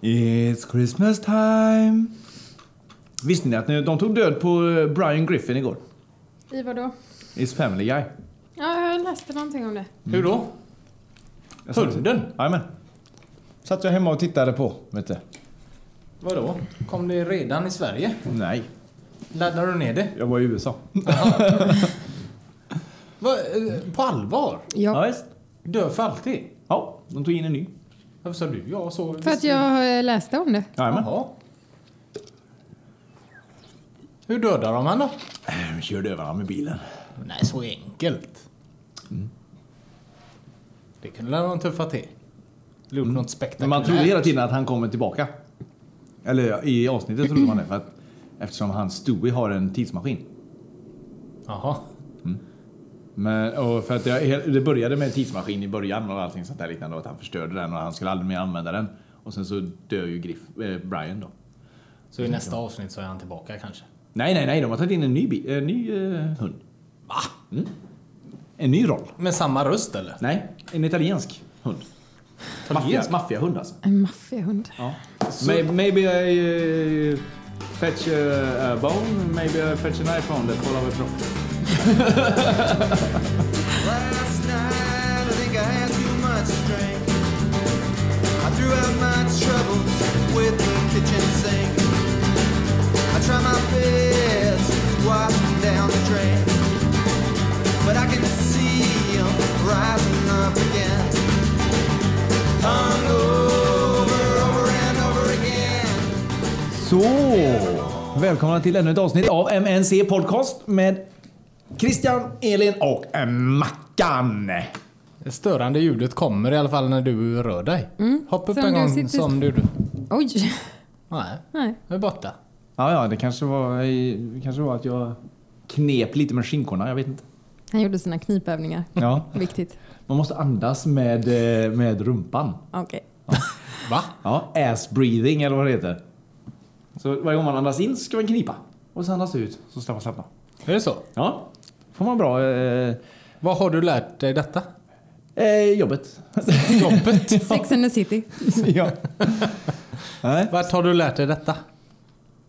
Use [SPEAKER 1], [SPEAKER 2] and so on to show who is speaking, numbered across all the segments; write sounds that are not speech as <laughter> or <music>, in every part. [SPEAKER 1] It's Christmas time. Visste ni att de tog död på eh, Brian Griffin igår?
[SPEAKER 2] I vadå?
[SPEAKER 1] Is Family Guy.
[SPEAKER 2] Ja, jag läste någonting om det.
[SPEAKER 3] Hur då?
[SPEAKER 1] Jag satt-
[SPEAKER 3] Hunden?
[SPEAKER 1] Jajamän. Satt jag hemma och tittade på, vet du.
[SPEAKER 3] Vadå? Kom det redan i Sverige?
[SPEAKER 1] Nej,
[SPEAKER 3] Laddar du ner det?
[SPEAKER 1] jag var i USA.
[SPEAKER 3] Va, eh, på allvar?
[SPEAKER 1] Ja, visst.
[SPEAKER 3] Dör för alltid?
[SPEAKER 1] Ja, de tog in en ny.
[SPEAKER 3] Varför sa du ja så?
[SPEAKER 2] För att jag eh, läste om det.
[SPEAKER 1] Jajamän.
[SPEAKER 3] Jaha. Hur dödar de han då?
[SPEAKER 1] De körde över honom med bilen.
[SPEAKER 3] Nej, så enkelt. Mm. Det kunde de tuffa till. Eller gjort
[SPEAKER 1] Mm.
[SPEAKER 3] något
[SPEAKER 1] Men
[SPEAKER 3] spektakulärt.
[SPEAKER 1] man trodde hela tiden att han kommer tillbaka. Eller i avsnittet trodde man det. För att, eftersom han Stewie har en tidsmaskin.
[SPEAKER 3] Jaha.
[SPEAKER 1] Men, och för att jag, det började med en tidsmaskin i början och allting sånt där liknande. Och att han förstörde den och han skulle aldrig mer använda den. Och sen så dör ju Griff, eh, Brian då.
[SPEAKER 3] Så i nästa avsnitt så är han tillbaka kanske.
[SPEAKER 1] Nej, nej, nej. De har tagit in en ny, bi- en ny eh, hund. Va? Mm. En ny roll.
[SPEAKER 3] Med samma röst eller?
[SPEAKER 1] Nej, en italiensk hund. Maffia-
[SPEAKER 3] Italiensk?
[SPEAKER 1] Maffiahund alltså.
[SPEAKER 2] En maffiahund.
[SPEAKER 1] Ja. May, maybe I uh, fetch eh, a, a bone, maybe I fetch an iPhone that fall off a rock.
[SPEAKER 4] Last night, I think I had too much to drink. I threw out my troubles with the kitchen sink. I try my best to wash them down the drain. But I can see 'em rising up again. Hung over, over and over again.
[SPEAKER 1] Så, välkomna till ännu ett avsnitt av MNC Podcast med Christian, Elin och Mackan.
[SPEAKER 3] Det störande ljudet kommer i alla fall när du rör dig. Hoppa
[SPEAKER 2] Mm.
[SPEAKER 3] upp
[SPEAKER 2] Som
[SPEAKER 3] en
[SPEAKER 2] du
[SPEAKER 3] gång
[SPEAKER 2] sitter-
[SPEAKER 3] som du...
[SPEAKER 2] Oj! <laughs>
[SPEAKER 3] Nej,
[SPEAKER 2] Nej.
[SPEAKER 3] nu är borta.
[SPEAKER 1] Ja, ja, det kanske var, det kanske var att jag knep lite med skinkorna, jag vet inte.
[SPEAKER 2] Han gjorde sina knipövningar.
[SPEAKER 1] Ja,
[SPEAKER 2] Viktigt.
[SPEAKER 1] man måste andas med, eh, med rumpan.
[SPEAKER 2] Okej.
[SPEAKER 3] Va?
[SPEAKER 1] Ja, ass breathing eller vad det heter. Så varje gång man andas in ska man knipa. Och sen andas ut, så ska man slappna.
[SPEAKER 3] Är det så?
[SPEAKER 1] Ja, får man bra eh,
[SPEAKER 3] Vad har du lärt dig detta?
[SPEAKER 1] eh, <laughs> jobbet.
[SPEAKER 3] <laughs> Jobbet?
[SPEAKER 2] Sex and the city.
[SPEAKER 1] ja. Nej,
[SPEAKER 3] Vart har du lärt dig detta?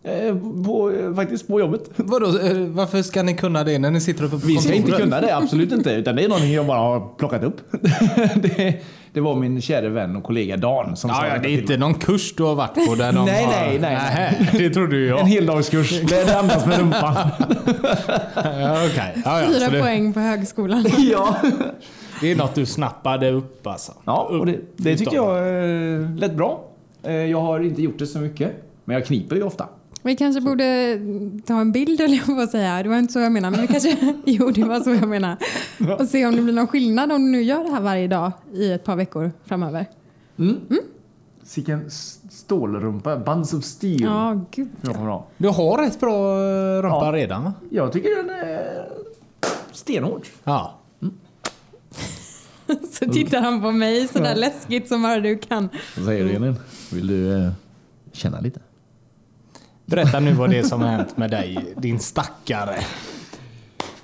[SPEAKER 1] eh, på, eh, faktiskt på jobbet.
[SPEAKER 3] Vadå, eh, varför ska ni kunna det när ni sitter uppe på
[SPEAKER 1] Vi <laughs> ska inte
[SPEAKER 3] kontoret?
[SPEAKER 1] kunna det, absolut inte. Utan det är någonting jag bara har plockat upp. <laughs> det, det var min kära vän och kollega Dan som sa
[SPEAKER 3] Ja, ja,
[SPEAKER 1] detta
[SPEAKER 3] det är
[SPEAKER 1] till mig.
[SPEAKER 3] inte någon kurs du har varit på där de
[SPEAKER 1] Nej,
[SPEAKER 3] har...
[SPEAKER 1] nej, nej, nej.
[SPEAKER 3] Nähä, det trodde <laughs> ju
[SPEAKER 1] En
[SPEAKER 3] jag.
[SPEAKER 1] heldagskurs. <laughs> Det är det andas med rumpan.
[SPEAKER 3] Ja, Okej. Ja, ja,
[SPEAKER 2] Fyra
[SPEAKER 3] så det,
[SPEAKER 2] poäng på högskolan.
[SPEAKER 1] <laughs> ja.
[SPEAKER 3] det är något du snappade upp alltså.
[SPEAKER 1] ja och det, det tyckte
[SPEAKER 3] Utav-
[SPEAKER 1] jag eh, lät bra. Eh, jag har inte gjort det så mycket. Men jag kniper ju ofta.
[SPEAKER 2] Vi kanske borde ta en bild eller jag på att säga. Det var inte så jag menade. Men vi kanske... <laughs> Jo, det var så jag menade. Och se om det blir någon skillnad om du nu gör det här varje dag i ett par veckor framöver.
[SPEAKER 1] Sicken stålrumpa. Bands of steel.
[SPEAKER 2] Ja, gud. <laughs>
[SPEAKER 1] Jag kommer ha.
[SPEAKER 3] Du har ett bra eh, rumpa
[SPEAKER 1] Ja.
[SPEAKER 3] redan va?
[SPEAKER 1] Jag tycker den är stenhård.
[SPEAKER 3] Ja.
[SPEAKER 2] Så tittar han på mig sådär läskigt som bara du kan.
[SPEAKER 1] Vad säger du Elin? Vill du eh, känna lite?
[SPEAKER 3] Berätta nu vad det är som har hänt med dig, din stackare.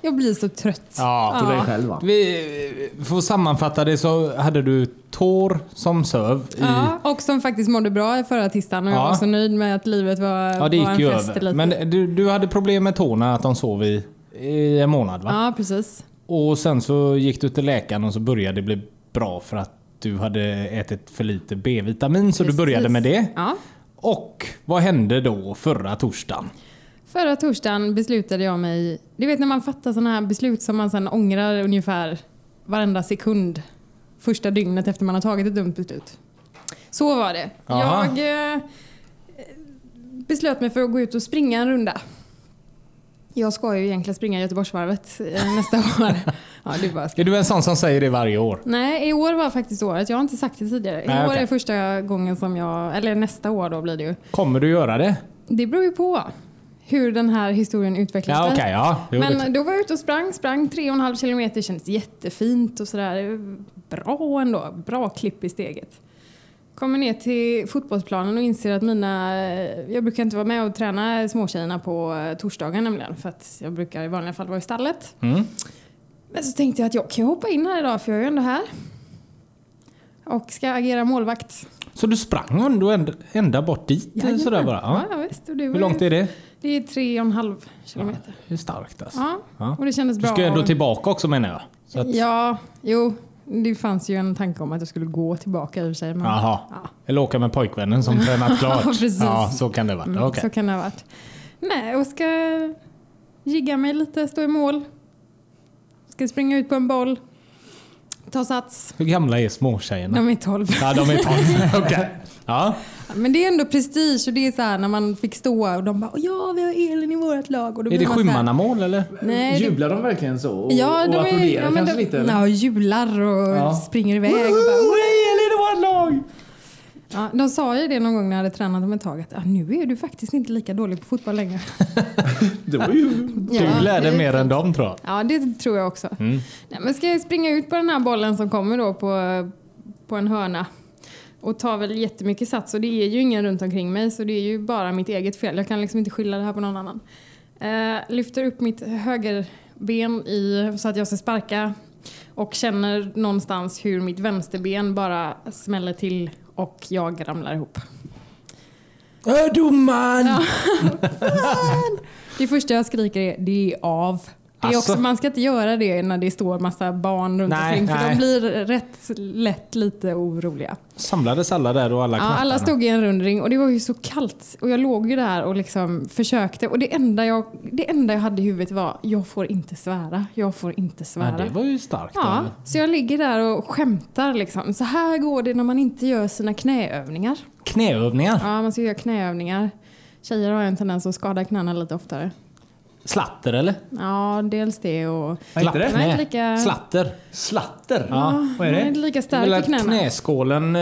[SPEAKER 2] Jag blir så trött.
[SPEAKER 3] Ja, på dig
[SPEAKER 1] Dig själv va?
[SPEAKER 3] Vi får sammanfatta det så hade du tår som söv i...
[SPEAKER 2] Ja, och som faktiskt mådde bra i förra tisdagen och jag
[SPEAKER 3] Ja.
[SPEAKER 2] var så nöjd med att livet var,
[SPEAKER 3] Ja, det
[SPEAKER 2] var
[SPEAKER 3] gick
[SPEAKER 2] en
[SPEAKER 3] ju
[SPEAKER 2] fest.
[SPEAKER 3] över.
[SPEAKER 2] lite.
[SPEAKER 3] Men du, du hade problem med tårna, att de sov i, i en månad va?
[SPEAKER 2] Ja, precis.
[SPEAKER 3] Och sen så gick du till läkaren och så började det bli bra för att du hade ätit för lite B-vitamin så
[SPEAKER 2] precis.
[SPEAKER 3] du började med det.
[SPEAKER 2] Ja.
[SPEAKER 3] Och vad hände då förra torsdagen?
[SPEAKER 2] Förra torsdagen beslutade jag mig... Du vet när man fattar sådana här beslut som man sen ångrar ungefär varenda sekund första dygnet efter man har tagit ett dumt beslut. Så var det.
[SPEAKER 3] Aha.
[SPEAKER 2] Jag eh, beslöt mig för att gå ut och springa en runda. Jag ska ju egentligen springa Göteborgsvarvet eh, nästa <laughs> år. Ja, du bara
[SPEAKER 3] Är du en sån som säger det varje år?
[SPEAKER 2] Nej, i år var faktiskt året. Jag har inte sagt det tidigare. I
[SPEAKER 3] Nej,
[SPEAKER 2] år
[SPEAKER 3] okej.
[SPEAKER 2] är första gången som jag, eller nästa år då blir det ju.
[SPEAKER 3] Kommer du göra det?
[SPEAKER 2] Det beror ju på hur den här historien utvecklas.
[SPEAKER 3] Ja,
[SPEAKER 2] sig.
[SPEAKER 3] okej. ja. Jo, det-
[SPEAKER 2] Men då var jag ute och sprang, sprang tre och en halv kilometer. Det kändes jättefint och sådär. Bra ändå. Bra klipp i steget. Kommer ner till fotbollsplanen och inser att mina... Jag brukar inte vara med och träna småtjejerna på torsdagar nämligen. För att jag brukar i vanliga fall vara i stallet.
[SPEAKER 3] Mm.
[SPEAKER 2] Men så tänkte jag att jag kan ju hoppa in här idag för jag är ju ändå här. Och ska agera målvakt.
[SPEAKER 3] Så du sprang ändå änd- ända bort dit
[SPEAKER 2] Jajamän.
[SPEAKER 3] sådär bara?
[SPEAKER 2] Ja,
[SPEAKER 3] Ja.
[SPEAKER 2] ja visst. Och det var
[SPEAKER 3] Hur långt
[SPEAKER 2] ju-
[SPEAKER 3] är det?
[SPEAKER 2] Det är tre och en halv kilometer.
[SPEAKER 3] Det är starkt alltså.
[SPEAKER 2] Ja,
[SPEAKER 3] Ja.
[SPEAKER 2] och det kändes
[SPEAKER 3] Du
[SPEAKER 2] bra.
[SPEAKER 3] ska ju ändå tillbaka också menar jag. Så att,
[SPEAKER 2] Ja, jo. Det fanns ju en tanke om att jag skulle gå tillbaka i och för sig. Men
[SPEAKER 3] Jaha.
[SPEAKER 2] Ja.
[SPEAKER 3] Eller åka med pojkvännen som
[SPEAKER 2] <laughs>
[SPEAKER 3] tränat klart.
[SPEAKER 2] precis.
[SPEAKER 3] Ja, så kan det vara.
[SPEAKER 2] Mm,
[SPEAKER 3] Okej.
[SPEAKER 2] Så kan det ha varit. Nej, och ska jigga mig lite, stå i mål. Ska springa ut på en boll. Ta sats.
[SPEAKER 3] Hur gamla är småtjejerna?
[SPEAKER 2] De är 12.
[SPEAKER 3] Ja, de är
[SPEAKER 2] <laughs>
[SPEAKER 3] tolv. Okej. Ja.
[SPEAKER 2] Men det är ändå prestige och det är så här när man fick stå och de bara ja, vi har Elin i vårt lag. Och då
[SPEAKER 3] Är
[SPEAKER 2] blir
[SPEAKER 3] det
[SPEAKER 2] man så här,
[SPEAKER 3] sjömannamål eller?
[SPEAKER 2] Nej, det-
[SPEAKER 5] Jublar de verkligen så? Och,
[SPEAKER 2] Ja,
[SPEAKER 5] och
[SPEAKER 2] de är,
[SPEAKER 5] applåderar
[SPEAKER 2] ja, men
[SPEAKER 5] kanske
[SPEAKER 2] de,
[SPEAKER 5] lite? eller?
[SPEAKER 2] ja, jular och
[SPEAKER 5] Ja.
[SPEAKER 2] springer iväg. Och bara,
[SPEAKER 5] Woho!
[SPEAKER 2] "Woo!"
[SPEAKER 5] Elin i vårt lag!
[SPEAKER 2] ja, de sa ju det någon gång när jag hade tränat dem ett tag att ah, nu är du faktiskt inte lika dålig på fotboll längre.
[SPEAKER 5] Det var ju...
[SPEAKER 2] <laughs> Ja,
[SPEAKER 3] Du lärde
[SPEAKER 2] det-
[SPEAKER 3] mer än dem tror jag.
[SPEAKER 2] Ja, det tror jag också. Nej, men ska jag springa ut på den här bollen som kommer då på, på en hörna och tar väl jättemycket sats och det är ju ingen runt omkring mig så det är ju bara mitt eget fel. Jag kan liksom inte skylla det här på någon annan. Eh, lyfter upp mitt högerben i, så att jag ska sparka och känner någonstans hur mitt vänsterben bara smäller till och jag ramlar ihop.
[SPEAKER 3] Äh, domaren!
[SPEAKER 2] Det första jag skriker är det är av. Det är
[SPEAKER 3] Alltså.
[SPEAKER 2] också, man ska inte göra det när det står massa barn runt
[SPEAKER 3] Nej,
[SPEAKER 2] omkring för
[SPEAKER 3] nej.
[SPEAKER 2] de blir rätt lätt lite oroliga.
[SPEAKER 3] Samlades alla där och alla
[SPEAKER 2] Ja,
[SPEAKER 3] knattarna?
[SPEAKER 2] alla stod i en rund ring och det var ju så kallt och jag låg ju där och liksom försökte och det enda jag, det enda jag hade i huvudet var jag får inte svära, jag får inte
[SPEAKER 3] Ja,
[SPEAKER 2] svära.
[SPEAKER 3] det var ju starkt.
[SPEAKER 2] Ja, så jag ligger där och skämtar liksom. Så här går det när man inte gör sina knäövningar.
[SPEAKER 3] Knäövningar.
[SPEAKER 2] Ja, man ska göra knäövningar. Tjejer har ju en tendens att skada knäna lite oftare.
[SPEAKER 3] Slatter eller?
[SPEAKER 2] Ja, dels det och...
[SPEAKER 5] Vad heter det?
[SPEAKER 2] Nej, inte lika-
[SPEAKER 3] Slatter.
[SPEAKER 5] Slatter?
[SPEAKER 3] Ja.
[SPEAKER 5] Vad är
[SPEAKER 2] Man är
[SPEAKER 5] det?
[SPEAKER 2] inte lika
[SPEAKER 3] Det är
[SPEAKER 2] stark
[SPEAKER 3] väl
[SPEAKER 2] i
[SPEAKER 3] att
[SPEAKER 2] knäna.
[SPEAKER 3] knäskålen... Eh,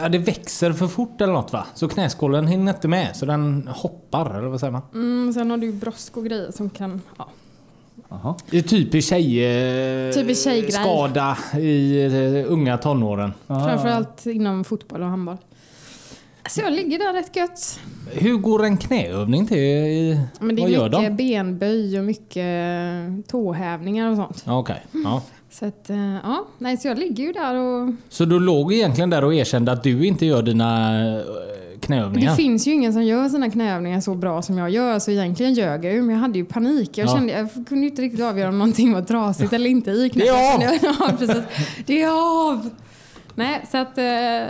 [SPEAKER 3] ja, det växer för fort eller något va? Så knäskålen hinner inte med så den hoppar eller vad säger man?
[SPEAKER 2] Mm, sen har du ju brosk och grejer som kan... Ja.
[SPEAKER 5] Jaha.
[SPEAKER 3] Det är typiskt tjej... Eh,
[SPEAKER 2] Typisk Typ tjejgrej.
[SPEAKER 3] Skada i eh, unga tonåren.
[SPEAKER 2] Framförallt inom fotboll och handboll. Så jag ligger där rätt gött.
[SPEAKER 3] Hur går en knäövning till? I,
[SPEAKER 2] Men det är
[SPEAKER 3] vad gör
[SPEAKER 2] mycket
[SPEAKER 3] de?
[SPEAKER 2] benböj och mycket tåhävningar och sånt.
[SPEAKER 3] Ja, Okej. Ja.
[SPEAKER 2] Så att, eh, ja. Nej, så jag ligger ju där och...
[SPEAKER 3] Så du låg egentligen där och erkände att du inte gör dina eh, knäövningar?
[SPEAKER 2] Det finns ju ingen som gör sina knäövningar så bra som jag gör så egentligen ljög jag ju men jag hade ju panik. Jag,
[SPEAKER 3] Ja.
[SPEAKER 2] kände, jag kunde ju inte riktigt avgöra om någonting var trasigt eller inte i knät.
[SPEAKER 3] Det är av!
[SPEAKER 2] Jag kände- <laughs> Ja, precis. Det är av! Nej, så att eh,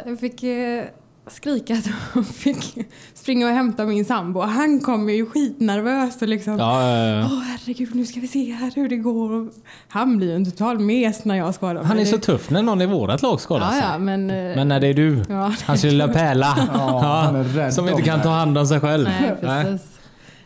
[SPEAKER 2] jag fick eh, skrika att jag fick springa och hämta min sambo. Han kom ju skitnervös och liksom
[SPEAKER 3] Ja, eh,
[SPEAKER 2] Åh herregud, nu ska vi se här hur det går. Han blir ju en total mes när jag skadar mig.
[SPEAKER 3] han är så
[SPEAKER 2] Det-
[SPEAKER 3] tuff när någon i vårat lag skadar
[SPEAKER 2] Ja,
[SPEAKER 3] sig.
[SPEAKER 2] ja, men... eh,
[SPEAKER 3] Men när det är du,
[SPEAKER 2] Ja.
[SPEAKER 3] hans lilla pärla,
[SPEAKER 5] Ja, han är rädd
[SPEAKER 3] som inte
[SPEAKER 5] om
[SPEAKER 3] kan
[SPEAKER 5] det.
[SPEAKER 3] ta hand om sig själv.
[SPEAKER 2] Nej,
[SPEAKER 3] Nej.
[SPEAKER 2] precis.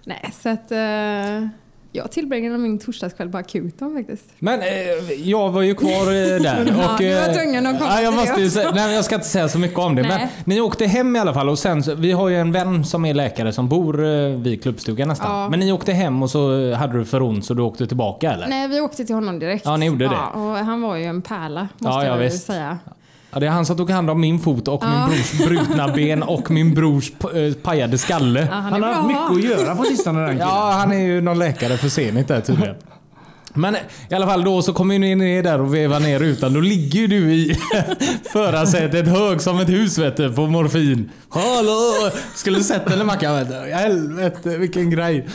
[SPEAKER 2] Nej, så att eh, jag tillbringade min torsdagskväll på akuten faktiskt.
[SPEAKER 3] Men eh, jag var ju kvar eh, där.
[SPEAKER 2] <laughs> Ja,
[SPEAKER 3] Och,
[SPEAKER 2] du var
[SPEAKER 3] eh,
[SPEAKER 2] tvungen att komma
[SPEAKER 3] ja, jag,
[SPEAKER 2] till det
[SPEAKER 3] måste ju
[SPEAKER 2] också.
[SPEAKER 3] säga, nej, men jag ska inte säga så mycket om det. Men
[SPEAKER 2] Nej.
[SPEAKER 3] ni åkte hem i alla fall och sen, så- vi har ju en vän som är läkare som bor eh, vid klubbstugan nästan.
[SPEAKER 2] Ja.
[SPEAKER 3] Men ni åkte hem och så eh, hade du för ont så du åkte tillbaka eller?
[SPEAKER 2] Nej, vi åkte till honom direkt.
[SPEAKER 3] Ja, ni gjorde det.
[SPEAKER 2] Ja, och han var ju en pärla, måste
[SPEAKER 3] Ja, ja,
[SPEAKER 2] jag ju
[SPEAKER 3] visst.
[SPEAKER 2] säga.
[SPEAKER 3] Ja, det är han som tog hand om min fot och min brors brutna ben och min brors p- eh, pajade skalle.
[SPEAKER 2] Ja,
[SPEAKER 5] Han
[SPEAKER 2] är
[SPEAKER 5] har
[SPEAKER 2] bra.
[SPEAKER 5] haft mycket att göra på sistone den killen.
[SPEAKER 3] Ja, han är ju någon läkare för Zenit där tydligen. Men i alla fall då så kommer ni ner där och vevar ner rutan. Då ligger ju du i <laughs> förarsätet hög som ett hus vet du, på morfin. Hallå! Skulle du sett eller macka? vet du. Helvete vilken grej.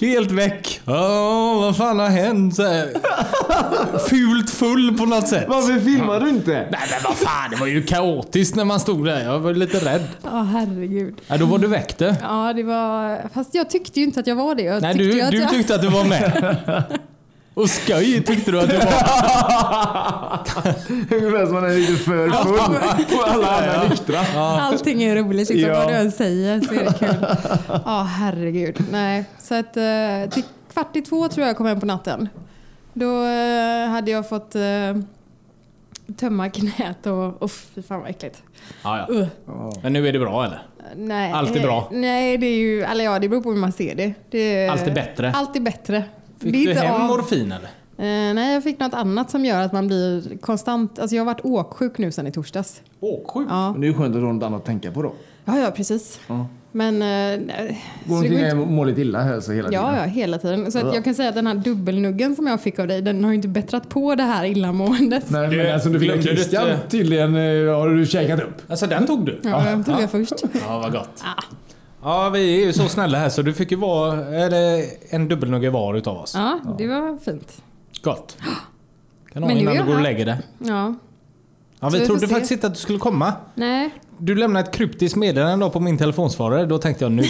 [SPEAKER 3] Helt väck. Åh, vad fan har hänt? Så här. Fult full på något sätt.
[SPEAKER 5] Varför filmar du inte?
[SPEAKER 3] Nej men vad fan, det var ju kaotiskt när man stod där. Jag var lite rädd.
[SPEAKER 2] Ja, herregud.
[SPEAKER 3] Ja, då var du väckt du.
[SPEAKER 2] Ja, det var... Fast jag tyckte ju inte att jag var det. Jag
[SPEAKER 3] Nej,
[SPEAKER 2] tyckte ju
[SPEAKER 3] du,
[SPEAKER 2] att
[SPEAKER 3] du
[SPEAKER 2] jag...
[SPEAKER 3] tyckte att du var med. Och skoj tyckte du att
[SPEAKER 2] <laughs>
[SPEAKER 3] du var.
[SPEAKER 5] Ungefär som man är lite för full på alla andra nyktra.
[SPEAKER 2] <laughs> Allting är roligt liksom,
[SPEAKER 5] Ja.
[SPEAKER 2] vad du än säger så är det
[SPEAKER 3] <laughs>
[SPEAKER 2] kul. Ja, herregud. Nej, så att eh, till kvart i två tror jag jag kom hem på natten. Då eh, hade jag fått eh, tömma knät och, och fy fan vad äckligt.
[SPEAKER 3] Ja,
[SPEAKER 2] Uh.
[SPEAKER 3] Men nu är det bra eller?
[SPEAKER 2] Nej,
[SPEAKER 3] Allt är bra.
[SPEAKER 2] Nej, det är ju, eller ja, det beror på hur man ser det. det
[SPEAKER 3] Allt är bättre.
[SPEAKER 2] Allt är bättre.
[SPEAKER 3] Fick
[SPEAKER 2] det är
[SPEAKER 3] du
[SPEAKER 2] inte
[SPEAKER 3] hem
[SPEAKER 2] av.
[SPEAKER 3] morfin eller?
[SPEAKER 2] Eh, nej, jag fick något annat som gör att man blir konstant... Alltså jag har varit åksjuk nu sedan i torsdags.
[SPEAKER 3] Åksjuk.
[SPEAKER 2] Ja,
[SPEAKER 5] Men det är ju skönt att du har något annat att tänka på då.
[SPEAKER 2] ja, ja precis.
[SPEAKER 5] Ja.
[SPEAKER 2] Men... eh, nej, så
[SPEAKER 1] Går
[SPEAKER 2] det
[SPEAKER 1] omkring
[SPEAKER 2] går
[SPEAKER 1] och mår lite illa här så hela
[SPEAKER 2] Ja,
[SPEAKER 1] tiden.
[SPEAKER 2] ja, hela tiden. Så att jag kan säga att den här dubbelnuggen som jag fick av dig, den har ju inte bättrat på det här illamåendet.
[SPEAKER 5] Nej,
[SPEAKER 3] Du,
[SPEAKER 5] men alltså du fick
[SPEAKER 3] glömde du
[SPEAKER 5] Christian
[SPEAKER 3] inte-
[SPEAKER 5] tydligen eh, har du käkat upp.
[SPEAKER 3] Alltså den tog du?
[SPEAKER 2] Ja, jag tog det först.
[SPEAKER 3] Ja, vad gott. Ja, vi är ju så snälla här så du fick ju vara eller, en dubbelnugge var utav oss.
[SPEAKER 2] Ja, det var fint.
[SPEAKER 3] Gott. Kan ha
[SPEAKER 2] Men du
[SPEAKER 3] innan
[SPEAKER 2] är
[SPEAKER 3] du går och
[SPEAKER 2] här.
[SPEAKER 3] lägger dig.
[SPEAKER 2] Ja,
[SPEAKER 3] Ja,
[SPEAKER 2] Så
[SPEAKER 3] vi
[SPEAKER 2] vi får
[SPEAKER 3] trodde
[SPEAKER 2] se.
[SPEAKER 3] faktiskt inte att du skulle komma.
[SPEAKER 2] nej.
[SPEAKER 3] Du lämnade ett kryptiskt meddelande då på min telefonsvarare. Då tänkte jag nu,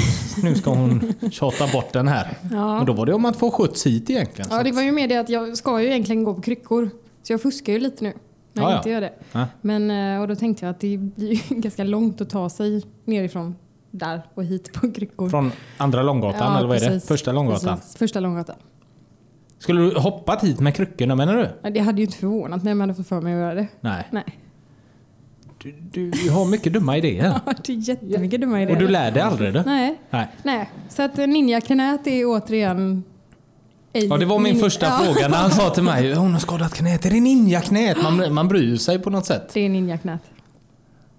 [SPEAKER 3] nu ska hon tjata bort den här.
[SPEAKER 2] Ja.
[SPEAKER 3] Men då var det om att få skjuts hit egentligen.
[SPEAKER 2] Ja, det var ju med det att jag ska ju egentligen gå på kryckor. Så jag fuskar ju lite nu när jag
[SPEAKER 3] Ja, ja.
[SPEAKER 2] inte gör det.
[SPEAKER 3] Ja.
[SPEAKER 2] Men, eh, och då tänkte jag att det blir ju <laughs> ganska långt att ta sig nerifrån där och hit på kryckor.
[SPEAKER 3] Från andra långgatan
[SPEAKER 2] Ja,
[SPEAKER 3] eller vad är det?
[SPEAKER 2] precis.
[SPEAKER 3] Första långgatan.
[SPEAKER 2] Precis. Första långgatan.
[SPEAKER 3] Skulle du hoppat hit med kryckorna menar du?
[SPEAKER 2] Ja, Det hade ju inte förvånat mig om jag hade fått för mig att göra det.
[SPEAKER 3] Nej.
[SPEAKER 2] Nej, <laughs>
[SPEAKER 3] Du, du har mycket dumma idéer.
[SPEAKER 2] Ja, det är jättemycket dumma idéer.
[SPEAKER 3] Och du lär dig aldrig du.
[SPEAKER 2] Nej.
[SPEAKER 3] Nej.
[SPEAKER 2] Nej, så att eh, ninjaknät är återigen... ej-
[SPEAKER 3] Ja, det var min
[SPEAKER 2] nin-
[SPEAKER 3] första
[SPEAKER 2] Ja,
[SPEAKER 3] fråga när han sa till mig hon har skadat knät. Är det ninjaknät? Man, man bryr sig på något sätt.
[SPEAKER 2] <laughs> Det är ninjaknät.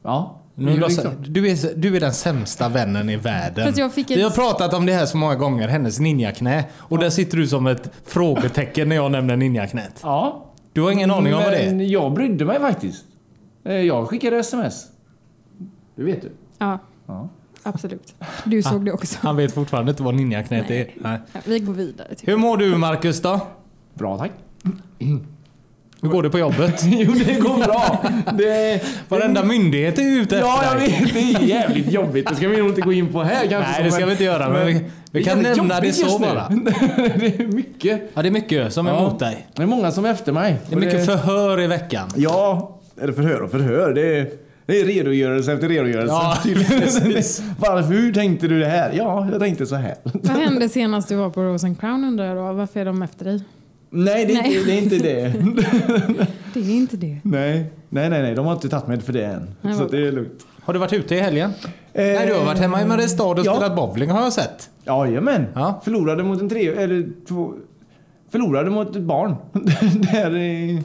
[SPEAKER 1] Ja.
[SPEAKER 5] Mm,
[SPEAKER 3] Nu,
[SPEAKER 1] det är
[SPEAKER 3] Lasse,
[SPEAKER 1] liksom-
[SPEAKER 3] du, är, du är den sämsta vännen i världen.
[SPEAKER 2] Fast jag fick ett-
[SPEAKER 3] Vi har pratat om det här så många gånger, hennes ninjaknä. Och där sitter du som ett frågetecken när jag nämner ninjaknät.
[SPEAKER 1] ja.
[SPEAKER 3] Du har ingen aning om vad det är?
[SPEAKER 1] Men jag brydde mig faktiskt. Eh, Jag skickade sms. Det vet du.
[SPEAKER 2] Ja,
[SPEAKER 1] Ja.
[SPEAKER 2] absolut. Du såg det också.
[SPEAKER 3] Han vet fortfarande inte vad ninjaknät är. Nej.
[SPEAKER 2] Ja, vi går vidare. tycker
[SPEAKER 3] Hur mår du Marcus då?
[SPEAKER 1] Bra tack.
[SPEAKER 3] Hur går det på jobbet?
[SPEAKER 1] Jo, det går bra. Det,
[SPEAKER 3] Varenda myndighet är ju ute efter
[SPEAKER 1] ja, jag
[SPEAKER 3] dig.
[SPEAKER 1] vet. Det är jävligt jobbigt. Det ska vi nog inte gå in på här kanske.
[SPEAKER 3] Nej, det ska vi inte göra. Men vi, vi kan
[SPEAKER 1] Det är
[SPEAKER 3] nämna det
[SPEAKER 1] jobbigt
[SPEAKER 3] så
[SPEAKER 1] just nu.
[SPEAKER 3] bara.
[SPEAKER 1] <laughs> det är mycket.
[SPEAKER 3] Ja, det är mycket som är
[SPEAKER 1] Ja.
[SPEAKER 3] mot dig.
[SPEAKER 1] Det är många som är efter mig.
[SPEAKER 3] Det är mycket förhör i veckan.
[SPEAKER 1] Ja, eller förhör och förhör. Det är, det är redogörelse efter redogörelse. <laughs>
[SPEAKER 3] Ja, <laughs> precis.
[SPEAKER 1] Varför hur tänkte du det här? Ja, jag tänkte så här. <laughs>
[SPEAKER 2] jag. Vad hände senast du var på Rosen Crown undrar jag då? Varför är de efter dig?
[SPEAKER 1] Nej, det är,
[SPEAKER 2] Nej.
[SPEAKER 1] Inte, det är inte det.
[SPEAKER 2] <laughs> Det är inte det.
[SPEAKER 1] nej. nej, nej, nej. De har inte tagit mig för det än.
[SPEAKER 2] Nej,
[SPEAKER 1] så
[SPEAKER 2] vad
[SPEAKER 1] det är lugnt.
[SPEAKER 3] Har du varit ute i helgen? Nej, du har varit hemma i Mariestad och
[SPEAKER 1] ja.
[SPEAKER 3] spelat bowling har jag sett.
[SPEAKER 1] Jajamän.
[SPEAKER 3] Ja.
[SPEAKER 1] Förlorade mot en tre... Eller två... Förlorade mot ett barn. <laughs> Där, eh,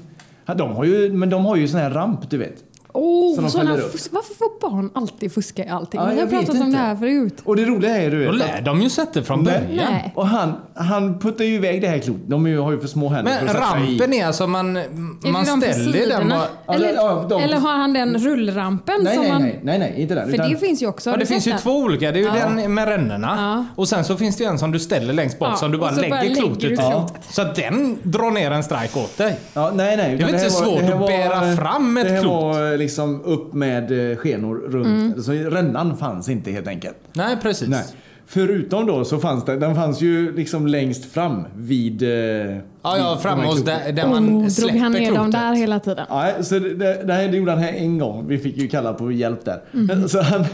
[SPEAKER 1] ja, de har ju, men de har ju sån här ramp, du vet. Som
[SPEAKER 2] Oh,
[SPEAKER 1] de
[SPEAKER 2] såna
[SPEAKER 1] följer upp.
[SPEAKER 2] fus- varför får barn alltid fuska i allting?
[SPEAKER 1] Ja,
[SPEAKER 2] vi
[SPEAKER 1] jag
[SPEAKER 2] har
[SPEAKER 1] vet
[SPEAKER 2] pratat om
[SPEAKER 1] inte.
[SPEAKER 2] det här förut.
[SPEAKER 1] Och det roliga är, du vet...
[SPEAKER 3] Då
[SPEAKER 1] att-
[SPEAKER 3] lär de ju sett det från början.
[SPEAKER 2] Nej.
[SPEAKER 1] Och han, han puttar ju iväg det här klotet. De är ju, har ju för små händer
[SPEAKER 3] Men
[SPEAKER 1] för att sätta
[SPEAKER 3] rampen är alltså man,
[SPEAKER 2] Är
[SPEAKER 3] man
[SPEAKER 2] det de på
[SPEAKER 3] ställer den
[SPEAKER 2] sidorna?
[SPEAKER 3] bara...
[SPEAKER 1] Ja,
[SPEAKER 2] Eller,
[SPEAKER 1] ja, de-
[SPEAKER 2] eller har han den rullrampen
[SPEAKER 1] Nej,
[SPEAKER 2] som
[SPEAKER 1] nej,
[SPEAKER 2] man...
[SPEAKER 1] nej, nej, nej, inte där.
[SPEAKER 2] För det finns ju också.
[SPEAKER 3] Ja,
[SPEAKER 2] har
[SPEAKER 3] det
[SPEAKER 2] du
[SPEAKER 3] finns
[SPEAKER 2] sett
[SPEAKER 3] ju
[SPEAKER 2] den?
[SPEAKER 3] två olika. Det är ju
[SPEAKER 2] Ja.
[SPEAKER 3] den med rännorna.
[SPEAKER 2] Ja.
[SPEAKER 3] Och sen så finns det ju en som du ställer längst bak
[SPEAKER 2] Ja,
[SPEAKER 3] som du bara
[SPEAKER 2] och så
[SPEAKER 3] lägger
[SPEAKER 2] bara lägger
[SPEAKER 3] klotet
[SPEAKER 2] du
[SPEAKER 3] i.
[SPEAKER 2] klotet.
[SPEAKER 3] Så att den drar ner en strike åt dig.
[SPEAKER 1] ja, nej, nej.
[SPEAKER 3] Det är
[SPEAKER 1] utan
[SPEAKER 3] väl inte
[SPEAKER 1] här
[SPEAKER 3] så svårt
[SPEAKER 1] det här
[SPEAKER 3] att bära fram ett
[SPEAKER 1] Det här
[SPEAKER 3] klot?
[SPEAKER 1] var eh, liksom upp med eh, skenor runt.
[SPEAKER 2] Mm.
[SPEAKER 1] Så rännan fanns inte helt enkelt.
[SPEAKER 3] Nej, precis.
[SPEAKER 1] Nej. Förutom då så fanns den, den fanns ju liksom längst fram vid... eh,
[SPEAKER 3] Ja, ja,
[SPEAKER 1] vid Mm. de
[SPEAKER 3] framme
[SPEAKER 1] här
[SPEAKER 3] hos
[SPEAKER 1] kloten.
[SPEAKER 3] där, där man
[SPEAKER 2] Oh, drog
[SPEAKER 3] släpper
[SPEAKER 2] han ner dem
[SPEAKER 3] klotet.
[SPEAKER 2] där hela tiden?
[SPEAKER 1] Ja, så det, det, det här det gjorde han här en gång. Vi fick ju kalla på hjälp där. Så han,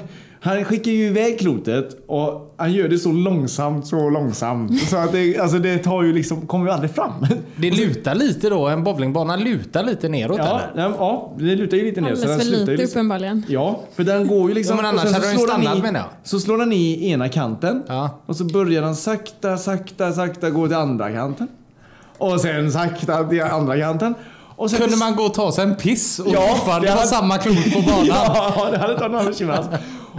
[SPEAKER 1] han skickar ju iväg klotet och han gör det så långsamt, så långsamt. Så att det, alltså det tar ju liksom, kommer ju aldrig fram.
[SPEAKER 3] Det lutar lite då, en bowlingbana lutar lite neråt
[SPEAKER 1] Ja,
[SPEAKER 3] eller?
[SPEAKER 1] nej, ja, det lutar ju lite ner. så
[SPEAKER 2] Alldeles
[SPEAKER 1] den
[SPEAKER 2] för
[SPEAKER 1] slutar ju
[SPEAKER 2] lite
[SPEAKER 1] liksom-
[SPEAKER 2] uppenbarligen.
[SPEAKER 1] <laughs> Ja, för den går ju liksom...
[SPEAKER 3] Ja, men
[SPEAKER 1] och sen
[SPEAKER 3] annars
[SPEAKER 1] så
[SPEAKER 3] hade den
[SPEAKER 1] slår
[SPEAKER 3] stannat,
[SPEAKER 1] i-
[SPEAKER 3] menar jag.
[SPEAKER 1] Så slår den i ena kanten.
[SPEAKER 3] Ja.
[SPEAKER 1] Och så börjar den sakta, sakta, sakta gå till andra kanten. Och sen sakta till andra kanten. Och sen
[SPEAKER 3] Kunde man gå och ta sig en piss och
[SPEAKER 1] Ja,
[SPEAKER 3] fortfarande
[SPEAKER 1] det
[SPEAKER 3] ha
[SPEAKER 1] hade-
[SPEAKER 3] samma klot på
[SPEAKER 1] <laughs>
[SPEAKER 3] banan?
[SPEAKER 1] Ja, det hade tagit några bekymmer alltså.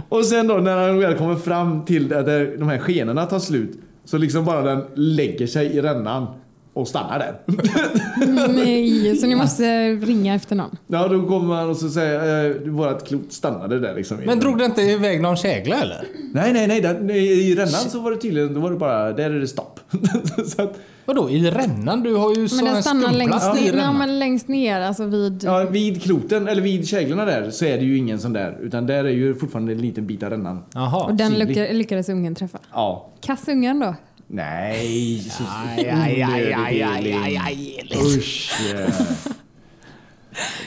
[SPEAKER 1] Och sen då när han väl kommer fram till där- där de här skenorna tar slut. Så liksom bara den lägger sig i rännan och stannar där. <laughs>
[SPEAKER 2] Nej, så ni måste ringa efter någon.
[SPEAKER 1] Ja, då kommer han och så säger eh, vårat klot stannade där liksom.
[SPEAKER 3] Men drog det inte iväg någon kägla eller?
[SPEAKER 1] Nej, nej, nej. Där, I rännan så var det tydligen, då var det bara, där är det stopp. <laughs> så att,
[SPEAKER 3] Vadå i rännan? Du har ju
[SPEAKER 2] Men
[SPEAKER 3] så
[SPEAKER 2] den
[SPEAKER 3] en
[SPEAKER 2] stannar längst
[SPEAKER 3] skumplast i
[SPEAKER 2] ner, ja,
[SPEAKER 3] rännan.
[SPEAKER 2] men längst ner alltså vid...
[SPEAKER 1] ja, vid kloten, eller vid käglorna där, så är det ju ingen sån där. Utan där är ju fortfarande en liten bit av rännan.
[SPEAKER 2] och
[SPEAKER 3] Jaha.
[SPEAKER 2] den
[SPEAKER 1] synlig.
[SPEAKER 2] lyckades, lyckades ungen träffa.
[SPEAKER 1] Ja.
[SPEAKER 2] Kass ungen då.
[SPEAKER 1] Nej. så-
[SPEAKER 3] Aj,
[SPEAKER 1] <laughs>
[SPEAKER 3] aj, aj, aj, aj, aj, aj, Elin.
[SPEAKER 1] Usch.
[SPEAKER 3] <laughs>
[SPEAKER 1] eh.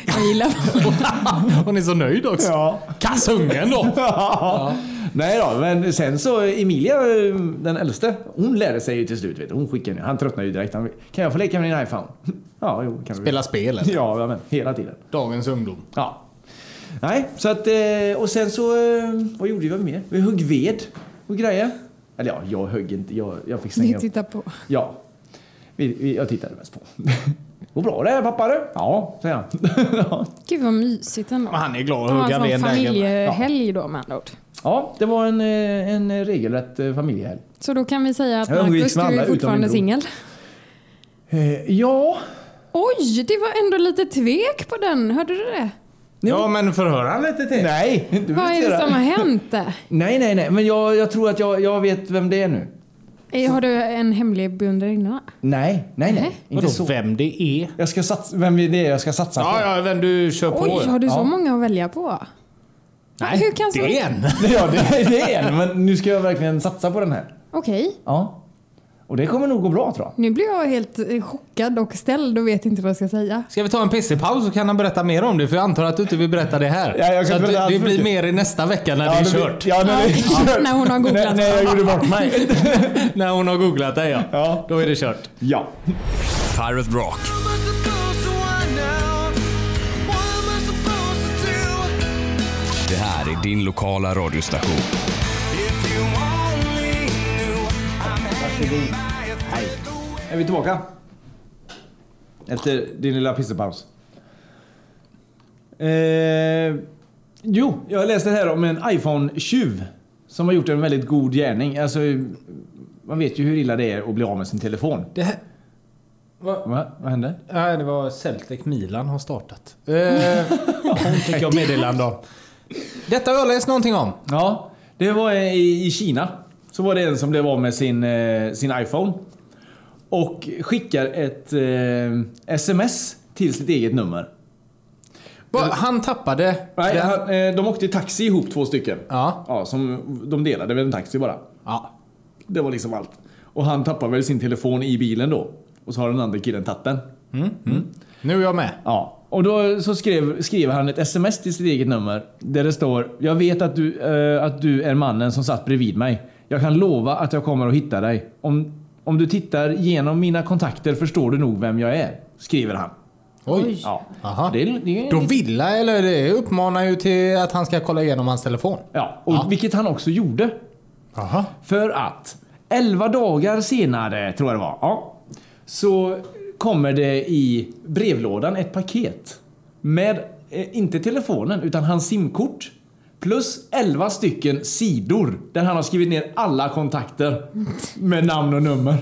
[SPEAKER 2] Jag gillar
[SPEAKER 3] Hon är så nöjd också.
[SPEAKER 1] Ja.
[SPEAKER 3] Kassungen då!
[SPEAKER 1] Ja. <laughs> Nej då, men sen så Emilia, eh, den äldste, hon lärde sig ju till slut. Vet du. Hon skickade nu. Han tröttnade ju direkt. Han, kan jag få leka med din iPhone? <laughs> Ja, jo, kan
[SPEAKER 3] Spela spel
[SPEAKER 1] du.
[SPEAKER 3] eller?
[SPEAKER 1] Ja, ja, men hela tiden.
[SPEAKER 3] Dagens ungdom.
[SPEAKER 1] Ja. Nej, så att... eh, Och sen så... eh, Vad gjorde vi mer? Vi högg ved och grejer. Eller ja, jag högg inte. Jag, jag fick
[SPEAKER 2] Ni
[SPEAKER 1] stänga upp.
[SPEAKER 2] tittar på.
[SPEAKER 1] Ja. <laughs> Vi, vi, jag tittade mest på. Går bra det här pappa du? Ja, säger han. <laughs> Ja.
[SPEAKER 2] Gud vad mysigt ändå.
[SPEAKER 3] Men han är glad
[SPEAKER 2] De
[SPEAKER 3] att
[SPEAKER 2] har
[SPEAKER 3] hugga
[SPEAKER 2] en
[SPEAKER 3] ved
[SPEAKER 2] sån
[SPEAKER 3] där.
[SPEAKER 2] familjehelg då med andra ord.
[SPEAKER 1] Ja, det var en, eh, en regelrätt eh, familjehelg.
[SPEAKER 2] Så då kan vi säga att
[SPEAKER 1] Jag umgicks
[SPEAKER 2] Marcus, du
[SPEAKER 1] med alla
[SPEAKER 2] är
[SPEAKER 1] utom
[SPEAKER 2] fortfarande
[SPEAKER 1] min bror.
[SPEAKER 2] singel.
[SPEAKER 1] Eh, ja,
[SPEAKER 2] Oj, det var ändå lite tvek på den. Hörde du det?
[SPEAKER 3] Ja, men förhör han lite till. <laughs>
[SPEAKER 1] nej. Du vet
[SPEAKER 2] Vad är det
[SPEAKER 1] göra.
[SPEAKER 2] som har hänt? där?
[SPEAKER 1] Nej, nej, nej. Men jag, jag tror att jag, jag vet vem det är nu.
[SPEAKER 2] Eh, Har du en hemlig beundrarinna?
[SPEAKER 1] Nej, nej, nej.
[SPEAKER 2] Nej.
[SPEAKER 1] Inte
[SPEAKER 3] Vadå
[SPEAKER 1] så.
[SPEAKER 3] vem det är?
[SPEAKER 1] Jag ska satsa, vem är det jag ska satsa på?
[SPEAKER 3] Ja, ja, vem du kör på.
[SPEAKER 2] Oj, har du så
[SPEAKER 1] Ja.
[SPEAKER 2] många att välja på?
[SPEAKER 3] Nej,
[SPEAKER 2] Hur kan så-
[SPEAKER 3] det är en.
[SPEAKER 1] <laughs> Ja, det, det är en. Men nu ska jag verkligen satsa på den här.
[SPEAKER 2] Okej,
[SPEAKER 1] Ja. Och det kommer nog gå bra tror jag.
[SPEAKER 2] nu blir jag helt eh, chockad och ställd och vet inte vad jag ska säga.
[SPEAKER 3] Ska vi ta en pissepaus så kan han berätta mer om det? För jag antar att du inte vill berätta det här.
[SPEAKER 1] Ja, jag kan
[SPEAKER 3] så att
[SPEAKER 1] inte berätta
[SPEAKER 3] det
[SPEAKER 1] allt för
[SPEAKER 3] blir
[SPEAKER 1] mycket.
[SPEAKER 3] mer i nästa vecka när det är kört.
[SPEAKER 1] Ja, när det är kört.
[SPEAKER 2] När hon har
[SPEAKER 1] <laughs> Nej,
[SPEAKER 2] googlat.
[SPEAKER 1] nej, jag gjorde bort mig.
[SPEAKER 3] <laughs> När hon har googlat dig ja.
[SPEAKER 1] Ja.
[SPEAKER 3] Då är det kört.
[SPEAKER 1] Ja.
[SPEAKER 6] Pirate Rock.
[SPEAKER 4] am I supposed to want now? What am I supposed to do?
[SPEAKER 6] Det här är din lokala radiostation.
[SPEAKER 4] If you only knew I'm hanging by a thread.
[SPEAKER 1] Är vi tillbaka? Efter din lilla pissepaus. Eh, jo, jag läste här om en iPhone-tjuv som har gjort en väldigt god gärning. Alltså, man vet ju hur illa det är att bli av med sin telefon.
[SPEAKER 3] Det här...
[SPEAKER 1] Va? Vad hände?
[SPEAKER 3] Nej, det var Celtic Milan har startat. Eh, hon fick jag meddelande om. Detta har jag läst någonting om.
[SPEAKER 1] Ja, det var i, i Kina. Så var det en som blev av med sin, eh, sin iPhone. Och skickar ett eh, sms till sitt eget nummer.
[SPEAKER 3] Va, han tappade...
[SPEAKER 1] Mm. Nej,
[SPEAKER 3] den-
[SPEAKER 1] han, eh, de åkte i taxi ihop två stycken.
[SPEAKER 3] Ja.
[SPEAKER 1] Ja, som de delade väl en taxi bara.
[SPEAKER 3] ja.
[SPEAKER 1] Det var liksom allt. Och han tappar väl sin telefon i bilen då. Och så har den andra killen tagit den.
[SPEAKER 3] Nu är jag med.
[SPEAKER 1] Ja. Och då så skrev, skrev han ett sms till sitt eget nummer där det står “Jag vet att du, eh, att du är mannen som satt bredvid mig. Jag kan lova att jag kommer att hitta dig. Om, om du tittar genom mina kontakter förstår du nog vem jag är”, skriver han.
[SPEAKER 3] Oj.
[SPEAKER 1] Ja.
[SPEAKER 3] Aha.
[SPEAKER 1] Det, är- det är
[SPEAKER 3] Då villa, eller det uppmanar ju till att han ska kolla igenom hans telefon.
[SPEAKER 1] ja, och
[SPEAKER 3] Ja.
[SPEAKER 1] Vilket han också gjorde.
[SPEAKER 3] Aha.
[SPEAKER 1] För att 11 dagar senare, tror jag det var, ja, så kommer det i brevlådan ett paket. Med, eh, inte telefonen, utan hans simkort. Plus 11 stycken sidor där han har skrivit ner alla kontakter med namn och
[SPEAKER 2] <laughs>
[SPEAKER 1] nummer.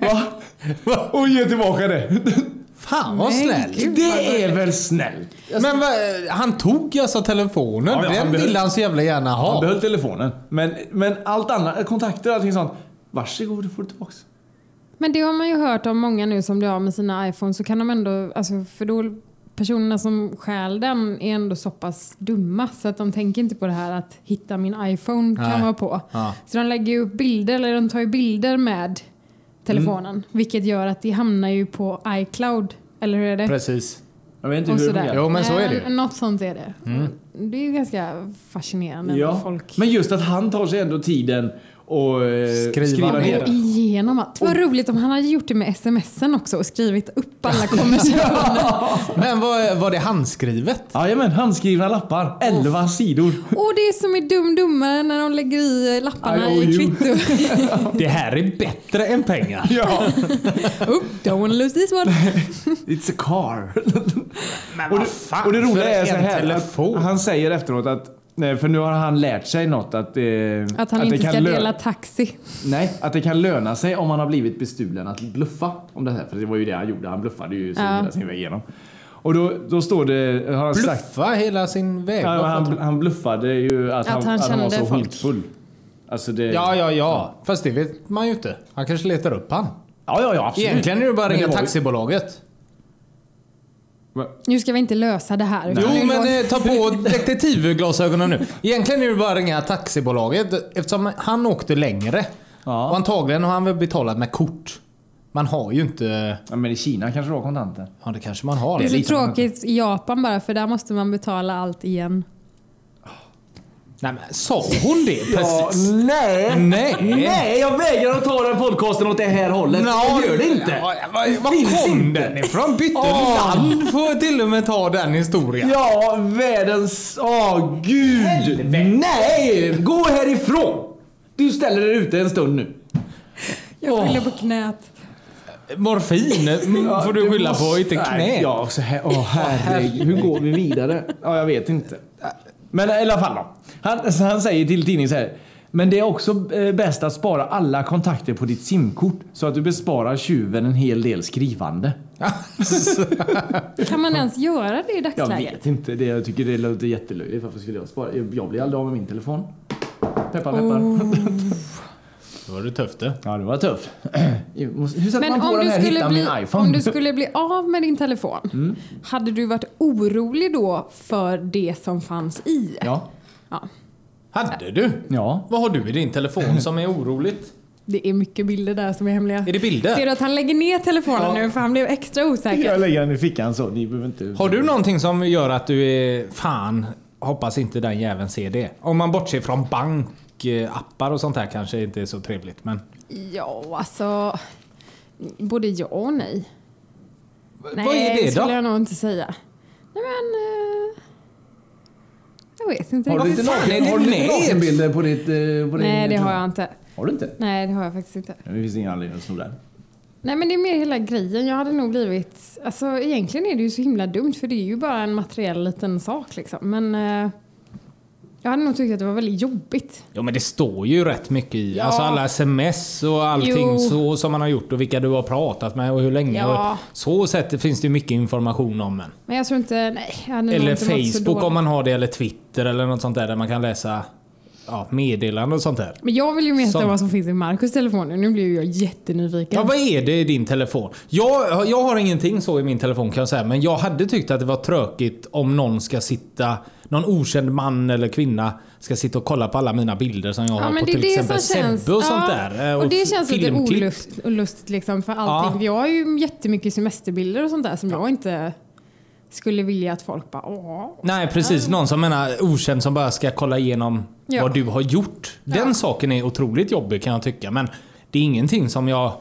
[SPEAKER 1] Va? Och ge tillbaka det.
[SPEAKER 3] Fan vad
[SPEAKER 2] Nej,
[SPEAKER 3] snällt.
[SPEAKER 2] gud.
[SPEAKER 1] Det är väl snällt?
[SPEAKER 3] Men va, han tog alltså telefonen.
[SPEAKER 1] Ja, ja,
[SPEAKER 3] Den
[SPEAKER 1] han behöll-
[SPEAKER 3] ville han så jävla gärna
[SPEAKER 1] Han
[SPEAKER 3] ha.
[SPEAKER 1] behöll telefonen. Men, men allt annat, kontakter och allting sånt. Varsågod, du får det tillbaka.
[SPEAKER 2] Men det har man ju hört om många nu som blir av med sina iPhones så kan de ändå, alltså för då personerna som stjäl den är ändå så pass dumma så att de tänker inte på det här att hitta min iPhone
[SPEAKER 3] Nej.
[SPEAKER 2] kan vara på.
[SPEAKER 3] Ja.
[SPEAKER 2] Så de lägger ju upp bilder, eller de tar ju bilder med telefonen
[SPEAKER 3] Mm.
[SPEAKER 2] vilket gör att det hamnar ju på iCloud. Eller hur är det?
[SPEAKER 3] Precis.
[SPEAKER 1] Jag vet inte
[SPEAKER 2] Och
[SPEAKER 1] hur det
[SPEAKER 2] sådär.
[SPEAKER 1] fungerar.
[SPEAKER 3] Jo, men så är det ju. Mm.
[SPEAKER 2] Eh, Något sånt är det. Det är ju ganska fascinerande när folk
[SPEAKER 1] Men just att han tar sig ändå tiden och eh,
[SPEAKER 3] Skriva
[SPEAKER 1] skriva,
[SPEAKER 3] ner.
[SPEAKER 1] ner
[SPEAKER 2] går
[SPEAKER 1] det.
[SPEAKER 2] igenom allt. Vad roligt om han hade gjort det med smsen också och skrivit upp
[SPEAKER 3] <laughs>
[SPEAKER 2] alla konversationer.
[SPEAKER 3] Men var, var det handskrivet?
[SPEAKER 1] Jajamän, handskrivna lappar. 11 sidor.
[SPEAKER 2] Och det är som är dum dummare när de lägger i lapparna
[SPEAKER 1] I owe
[SPEAKER 2] i
[SPEAKER 1] you. <laughs>
[SPEAKER 2] kvitto.
[SPEAKER 3] Det här är bättre än pengar.
[SPEAKER 1] Ja.
[SPEAKER 2] Oh, don't wanna lose this one.
[SPEAKER 1] It's a car.
[SPEAKER 3] Men
[SPEAKER 1] och,
[SPEAKER 3] vad
[SPEAKER 1] det,
[SPEAKER 3] fan
[SPEAKER 1] och det
[SPEAKER 3] för
[SPEAKER 1] roliga är så
[SPEAKER 3] en
[SPEAKER 1] här
[SPEAKER 3] telefon.
[SPEAKER 1] att han säger efteråt att nej, för nu har han lärt sig något att, eh,
[SPEAKER 2] Att han
[SPEAKER 1] det
[SPEAKER 2] inte
[SPEAKER 1] kan
[SPEAKER 2] ska
[SPEAKER 1] lö-
[SPEAKER 2] dela taxi.
[SPEAKER 1] Nej, att det kan löna sig om man har blivit bestulen att bluffa om det här. För det var ju det han gjorde. Han bluffade ju sin,
[SPEAKER 2] Ja.
[SPEAKER 1] hela sin väg igenom. Och då, då står det, har han sagt,
[SPEAKER 3] Bluffa hela sin väg.
[SPEAKER 1] Ja, men han, han bluffade ju att,
[SPEAKER 2] Att
[SPEAKER 1] han,
[SPEAKER 2] han
[SPEAKER 1] att han var
[SPEAKER 2] kände
[SPEAKER 1] så
[SPEAKER 2] folk.
[SPEAKER 1] hotfull. Alltså det...
[SPEAKER 3] ja, ja, ja. Fast det vet man ju inte. Han kanske letar upp han.
[SPEAKER 1] ja, ja, ja, absolut.
[SPEAKER 3] Egentligen är det bara att
[SPEAKER 1] Men
[SPEAKER 3] ringa
[SPEAKER 1] var ju-
[SPEAKER 3] taxibolaget.
[SPEAKER 2] Nu ska vi inte lösa det här. utan nu
[SPEAKER 3] Jo, men
[SPEAKER 2] låter-
[SPEAKER 3] eh, ta på detektivglasögonen nu. Egentligen är det bara att ringa taxibolaget eftersom han åkte längre.
[SPEAKER 1] Ja.
[SPEAKER 3] Och antagligen har han väl betalat med kort. Man har ju inte...
[SPEAKER 1] Ja, men i Kina kanske du har kontanter.
[SPEAKER 3] Ja, det kanske man har.
[SPEAKER 2] det är så
[SPEAKER 1] lite annorlunda.
[SPEAKER 2] tråkigt i Japan bara för där måste man betala allt igen.
[SPEAKER 3] Nej, men sa hon det precis?
[SPEAKER 1] nej!
[SPEAKER 3] Nej.
[SPEAKER 1] jag vägrar att ta den podcasten åt det här hållet.
[SPEAKER 3] Nå, Ja, Var, var
[SPEAKER 1] Finns
[SPEAKER 3] kom
[SPEAKER 1] inte.
[SPEAKER 3] den ifrån? Bytte
[SPEAKER 1] Åh.
[SPEAKER 3] land får jag till och med ta den historien.
[SPEAKER 1] Ja, världens... Åh, gud! Nej! Gå härifrån! Du ställer dig ute en stund nu.
[SPEAKER 2] Jag skyller på knät.
[SPEAKER 3] Morfin mm, får du skylla på, inte knä.
[SPEAKER 1] Nej, ja, så här, åh, herregud. Hur går vi vidare? Ja, jag vet inte. Men i alla fall då. Han, så han säger till tidningen så här. Men det är också eh, bäst att spara alla kontakter på ditt simkort så att du besparar tjuven en hel del skrivande.
[SPEAKER 2] Kan man ens göra det i
[SPEAKER 1] Jag
[SPEAKER 2] dagsläget?
[SPEAKER 1] vet inte. Det, jag tycker det låter jättelöjligt. Varför skulle jag spara? Jag, jag blir aldrig av med min telefon. Peppar, peppar.
[SPEAKER 2] Oh.
[SPEAKER 3] Då var det tufft det.
[SPEAKER 1] Ja, det var tufft. <clears throat> Hur satte man
[SPEAKER 2] Men
[SPEAKER 1] på
[SPEAKER 2] om
[SPEAKER 1] den
[SPEAKER 2] du,
[SPEAKER 1] här?
[SPEAKER 2] skulle
[SPEAKER 1] Hitta
[SPEAKER 2] bli,
[SPEAKER 1] min iPhone. Mm.
[SPEAKER 2] om du skulle bli av med din telefon, hade du varit orolig då för det som fanns i?
[SPEAKER 1] Ja.
[SPEAKER 2] Ja,
[SPEAKER 3] Hade du?
[SPEAKER 1] Ja.
[SPEAKER 3] Vad har du i din telefon som är oroligt?
[SPEAKER 2] det är mycket bilder där som är hemliga.
[SPEAKER 3] Är
[SPEAKER 2] Ser
[SPEAKER 3] det bilder?
[SPEAKER 2] du att han lägger ner telefonen
[SPEAKER 1] Ja.
[SPEAKER 2] nu för han blev extra osäker?
[SPEAKER 1] Jag lägger den i fickan så. Ni behöver inte...
[SPEAKER 3] Har du någonting som gör att du är... Fan, hoppas inte den jäveln ser det. Om man bortser från bankappar och sånt här kanske inte är så trevligt, men...
[SPEAKER 2] Ja, alltså... Både ja och nej. nej,
[SPEAKER 3] Vad är det
[SPEAKER 2] skulle
[SPEAKER 3] då?
[SPEAKER 2] jag nog inte säga. Nej men... eh, Jag vet inte.
[SPEAKER 1] Har du
[SPEAKER 2] riktigt.
[SPEAKER 1] inte
[SPEAKER 3] fan är
[SPEAKER 1] naken-
[SPEAKER 3] det
[SPEAKER 1] har du inte
[SPEAKER 3] nät?
[SPEAKER 1] nakenbilder på ditt... eh, På din
[SPEAKER 2] Nej, det har jag inte.
[SPEAKER 1] Har du inte?
[SPEAKER 2] Nej, det har jag faktiskt inte.
[SPEAKER 1] Det finns ingen anledning att sno den.
[SPEAKER 2] Nej men det är mer hela grejen. Jag hade nog blivit... Alltså egentligen är det ju så himla dumt för det är ju bara en materiell liten sak liksom. Men eh, jag hade nog tyckt att det var väldigt jobbigt.
[SPEAKER 3] Ja men det står ju rätt mycket i.
[SPEAKER 2] Ja.
[SPEAKER 3] Alltså alla sms och allting
[SPEAKER 2] Jo.
[SPEAKER 3] så som man har gjort och vilka du har pratat med och hur länge.
[SPEAKER 2] Ja.
[SPEAKER 3] Och så sätt finns det ju mycket information om en.
[SPEAKER 2] Men jag tror inte... Nej, jag hade nog
[SPEAKER 3] Eller
[SPEAKER 2] inte mått så
[SPEAKER 3] Facebook om
[SPEAKER 2] dåligt.
[SPEAKER 3] man har det, eller Twitter eller något sånt där där man kan läsa ja, meddelanden och sånt där.
[SPEAKER 2] Men jag vill ju veta
[SPEAKER 3] Sånt.
[SPEAKER 2] vad som finns i Markus telefon nu. Nu blir ju jag jättenyfiken.
[SPEAKER 3] Ja, vad är det i din telefon? Jag, jag har ingenting så i min telefon kan jag säga, men jag hade tyckt att det var tråkigt om någon ska sitta, någon okänd man eller kvinna ska sitta och kolla på alla mina bilder som jag har på till exempel Sebbe och sånt
[SPEAKER 2] ja,
[SPEAKER 3] där. eh,
[SPEAKER 2] Och det
[SPEAKER 3] f-
[SPEAKER 2] känns lite
[SPEAKER 3] filmklipp.
[SPEAKER 2] olust, olustigt liksom för allting.
[SPEAKER 3] Ja.
[SPEAKER 2] Vi har ju jättemycket semesterbilder och sånt där som jag inte skulle vilja att folk bara åh.
[SPEAKER 3] Nej precis, någon som menar okänd som bara ska kolla igenom
[SPEAKER 2] Ja.
[SPEAKER 3] vad du har gjort. Den
[SPEAKER 2] Ja.
[SPEAKER 3] saken är otroligt jobbig kan jag tycka men det är ingenting som jag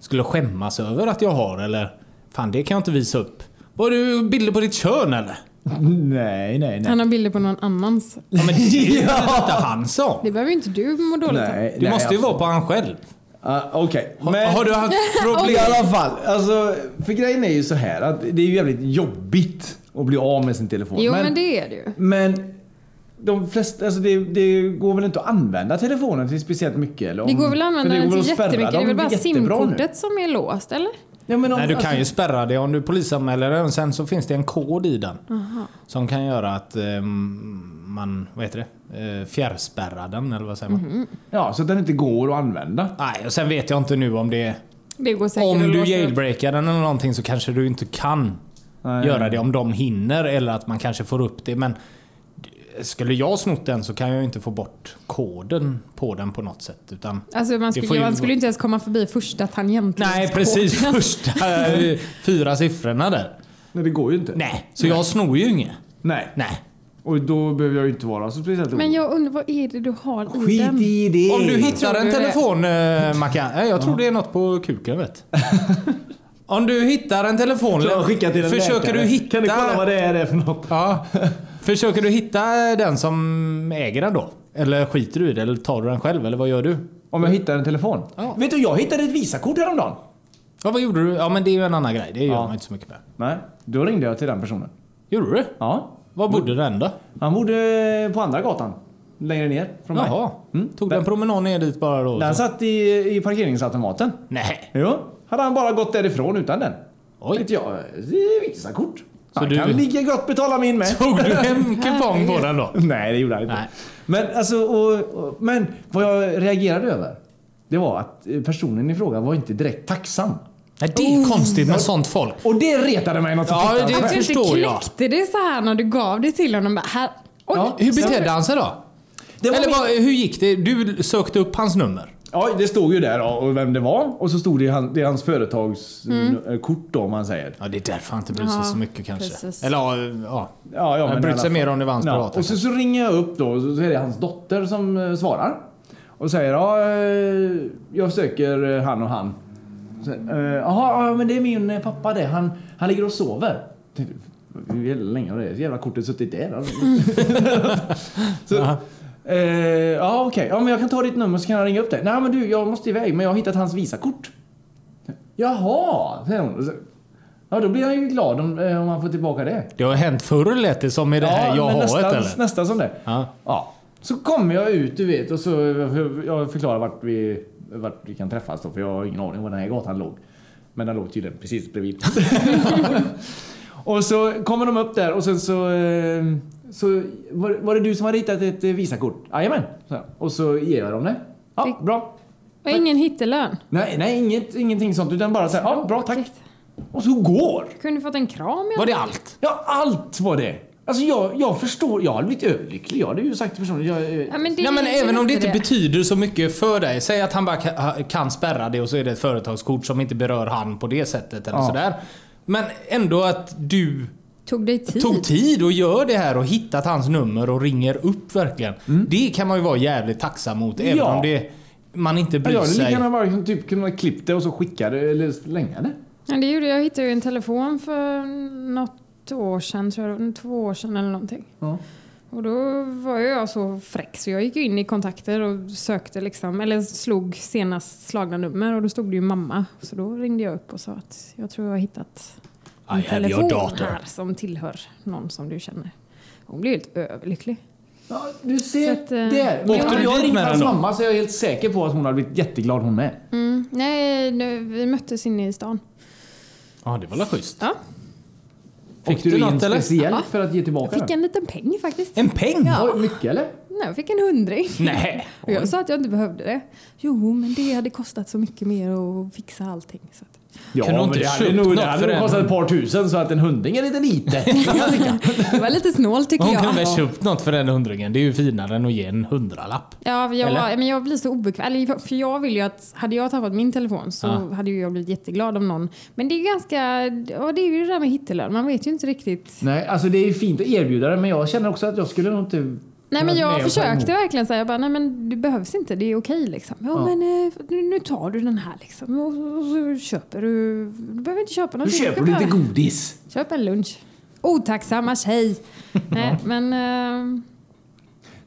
[SPEAKER 3] skulle skämmas över att jag har eller fan det kan jag inte visa upp. Var du bilder på ditt kön eller?
[SPEAKER 1] <laughs> Nej, nej, nej.
[SPEAKER 2] Han har bilder på någon annans.
[SPEAKER 3] Ja men <laughs> det är väl inte han som.
[SPEAKER 2] Det behöver ju inte du må dåligt av.
[SPEAKER 1] nej
[SPEAKER 3] Du måste ju
[SPEAKER 1] absolut.
[SPEAKER 3] vara på han själv.
[SPEAKER 1] Ah, Okej.
[SPEAKER 3] Har,
[SPEAKER 1] Men-
[SPEAKER 3] har du haft
[SPEAKER 1] I
[SPEAKER 3] <laughs> problem?
[SPEAKER 1] alla fall. Alltså, för grejen är ju så här att det är ju jävligt jobbigt att bli av med sin telefon.
[SPEAKER 2] Jo men det är det ju.
[SPEAKER 1] men de flesta, alltså det, det går väl inte att använda telefonen till speciellt mycket? Eller om,
[SPEAKER 2] Det går väl att
[SPEAKER 1] för
[SPEAKER 2] använda
[SPEAKER 1] det
[SPEAKER 2] den
[SPEAKER 1] går
[SPEAKER 2] till
[SPEAKER 1] att spärra
[SPEAKER 2] jättemycket. Det är
[SPEAKER 1] dem
[SPEAKER 2] väl bara
[SPEAKER 1] jättebra nu.
[SPEAKER 2] simkortet som är låst eller?
[SPEAKER 1] Ja, men om,
[SPEAKER 3] Nej du
[SPEAKER 1] alltså,
[SPEAKER 3] kan ju spärra det om du polisanmäler den sen så finns det en kod i den. Som kan göra att eh, man, vad heter det? Eh, fjärrspärrar den eller vad säger man?
[SPEAKER 1] alltså, Ja, så att den inte går att använda.
[SPEAKER 3] Nej, och sen vet jag inte nu om det...
[SPEAKER 2] Det går säkert
[SPEAKER 3] Om
[SPEAKER 2] att
[SPEAKER 3] du
[SPEAKER 2] låsa upp.
[SPEAKER 3] jailbreakar den eller någonting så kanske du inte kan
[SPEAKER 1] Nej.
[SPEAKER 3] göra det om de hinner eller att man kanske får upp det. Men skulle jag snott den så kan jag ju inte få bort koden på den på något sätt. Utan
[SPEAKER 2] Alltså man
[SPEAKER 3] Det får
[SPEAKER 2] skulle,
[SPEAKER 3] ju-
[SPEAKER 2] man skulle inte ens komma förbi första tangenten.
[SPEAKER 3] Nej, precis. Första eh, fyra siffrorna där.
[SPEAKER 1] Nej, det går ju inte.
[SPEAKER 3] Nej, så jag snor ju inget.
[SPEAKER 1] Nej.
[SPEAKER 3] Nej.
[SPEAKER 1] Och då behöver jag ju inte vara så speciellt
[SPEAKER 2] Men jag undrar vad är det du har i
[SPEAKER 1] Skit
[SPEAKER 2] den?
[SPEAKER 1] i det!
[SPEAKER 3] Om du hittar
[SPEAKER 2] Tror du
[SPEAKER 3] en
[SPEAKER 2] det?
[SPEAKER 3] telefon, eh, Mackan. Nej, Jag tror det är något på kuken vet. Om du hittar en telefon,
[SPEAKER 1] Jag har skickat till en
[SPEAKER 3] försöker
[SPEAKER 1] läkare.
[SPEAKER 3] du hitta...
[SPEAKER 1] Kan du kolla vad det är det för något?
[SPEAKER 3] Ja. <laughs> Försöker du hitta den som äger den då? Eller skiter du i det? Eller tar du den själv? Eller vad gör du?
[SPEAKER 1] Om jag hittar en telefon?
[SPEAKER 3] Ja.
[SPEAKER 1] Vet du, jag hittade ett Visakort häromdagen.
[SPEAKER 3] Ja, vad gjorde du? Ja, men det är ju en annan grej. Det gör
[SPEAKER 1] Ja.
[SPEAKER 3] man inte så mycket med.
[SPEAKER 1] Nej, då ringde jag till den personen.
[SPEAKER 3] Gjorde du?
[SPEAKER 1] Ja.
[SPEAKER 3] Var bodde den då?
[SPEAKER 1] Han bodde på andra gatan. Längre ner från mig.
[SPEAKER 3] Jaha.
[SPEAKER 1] Mm.
[SPEAKER 3] Tog du en promenad ner dit bara då?
[SPEAKER 1] Den
[SPEAKER 3] Så-
[SPEAKER 1] satt i, i parkeringsautomaten.
[SPEAKER 3] Nej. <laughs>
[SPEAKER 1] Jo. Hade han bara gått därifrån utan den.
[SPEAKER 3] Oj.
[SPEAKER 1] Tänkte jag, "Eh, det är Visakort.
[SPEAKER 3] Så
[SPEAKER 1] Han
[SPEAKER 3] du-
[SPEAKER 1] kan lika gott betala min
[SPEAKER 3] <laughs>
[SPEAKER 1] med.
[SPEAKER 3] Tog du en kupong på den då?
[SPEAKER 1] <laughs> Nej, det gjorde han inte.
[SPEAKER 3] Nej.
[SPEAKER 1] Men, alltså, och, och, men vad jag reagerade över, det var att eh, personen i fråga var inte direkt tacksam.
[SPEAKER 3] Nej, det
[SPEAKER 1] Oh.
[SPEAKER 3] är konstigt med sånt folk.
[SPEAKER 1] Och det retade mig något så
[SPEAKER 3] Ja,
[SPEAKER 1] fruktansvärt.
[SPEAKER 3] det
[SPEAKER 2] Varför inte
[SPEAKER 3] förstår jag.
[SPEAKER 2] knäckte det så här när du gav det till honom? Bara, Här, oj,
[SPEAKER 1] Ja,
[SPEAKER 3] Hur betedde han sig då?
[SPEAKER 1] Det var
[SPEAKER 3] Eller
[SPEAKER 1] min-
[SPEAKER 3] vad, hur gick det? Du sökte upp hans nummer?
[SPEAKER 1] Ja, det stod ju där ja, och vem det var och så stod det, i han- det är hans företags eh, kort då, om man säger.
[SPEAKER 3] Ja, det är därför han inte bryr sig
[SPEAKER 2] Ja,
[SPEAKER 3] så mycket kanske.
[SPEAKER 2] precis.
[SPEAKER 3] Eller ja, ja.
[SPEAKER 1] Ja, ja,
[SPEAKER 3] Han
[SPEAKER 1] men
[SPEAKER 3] brydde
[SPEAKER 1] i alla
[SPEAKER 3] sig
[SPEAKER 1] fall.
[SPEAKER 3] mer om det var hans
[SPEAKER 1] ja.
[SPEAKER 3] privata
[SPEAKER 1] Och så, så ringer jag upp då och så är det hans dotter som eh, svarar. Och säger ja, eh, jag söker eh, han och han. Så, eh, Jaha, ja, men det är min eh, pappa det. Han, han ligger och sover. Tänkte, Hur jävla länge har det jävla kortet suttit där? <laughs> så, eh, ja, okej. Ja, men jag kan ta ditt nummer så kan jag ringa upp dig. Nej, men du, jag måste iväg men jag har hittat hans visakort. Jaha, säger hon. Och så- Ja, då blir han ju glad om, eh, om han får tillbaka det.
[SPEAKER 3] Det har hänt förr lät det som i det här jag
[SPEAKER 1] men
[SPEAKER 3] har
[SPEAKER 1] nästan,
[SPEAKER 3] ett eller?
[SPEAKER 1] nästan som det.
[SPEAKER 3] Ja.
[SPEAKER 1] Ja. Så kommer jag ut, du vet, och så jag förklarar vart vi, vart vi kan träffas då, för jag har ingen aning var den här gatan låg. Men den låg tydligen precis
[SPEAKER 3] <laughs>
[SPEAKER 1] bredvid. och så kommer de upp där och sen så... eh, så var, var det du som har ritat ett eh, visakort? Jajamän! sa jag. Och så ger jag dem det. Ja,
[SPEAKER 2] Fick-
[SPEAKER 1] bra.
[SPEAKER 2] Och ingen hittelön.
[SPEAKER 1] Nej, nej inget, ingenting sånt, utan bara så här, ja, bra, tack. Och så går!
[SPEAKER 2] Kunde fått en kram i
[SPEAKER 3] Var
[SPEAKER 2] alla
[SPEAKER 3] det
[SPEAKER 2] fall.
[SPEAKER 3] allt?
[SPEAKER 1] Ja, allt var det. Alltså jag, jag förstår, jag hade blivit överlycklig. Jag hade ju sagt till personen, jag, eh,
[SPEAKER 2] Ja, men det
[SPEAKER 3] Nej men
[SPEAKER 2] är ju
[SPEAKER 3] även om det inte
[SPEAKER 2] det.
[SPEAKER 3] betyder så mycket för dig. Säg att han bara ka- kan spärra det och så är det ett företagskort som inte berör han på det sättet eller sådär. Men ändå att du
[SPEAKER 2] Tog dig tid.
[SPEAKER 3] tog tid och gör det här och hittat hans nummer och ringer upp verkligen. Det kan man ju vara jävligt tacksam mot även
[SPEAKER 1] Mm. Ja.
[SPEAKER 3] om det, man inte
[SPEAKER 1] Ja,
[SPEAKER 3] bryr
[SPEAKER 1] jag hade lika
[SPEAKER 3] sig.
[SPEAKER 1] gärna bara liksom typ kunnat klippa det och så skicka det eller slänga det.
[SPEAKER 2] Ja, det gjorde jag. Jag hittade ju en telefon för något år sedan, tror jag. Två år sedan eller någonting.
[SPEAKER 1] Ja.
[SPEAKER 2] Och då var ju jag så fräck så jag gick ju in i kontakter och sökte liksom, eller slog senast slagna nummer och då stod det ju mamma. Så då ringde jag upp och sa att jag tror jag har hittat en
[SPEAKER 3] I have your
[SPEAKER 2] telefon
[SPEAKER 3] daughter.
[SPEAKER 2] här som tillhör någon som du känner. Hon blev helt överlycklig.
[SPEAKER 1] Ja, du ser.
[SPEAKER 2] Så att, eh,
[SPEAKER 1] där!
[SPEAKER 2] Åkte
[SPEAKER 1] Åkte
[SPEAKER 3] du
[SPEAKER 1] jag
[SPEAKER 3] dit
[SPEAKER 1] ringde
[SPEAKER 3] med
[SPEAKER 1] hans
[SPEAKER 3] den då?
[SPEAKER 1] mamma så jag är helt säker på att hon hade blivit jätteglad hon med.
[SPEAKER 2] Mm. Nej, nu, vi möttes inne i stan.
[SPEAKER 3] Ja, det var väl schysst.
[SPEAKER 2] Ja,
[SPEAKER 3] Fick
[SPEAKER 1] Åkte
[SPEAKER 3] du
[SPEAKER 1] du in
[SPEAKER 3] något, eller?
[SPEAKER 1] speciellt
[SPEAKER 2] Ja.
[SPEAKER 1] för att ge
[SPEAKER 2] jag
[SPEAKER 1] tillbaka
[SPEAKER 2] fick
[SPEAKER 1] den?
[SPEAKER 2] en liten peng faktiskt.
[SPEAKER 3] En peng?
[SPEAKER 1] Oj, mycket eller?
[SPEAKER 2] Nej, jag fick en hundring. <laughs>
[SPEAKER 3] Nej.
[SPEAKER 2] Och jag sa att jag inte behövde det. Jo, men det hade kostat så mycket mer att fixa allting. Så att...
[SPEAKER 1] Ja,
[SPEAKER 3] Kunde hon inte
[SPEAKER 1] det hade
[SPEAKER 3] köpt
[SPEAKER 1] nog,
[SPEAKER 3] något
[SPEAKER 1] det
[SPEAKER 3] för
[SPEAKER 1] hade nog
[SPEAKER 3] den?
[SPEAKER 1] kostat ett par tusen så att en hundring är lite
[SPEAKER 2] <laughs>
[SPEAKER 1] lite.
[SPEAKER 2] Det var lite snål tycker
[SPEAKER 3] Hon
[SPEAKER 2] jag.
[SPEAKER 3] kunde väl köpt något för den hundringen? Det är ju finare än att ge en hundralapp.
[SPEAKER 2] Ja, jag,
[SPEAKER 3] Eller?
[SPEAKER 2] men jag blir så obekväm. Eller, För jag vill ju att, hade jag tappat min telefon så
[SPEAKER 3] Ja.
[SPEAKER 2] hade ju jag blivit jätteglad om någon. Men det är ju ganska, ja det är ju det där med hittelön. Man vet ju inte riktigt.
[SPEAKER 1] nej, alltså det är fint att erbjuda det men jag känner också att jag skulle nog inte...
[SPEAKER 2] Nej men
[SPEAKER 1] varit med
[SPEAKER 2] jag
[SPEAKER 1] och ta emot.
[SPEAKER 2] försökte verkligen säga, jag bara, nej men det behövs inte, det är okej liksom. Ja, men eh, nu, nu tar du den här liksom och, och så köper du, du behöver inte köpa
[SPEAKER 1] Nu
[SPEAKER 2] någonting.
[SPEAKER 1] köper
[SPEAKER 2] kan
[SPEAKER 1] du
[SPEAKER 2] bara-
[SPEAKER 1] lite godis.
[SPEAKER 2] Köp en lunch. Otacksamma tjej. nej men... eh,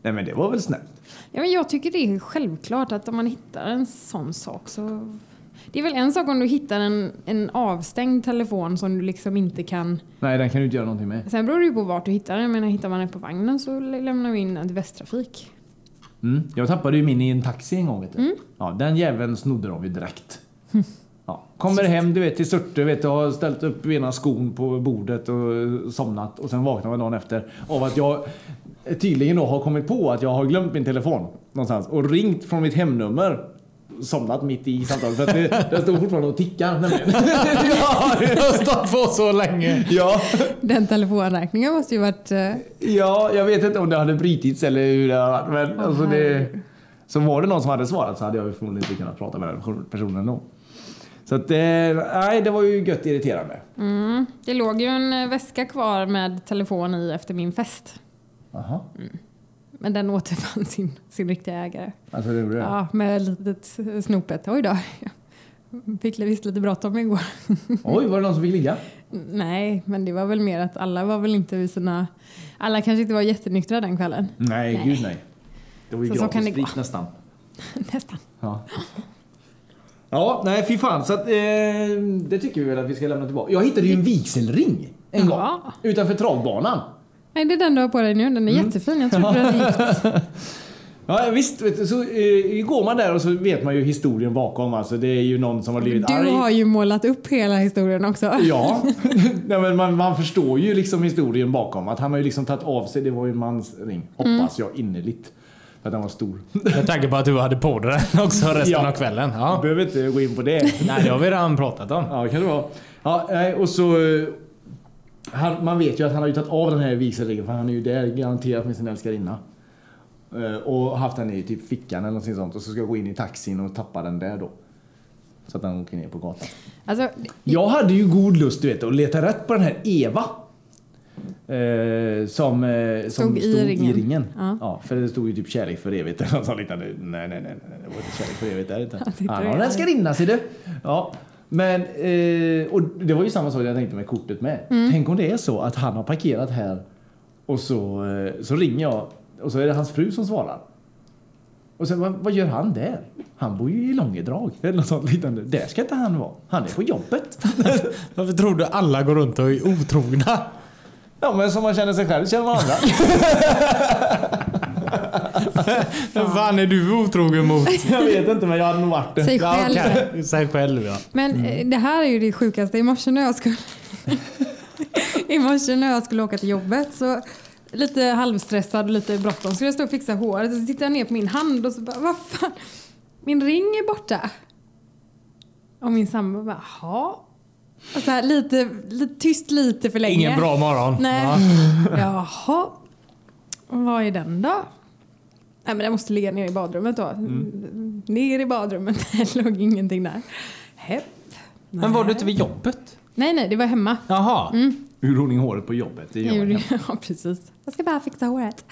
[SPEAKER 1] Nej men det var väl snällt.
[SPEAKER 2] Ja, men jag tycker det är självklart att om man hittar en sån sak så... Det är väl en sak om du hittar en, en avstängd telefon som du liksom inte kan...
[SPEAKER 1] Nej, den kan du inte göra någonting med.
[SPEAKER 2] Sen beror det ju på vart du hittar den. Jag menar, hittar man den på vagnen så lä- lämnar vi in den till Västtrafik.
[SPEAKER 1] Mm. Jag tappade ju min i en taxi en gång. Vet du. Ja, den jäveln snodde de ju direkt. Ja. Kommer hem du vet, till Surte vet, du, och har ställt upp ena skon på bordet och eh, somnat. Och sen vaknar man dagen efter av att jag tydligen då har kommit på att jag har glömt min telefon någonstans och ringt från mitt hemnummer. Somnat mitt i samtalet för att det, den stod fortfarande och tickar. <laughs> nämligen.
[SPEAKER 3] Ja, det har stått på så länge.
[SPEAKER 1] Ja,
[SPEAKER 2] Den telefonräkningen måste ju varit... eh,
[SPEAKER 1] ja, jag vet inte om det hade brytits eller hur det hade varit. Men alltså det, så var det någon som hade svarat så hade jag ju förmodligen inte kunnat prata med den personen då. Så att, eh, nej, det var ju gött irriterande.
[SPEAKER 2] Det låg ju en eh, väska kvar med telefon i efter min fest.
[SPEAKER 1] Jaha,
[SPEAKER 2] Men den återfann <laughs> sin, sin riktiga ägare.
[SPEAKER 1] alltså det gjorde det.
[SPEAKER 2] Ja, med ett litet eh, snopet. Oj då. <laughs> Jag Fick visst lite bråttom igår.
[SPEAKER 1] Oj, var det någon som fick ligga?
[SPEAKER 2] Nej, men det var väl mer att alla var väl inte vid sina... Alla kanske inte var jättenyktra den kvällen.
[SPEAKER 1] Nej,
[SPEAKER 2] Nej.
[SPEAKER 1] gud nej. Det var ju
[SPEAKER 2] Så- så
[SPEAKER 1] gratis
[SPEAKER 2] kan det
[SPEAKER 1] sprit
[SPEAKER 2] gå.
[SPEAKER 1] nästan. Mm.
[SPEAKER 2] <laughs> Nästan.
[SPEAKER 1] Ja. ja, nej fy fan. Så att, eh, det tycker vi väl att vi ska lämna tillbaka. Jag hittade ju en vigselring en gång.
[SPEAKER 2] Ja.
[SPEAKER 1] Utanför travbanan.
[SPEAKER 2] Nej, det är den du har på dig nu. Den
[SPEAKER 1] Mm.
[SPEAKER 2] är
[SPEAKER 1] <laughs>
[SPEAKER 2] jättefin. Jag trodde du hade gift.
[SPEAKER 1] Ja visst, vet du, så eh, går man där och så vet man ju historien bakom. Alltså, det är ju någon som har blivit arg.
[SPEAKER 2] Du har ju målat upp hela historien också.
[SPEAKER 1] Ja, <laughs> Nej, men man, man förstår ju liksom historien bakom. Att han har ju liksom tagit av sig, det var ju en mans ring,
[SPEAKER 2] Mm.
[SPEAKER 1] hoppas jag innerligt. För att den var stor.
[SPEAKER 3] Med tanke på att du hade på dig den också resten
[SPEAKER 1] Ja.
[SPEAKER 3] av kvällen. Ja.
[SPEAKER 1] <laughs> Behöver inte gå in på det.
[SPEAKER 3] Nej, det har vi redan pratat om.
[SPEAKER 1] Ja, det kan det vara. Ja, nej, och så... eh, Han, man vet ju att han har ju tagit av den här vigselringen för han är ju där garanterat med sin älskarinna. Eh, Och haft den i typ fickan eller någonting sånt och så ska jag gå in i taxin och tappa den där då. Så att den åker ner på gatan.
[SPEAKER 2] Alltså,
[SPEAKER 1] Jag hade ju god lust du vet att leta rätt på den här Eva. Eh, som, eh, som
[SPEAKER 2] Stod i ringen. Ja.
[SPEAKER 1] Ja, för det stod ju typ kärlek för evigt eller något sånt liknande. Nej, nej, nej, nej, det var inte kärlek för evigt där
[SPEAKER 2] <laughs>
[SPEAKER 1] utan.
[SPEAKER 2] sitter
[SPEAKER 1] Han
[SPEAKER 2] och
[SPEAKER 1] har en
[SPEAKER 2] är-
[SPEAKER 1] älskarinna ser du. Ja. Men, eh, och det var ju samma sak jag tänkte med kortet med.
[SPEAKER 2] Mm.
[SPEAKER 1] Tänk om det är så att han har parkerat här och så, eh, så ringer jag och så är det hans fru som svarar. Och sen, vad, vad gör han där? Han bor ju i Långedrag eller något sånt liknande. Där ska inte han vara. Han är på
[SPEAKER 2] <laughs>
[SPEAKER 1] jobbet.
[SPEAKER 3] Varför tror du alla går runt och är otrogna?
[SPEAKER 1] ja, men som man känner sig själv känner man
[SPEAKER 2] <laughs>
[SPEAKER 1] andra.
[SPEAKER 3] Vem fan är du otrogen mot?
[SPEAKER 1] jag vet inte, men jag hade nog varit det.
[SPEAKER 2] Sig
[SPEAKER 3] Ja,
[SPEAKER 2] själv.
[SPEAKER 3] okej. Sig själv ja.
[SPEAKER 2] Men eh, det här är ju det sjukaste. I morse när jag skulle... I morse när jag skulle åka till jobbet så lite halvstressad och lite bråttom skulle jag stå och fixa håret och så tittade jag ner på min hand och så bara, vad fan, min ring är borta. Och min sambo bara, jaha? Och så här lite, lite tyst lite för länge.
[SPEAKER 3] Ingen bra morgon.
[SPEAKER 2] Nej.
[SPEAKER 3] Ja.
[SPEAKER 2] <laughs> Jaha. Och Vad är den då? Nej men den måste ligga ner i badrummet då. Ner i badrummet. <laughs> Det låg ingenting där. Hepp.
[SPEAKER 3] Men var du inte vid jobbet?
[SPEAKER 2] Nej nej, det var hemma.
[SPEAKER 3] Jaha.
[SPEAKER 2] Mm.
[SPEAKER 1] Hur ordning håret på jobbet. Det
[SPEAKER 2] Jag
[SPEAKER 1] gör
[SPEAKER 2] gjorde,
[SPEAKER 1] jag.
[SPEAKER 2] <laughs> ja precis. Jag ska bara fixa håret.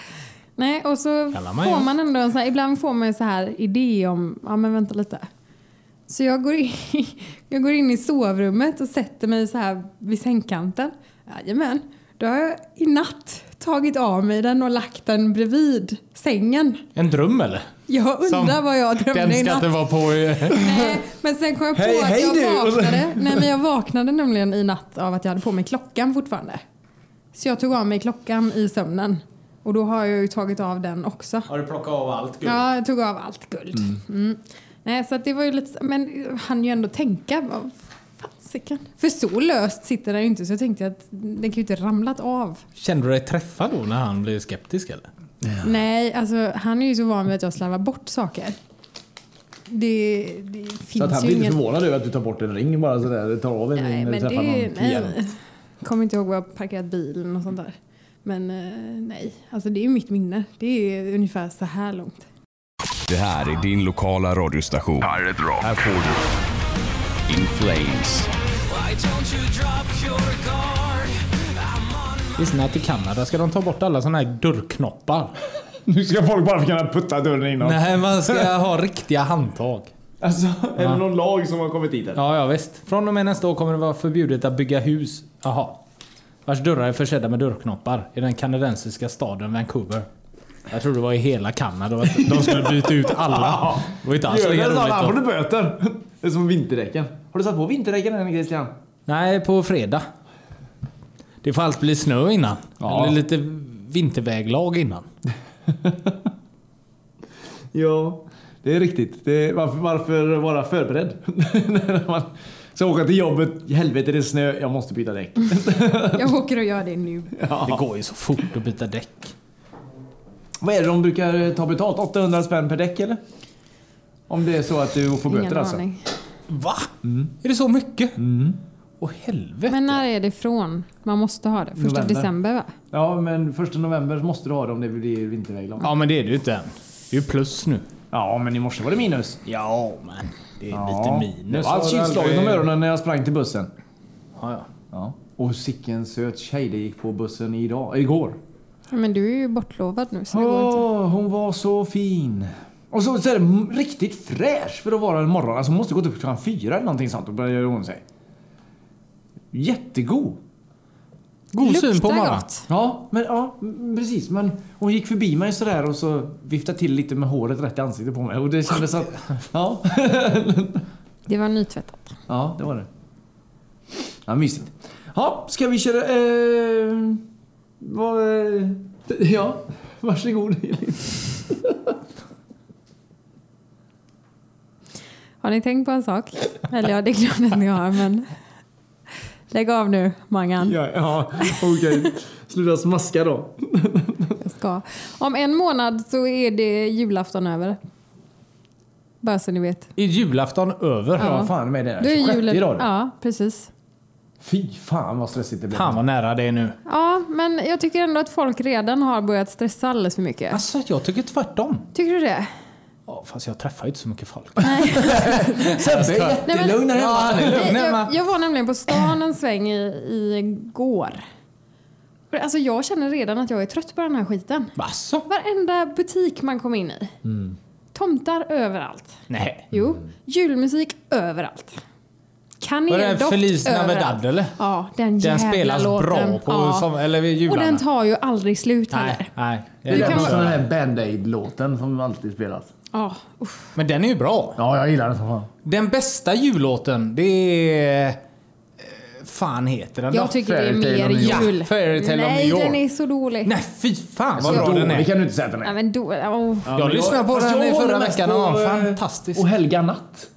[SPEAKER 2] Nej och så
[SPEAKER 3] Kallar man
[SPEAKER 2] får
[SPEAKER 3] ju.
[SPEAKER 2] man ändå en sån här, ibland får man ju så här idé om, ja men vänta lite. Så jag går in, jag går in i <laughs> sovrummet och sätter mig så här vid sängkanten. Jajamän. Då har jag i natt tagit av mig den och lagt den bredvid sängen.
[SPEAKER 3] En dröm eller?
[SPEAKER 2] Jag undrar
[SPEAKER 3] Som-
[SPEAKER 2] vad jag
[SPEAKER 3] Den
[SPEAKER 2] drömde i
[SPEAKER 3] ska inte
[SPEAKER 2] natt.
[SPEAKER 3] vara på... i-
[SPEAKER 2] Nej, men sen kom jag på
[SPEAKER 1] Hej,
[SPEAKER 2] att
[SPEAKER 1] hej
[SPEAKER 2] jag
[SPEAKER 1] du! Och så-
[SPEAKER 2] vaknade. Nej, men jag vaknade nämligen i natt av att jag hade på mig klockan fortfarande. Så jag tog av mig klockan i sömnen. Och då har jag ju tagit av den också.
[SPEAKER 3] Har du plockat av allt guld?
[SPEAKER 2] Ja, jag tog av allt guld. Mm. Nej, så att det var ju lite... så- Men han ju ändå tänka. vad Fasiken. För så löst sitter den ju inte så jag tänkte att den kan ju inte ramlat av.
[SPEAKER 3] Kände du dig träffad då när han blev skeptisk eller?
[SPEAKER 2] Nej, alltså han är ju så van vid att jag slarvar bort saker. Det, det
[SPEAKER 1] Så att han
[SPEAKER 2] finns ju
[SPEAKER 1] blir inte
[SPEAKER 2] ingen...
[SPEAKER 1] förvånad över att du tar bort en ring bara sådär. Eller tar av en
[SPEAKER 2] Nej,
[SPEAKER 1] ring när
[SPEAKER 2] men
[SPEAKER 1] du
[SPEAKER 2] det...
[SPEAKER 1] träffar någon
[SPEAKER 2] Nej,
[SPEAKER 1] igen.
[SPEAKER 2] nej. Kommer inte ihåg var jag parkerat bilen och sånt där. Men eh, nej, alltså det är ju mitt minne. Det är ungefär så här långt.
[SPEAKER 6] Det här är din lokala radiostation. Pirate Rock. Här får du In Flames.
[SPEAKER 3] Lyssna att i Kanada ska de ta bort alla såna här dörrknoppar.
[SPEAKER 1] Nu ska folk bara kunna putta dörren inåt.
[SPEAKER 3] Nej, man ska ha riktiga handtag.
[SPEAKER 1] Alltså, är det någon lag som har kommit hit? eller?
[SPEAKER 3] Ja, ja visst. Från och med nästa år kommer det vara förbjudet att bygga hus. Jaha. Vars dörrar är försedda med dörrknoppar i den kanadensiska staden Vancouver. Jag tror det var i hela Kanada och att
[SPEAKER 1] <laughs>
[SPEAKER 3] de skulle byta ut alla. Det var inte alls
[SPEAKER 1] Gör
[SPEAKER 3] lika
[SPEAKER 1] det sa han, får
[SPEAKER 3] roligt.
[SPEAKER 1] du
[SPEAKER 3] Då.
[SPEAKER 1] böter. Det är som vinterdäcken. Har du satt på vinterdäcken än Christian?
[SPEAKER 3] Nej, på fredag. Det får allt bli snö innan.
[SPEAKER 1] Ja.
[SPEAKER 3] Eller lite vinterväglag innan.
[SPEAKER 1] Ja, det är riktigt. Det är, varför, varför vara förberedd? <laughs> När man ska åka till jobbet. Helvete det är snö, jag måste byta däck.
[SPEAKER 2] Jag åker och gör det nu.
[SPEAKER 3] Det går ju så fort att byta däck.
[SPEAKER 1] Vad är det de brukar ta betalt? 800 spänn per däck eller? Om det är så att du får böter
[SPEAKER 2] Ingen
[SPEAKER 1] alltså?
[SPEAKER 2] aning.
[SPEAKER 3] Va? Mm. Är det så mycket?
[SPEAKER 1] Mm.
[SPEAKER 3] Åh helvete.
[SPEAKER 2] Men när är det ifrån? Man måste ha det. Första
[SPEAKER 1] November.
[SPEAKER 2] december va?
[SPEAKER 1] Ja, men första november måste du ha det om det blir vinterväglag.
[SPEAKER 3] Ja men det är det ju inte än. Det är ju plus nu.
[SPEAKER 1] Ja, men i morse var det minus.
[SPEAKER 3] Ja men. Det är
[SPEAKER 1] Ja.
[SPEAKER 3] lite
[SPEAKER 1] Det
[SPEAKER 3] minus.
[SPEAKER 1] var
[SPEAKER 3] Har
[SPEAKER 1] allt
[SPEAKER 3] du
[SPEAKER 1] kylslagen
[SPEAKER 3] aldrig-
[SPEAKER 1] om öronen när jag sprang till bussen.
[SPEAKER 3] Ja, ja.
[SPEAKER 1] Ja. Och sicken söt tjej det gick på bussen idag, igår.
[SPEAKER 2] Men du är ju bortlovad nu så det går inte.
[SPEAKER 1] Åh, hon var så fin. Och så, så är det m- riktigt fräsch för att vara en morgon. Alltså hon måste gått upp klockan fyra eller någonting sånt. Då börjar hon sig. Jättegod.
[SPEAKER 3] God
[SPEAKER 2] Det
[SPEAKER 3] syn på
[SPEAKER 2] luktar
[SPEAKER 3] morgonen.
[SPEAKER 2] gott.
[SPEAKER 1] Ja, men ja, m- precis. Men hon gick förbi mig sådär och så viftade till lite med håret rätt i ansiktet på mig. Och det kändes <laughs> att... Ja,
[SPEAKER 2] Det var nytvättat.
[SPEAKER 1] ja det var det. Ja, mysigt. Ja, ska vi köra... Eh, vad... eh, <laughs> Ja, varsågod Elin.
[SPEAKER 2] Har ni tänkt på en sak? Eller ja, det är klart att ni har men... Lägg av nu, Mangan.
[SPEAKER 1] Ja, ja okej. Sluta smaska då.
[SPEAKER 2] Jag ska. Om en månad så är det julafton över. Bara så ni vet.
[SPEAKER 3] Är julafton över?
[SPEAKER 2] Ja.
[SPEAKER 1] Ja, fan med det. Där.
[SPEAKER 2] Då är
[SPEAKER 1] 26
[SPEAKER 2] julen...
[SPEAKER 1] idag. du.
[SPEAKER 2] Ja, precis.
[SPEAKER 1] Fy fan vad stressigt det blev.
[SPEAKER 3] Fan vad nära det är nu.
[SPEAKER 2] Ja, men jag tycker ändå att folk redan har börjat stressa alldeles för mycket.
[SPEAKER 3] Alltså jag tycker tvärtom.
[SPEAKER 2] Tycker du det?
[SPEAKER 3] Ja, fast jag träffar ju inte så mycket folk.
[SPEAKER 1] Sebbe är
[SPEAKER 2] Nej, men-
[SPEAKER 1] jättelugn här hemma.
[SPEAKER 3] lugn
[SPEAKER 2] Nej,
[SPEAKER 3] hemma.
[SPEAKER 2] jag, jag var nämligen på stan en sväng i, igår. Alltså jag känner redan att jag är trött på den här skiten.
[SPEAKER 3] Alltså?
[SPEAKER 2] Varenda butik man kom in i.
[SPEAKER 3] Mm.
[SPEAKER 2] Tomtar överallt.
[SPEAKER 3] Nej.
[SPEAKER 2] Jo, julmusik överallt.
[SPEAKER 3] Mm. Var det den
[SPEAKER 2] kaneldoft
[SPEAKER 3] Feliz
[SPEAKER 2] överallt.
[SPEAKER 3] Navidad, eller?
[SPEAKER 2] Ja, den
[SPEAKER 3] Den
[SPEAKER 2] jävla
[SPEAKER 3] spelas
[SPEAKER 2] låten.
[SPEAKER 3] bra på
[SPEAKER 2] ja.
[SPEAKER 3] som, eller vid
[SPEAKER 2] Och
[SPEAKER 3] jularna.
[SPEAKER 2] den tar ju aldrig slut
[SPEAKER 3] nej,
[SPEAKER 2] heller.
[SPEAKER 3] nej.
[SPEAKER 2] Du
[SPEAKER 3] Jag
[SPEAKER 2] kan-
[SPEAKER 3] köra.
[SPEAKER 1] Som den här Band-Aid-låten som alltid spelas.
[SPEAKER 2] Ja, uff.
[SPEAKER 3] Men den är ju bra.
[SPEAKER 1] Ja, jag gillar den som fan.
[SPEAKER 3] Den bästa jullåten, det är... eh, Fan heter den då?
[SPEAKER 2] Jag tycker det är
[SPEAKER 1] Fairytale
[SPEAKER 2] mer
[SPEAKER 1] of New
[SPEAKER 3] York.
[SPEAKER 2] jul.
[SPEAKER 3] Ja, Fairytale of
[SPEAKER 2] nej,
[SPEAKER 3] New York.
[SPEAKER 2] den är så dålig.
[SPEAKER 3] Nej, fy fan vad
[SPEAKER 2] Så
[SPEAKER 3] bra
[SPEAKER 1] Då,
[SPEAKER 3] den
[SPEAKER 1] det
[SPEAKER 3] är.
[SPEAKER 1] kan du inte säga att den
[SPEAKER 2] Ja,
[SPEAKER 1] är.
[SPEAKER 2] men då, åh.
[SPEAKER 1] Ja,
[SPEAKER 3] Jag
[SPEAKER 1] men
[SPEAKER 3] lyssnade på
[SPEAKER 1] fast
[SPEAKER 3] den
[SPEAKER 1] jag
[SPEAKER 3] i förra
[SPEAKER 1] håller mest
[SPEAKER 3] veckan och
[SPEAKER 1] på,
[SPEAKER 3] den var
[SPEAKER 1] eh,
[SPEAKER 3] fantastisk.
[SPEAKER 1] Och Helga natt.